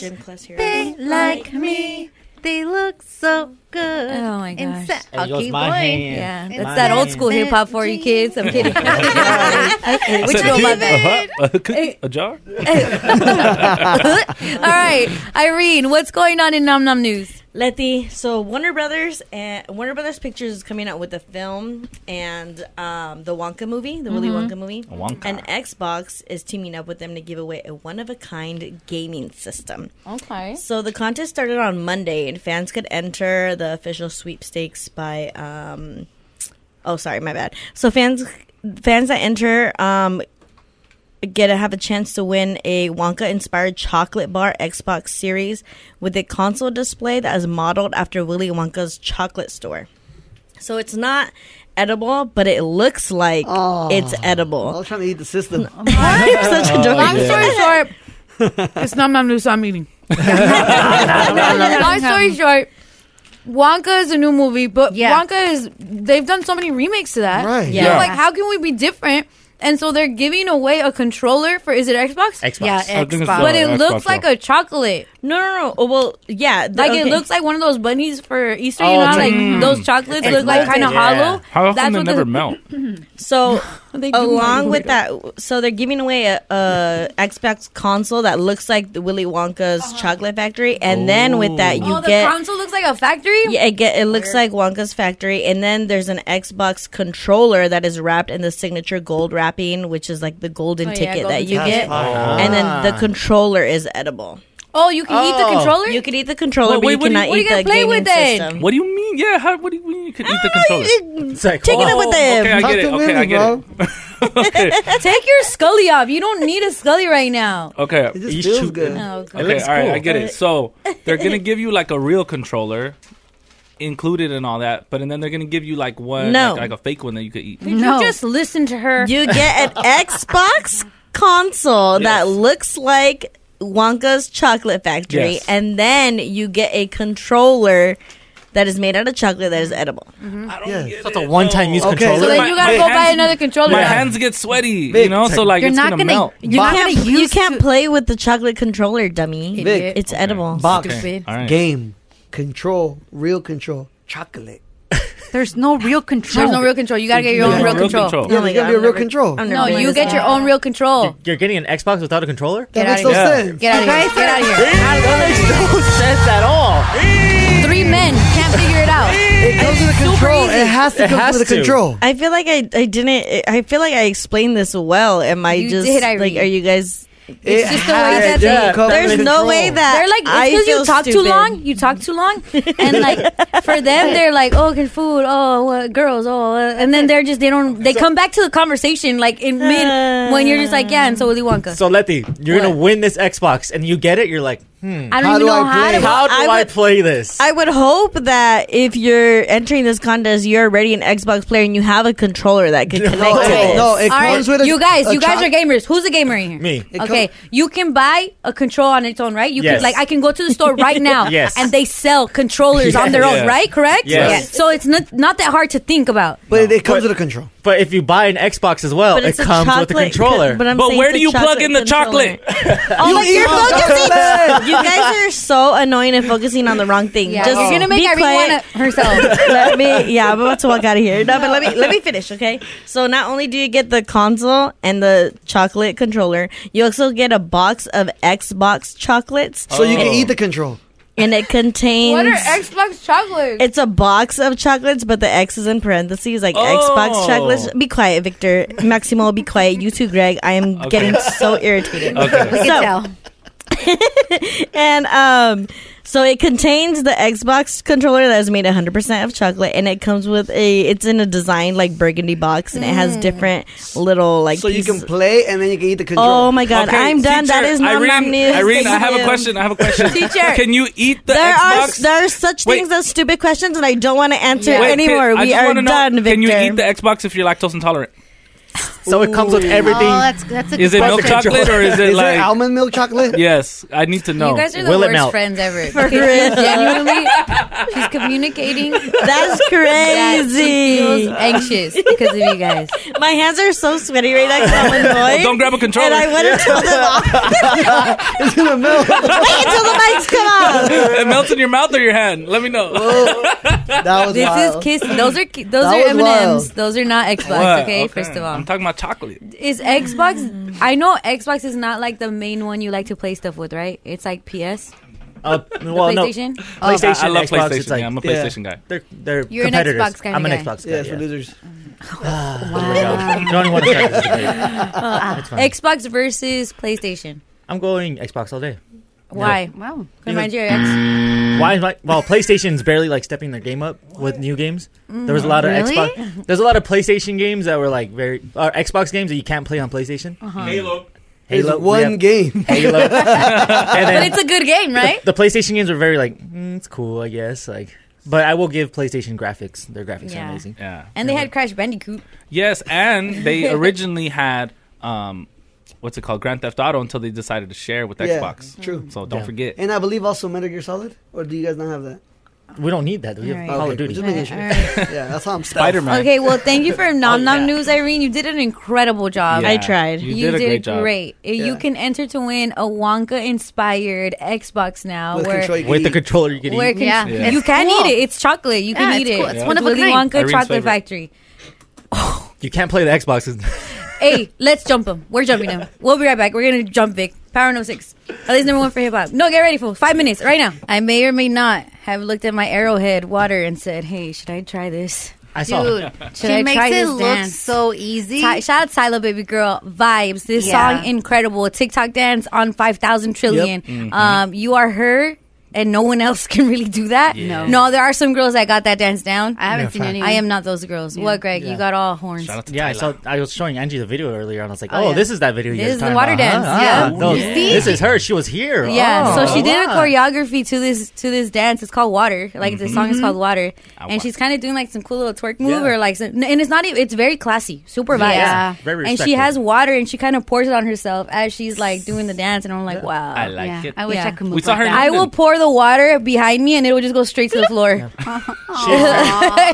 S15: they like me. They look so good. Oh
S2: my
S15: gosh.
S2: There goes my Yeah,
S15: Yeah,
S2: that's that old school hip hop for you kids. I'm kidding. what you know about
S21: Uh-huh.
S2: that?
S5: A, hook, a, hook, a jar?
S2: All right, Irene, what's going on in Nom Nom News?
S4: Letty, so Warner Brothers and Warner Brothers Pictures is coming out with a film and um, the Wonka movie, the Willy
S14: Mhm.
S4: Wonka movie.
S14: Wonka.
S4: And Xbox is teaming up with them to give away a one of a kind gaming system.
S2: Okay.
S4: So the contest started on Monday, and fans could enter the official sweepstakes by. Um, oh, sorry, my bad. So fans, fans that enter. Um, Get to have a chance to win a Wonka inspired chocolate bar Xbox series with a console display that is modeled after Willy Wonka's chocolate store. So it's not edible, but it looks like it's edible.
S6: I was trying to eat the system.
S4: You're such a dork.
S14: Long story short, it's nom nom news. So I'm eating.
S2: Long
S14: story short, Wonka is a new movie, but Wonka is they've done so many remakes to that. Right.
S2: Yeah.
S14: like how can we be different? And so they're giving away a controller for is it Xbox?
S2: Xbox. Yeah, I think it's, Xbox. uh,
S14: But it looks
S2: Xbox,
S14: like
S2: yeah.
S14: a chocolate.
S4: No, no, no. Oh, well, yeah, the-
S14: like it
S4: okay.
S14: looks like one of those bunnies for Easter.
S4: Oh,
S14: you know, how,
S4: it's
S14: like hmm.
S4: like- Mm.
S14: those chocolates
S4: It's
S14: look like
S4: melted,
S14: kind of
S4: yeah.
S14: hollow.
S5: How often
S4: That's
S5: they
S4: what the-
S5: never melt?
S4: So
S14: They do melt.
S4: along with that, so they're giving away a, a Xbox console that looks like the Willy Wonka's chocolate factory, and then with that you
S14: Uh-huh. oh, the
S4: get
S14: console looks like a factory.
S4: yeah, it, get, it looks like Wonka's factory, and then there's an Xbox controller that is wrapped in the signature gold wrapping, which is like the golden
S14: Oh, yeah,
S4: ticket that
S14: golden
S4: you
S14: ticket.
S4: get,
S14: Ah.
S4: and then the controller is edible.
S14: Oh, you can eat the
S4: Oh.
S14: controller.
S4: You can eat the controller, but you
S5: what do
S4: cannot
S5: what do
S4: eat
S5: gotta
S4: the
S5: play with
S4: gaming
S5: it?
S4: system.
S5: What do you mean? Yeah, how, what do you mean you could eat the controller?
S4: It's like, Take it up with whoa. them.
S5: Okay, I
S4: Talk
S5: get
S4: to
S5: it. Okay,
S4: Willie,
S5: I get it.
S2: Take your scully off. You don't need a scully right now.
S5: Okay. It
S6: just feels good.
S2: Oh, God.
S5: okay,
S2: It looks
S5: all right,
S2: cool.
S5: I get it. So they're gonna give you like a real controller included and all that, but and then they're gonna give you like one
S4: No.
S5: like, like a fake one that you could eat.
S4: Did you No. just
S2: listen to her?
S4: You get an Xbox console that looks like Wonka's Chocolate Factory,
S5: Yes.
S4: and then you get a controller that is made out of chocolate that is edible.
S5: Mm-hmm.
S8: So it's a one-time use
S5: Okay,
S8: controller.
S5: so then My- you gotta my go buy hands-
S14: another controller.
S5: My
S14: Yeah.
S5: hands get sweaty, you know, so like it's gonna, melt.
S4: You can't, you can't play with the chocolate controller, dummy.
S6: Vic.
S4: It's edible.
S6: Box. Uh, Game. Control. Real control. Chocolate.
S15: There's no real control.
S14: There's no real control. You gotta get your
S6: Yeah.
S14: own real
S6: Real
S14: control.
S6: control. Yeah, Oh my there's gotta God, be a I'm real never- control. I'm
S14: No,
S6: never
S14: you
S6: playing
S14: get
S6: this
S14: your
S6: game.
S14: own real control.
S8: You're getting an Xbox without a controller?
S14: That Get makes out of no here. sense. Get out of here. Get out of here.
S8: That makes no sense at all.
S14: Three men can't figure it out.
S6: It goes with the control. It has to
S8: It
S6: go
S8: has
S6: with the
S8: to.
S6: control.
S4: I feel like I, I didn't. I feel like I explained this well. Am I
S6: You
S4: just
S6: did,
S4: like?
S6: Irene.
S4: Are you guys?
S6: It's just the way has that to they- come
S4: There's
S6: with
S4: no
S6: control.
S4: way that
S14: They're like,
S4: I
S14: it's because you
S4: feel
S14: talk too
S4: stupid.
S14: long. You talk too long, and like for them, they're like, oh, okay, food, oh, uh, girls, oh, uh, and then they're just they don't they come back to the conversation like in
S4: Uh.
S14: mid when you're just like, yeah, and so Willy Wonka.
S8: So Letty, you're gonna win this Xbox, and you get it. You're like, hmm,
S14: I don't How even do know I how to- play?
S8: How do
S4: I
S8: I,
S4: would-
S8: play this?
S4: I would hope that if you're entering this contest, you're already an Xbox player and you have a controller that can connect to
S14: Okay.
S4: this.
S14: All right, you guys, you guys are gamers. Who's a gamer in here?
S4: Me. It
S14: Okay, you can buy a control on its own, right? You
S4: Yes.
S14: can like I can go to the store right now,
S4: Yes.
S14: and they sell controllers on their
S8: Yeah.
S14: own,
S8: Yeah.
S14: right? Correct.
S8: Yes. Yes.
S14: So it's not not that hard to think about.
S6: But it comes with a control.
S8: But if you buy an Xbox as well,
S14: But
S8: it
S14: it's a
S8: comes with a
S14: chocolate-
S8: controller.
S14: but I'm But saying where it's a do you plug chocolate in the controller.
S8: chocolate?
S4: Oh,
S14: You
S4: like,
S14: eat
S4: you're
S14: chocolate.
S4: focusing. You guys are so annoying and focusing on the wrong thing.
S2: Yeah,
S4: Just
S2: you're gonna make
S4: be
S2: Irene
S4: quiet.
S2: wanna- herself.
S4: let me. Yeah, I'm about to walk out of here. No, but let me let me finish. Okay. So not only do you get the console and the chocolate controller, you also get a box of Xbox chocolates. Oh.
S6: So you can eat the control.
S4: And it contains.
S15: What are Xbox chocolates?
S4: It's a box of chocolates, but the X is in parentheses, like
S6: Oh.
S4: Xbox chocolates. Be quiet, Victor. Maximo, be quiet. You too, Greg. I am
S15: Okay.
S4: getting so irritated.
S15: Okay. We can
S4: So-
S15: tell.
S4: and um, so it contains the Xbox controller that is made 100% of chocolate, and it comes with a. It's in a design like burgundy box, and it has different little like.
S6: so you can
S4: pieces-
S6: play and then you can eat the control.
S4: Oh my God, Okay, I'm done. That teacher, is not
S5: Irene,
S4: Omnius.
S5: Irene, I have
S4: Thank
S5: a
S4: you.
S5: question. I have a question.
S4: Teacher.
S5: Can you eat the
S4: there
S5: Xbox?
S4: are there are such
S5: Wait.
S4: things as stupid questions, and I don't want to answer
S5: Wait, can-
S4: anymore.
S5: I
S4: we
S5: just
S4: are
S5: wanna know,
S4: done, Victor.
S5: Can you eat the Xbox if you're lactose intolerant?
S8: So it comes with everything.
S4: Oh,
S15: that's, that's
S5: Is it milk chocolate or is it
S6: Is
S5: like
S6: there almond milk chocolate?
S5: Yes, I need to know.
S6: You guys
S2: are the worst friends ever. For
S4: real.
S2: genuinely, she's communicating.
S4: That's
S2: That she
S4: crazy.
S2: feels anxious because of you guys.
S4: My hands are so sweaty right now because I'm annoyed.
S5: Don't grab a controller.
S4: And I want to tell them off. it's gonna melt. Wait until the mics come out.
S5: it melts in your mouth or your hand. Let me know.
S6: that
S2: This is kiss. Those are ki- those
S5: That
S2: are
S5: was
S2: M and M's.
S5: wild.
S2: Those are not Xbox.
S5: What?
S2: Okay, first of all,
S5: I'm talking about chocolate.
S2: is Xbox? I know Xbox is not like the main one you like to play stuff with, right? It's like PS.
S8: Uh,
S2: The
S8: well, no.
S2: PlayStation? Oh.
S8: PlayStation,
S5: I- I love
S8: Xbox,
S5: PlayStation,
S8: It's like,
S5: yeah, I'm a
S8: yeah,
S5: PlayStation guy.
S8: They're, they're
S2: You're an
S8: competitors.
S2: Xbox kinda
S8: I'm
S2: guy.
S8: an Xbox guy.
S2: Yeah,
S8: Yeah,
S2: for
S6: losers.
S8: Oh Wow. Don't even want to start this debate.
S2: Uh,
S8: That's fine.
S2: Xbox versus PlayStation.
S8: I'm going Xbox all day.
S2: Why?
S8: Yeah.
S2: Wow.
S8: Because-
S2: Remind you of your ex.
S8: Why? am I- Well, PlayStation's barely like stepping their game up with new games. There was a lot of
S2: Mm, Really?
S8: Xbox. There's a lot of PlayStation games that were like very or Xbox games that you can't play on PlayStation.
S2: Uh-huh.
S5: Halo.
S8: Halo.
S6: It's
S8: we
S6: one
S8: have
S6: game.
S8: Halo. And
S2: but
S8: then-
S2: it's a good game, right?
S8: The, the PlayStation games were very like, mm, it's cool, I guess. Like, but I will give PlayStation graphics. Their graphics
S2: Yeah.
S8: are amazing.
S5: Yeah.
S2: And they had Crash Bandicoot.
S5: Yes, and they originally had um, what's it called, Grand Theft Auto, until they decided to share with
S6: Yeah,
S5: Xbox.
S6: true.
S5: So don't
S6: Yeah.
S5: forget.
S6: And I believe also Metal Gear Solid, or do you guys not have that?
S8: We don't need that. We have
S6: Alright.
S8: Call
S6: Okay,
S8: of Duty.
S6: just making sure. yeah, that's how I'm stealth.
S2: Okay, well, thank you
S8: Oh,
S2: for Nom Nom News, Irene. You did an incredible job.
S4: Yeah, I tried.
S2: You, did, great. You
S4: Yeah.
S2: can enter to win a Wonka inspired Xbox now.
S8: With
S2: where
S8: control you can With eat. the controller you can
S2: where
S8: eat.
S2: Can,
S8: Yeah. Yeah.
S2: You
S8: It's
S2: can
S8: cool.
S2: eat it. It's chocolate. You
S15: Yeah,
S2: can eat
S15: it's
S2: it.
S15: cool. It's one of a
S2: Willy
S15: kind.
S2: Wonka
S8: Irene's
S2: Chocolate
S8: favorite.
S2: Factory.
S8: You can't play the Xboxes.
S2: hey, let's jump them. We're jumping them. We'll be right back. We're gonna jump Vic. Power no six. At least number one for hip hop. No, get ready for five minutes right now.
S15: I may or may not have looked at my arrowhead water and said, "Hey, should I try this?"
S2: I saw it. Dude, should
S15: she
S2: I
S15: makes
S2: try
S15: it
S2: this
S15: look
S2: dance?
S15: so easy.
S2: Ty- shout out Tyler, baby girl vibes. This
S15: Yeah.
S2: song incredible. TikTok dance on five thousand trillion.
S15: Yep. Mhm.
S2: Um, you are her, and no one else can really do that.
S15: Yeah.
S2: No, there are some girls that got that dance down. I
S8: haven't Yeah, seen fact. any.
S2: I am not those girls. What, Greg? You got all horns.
S8: yeah, I saw. I was showing Angie the video earlier, and I was like,
S2: Oh,
S8: "Oh,
S2: yeah.
S8: this is that video." you
S2: This is
S8: guys were
S2: the
S8: talking
S2: water
S8: about.
S2: dance,
S8: Ah,
S2: yeah.
S8: ah, no,
S2: Yeah.
S8: This is her. She was here.
S2: Yeah, so
S8: Oh,
S2: she did a
S8: wow.
S2: choreography to this to this dance. It's called Water. Like the song is
S15: Mhm.
S2: called Water,
S15: I
S2: and she's kind of doing like some cool little twerk move
S15: Yeah.
S2: or like, some, and it's not even. It's very classy, super vibes.
S15: Yeah. Very
S2: and she
S15: respectful.
S2: has water, and she kind of pours it on herself as she's like doing the dance, and I'm like, wow,
S15: I like Yeah. it. I wish I could move
S5: We saw like her in that.
S2: I will
S5: London.
S2: pour the water behind me, and it will just go straight to the floor. It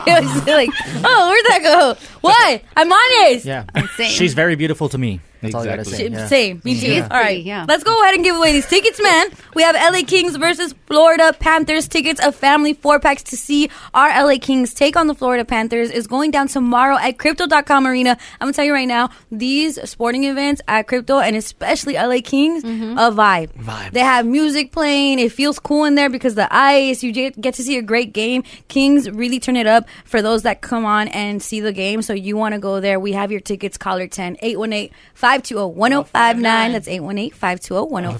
S2: was like, oh, where'd that go? What? I'm honest.
S8: Yeah,
S2: Same.
S8: she's very beautiful to me. That's all I gotta
S2: Sh-
S8: say. Yeah.
S2: Same. Me too.
S8: Yeah.
S2: All right. Let's go ahead and give away these tickets, man. We have LA Kings versus Florida Panthers tickets, a family four packs to see our LA Kings take on the Florida Panthers is going down tomorrow at crypto.com arena. I'm going to tell you right now, these sporting events at crypto and especially LA Kings,
S8: Mm-hmm.
S2: a vibe. vibe. They have music playing. It feels cool in there because the ice, you get get to see a great game. Kings really turn it up for those that come on and see the game. So you want to go there. We have your tickets, caller 10 oh, 818 520 1059. That's 818 520 1059.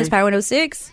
S2: It's Power 106.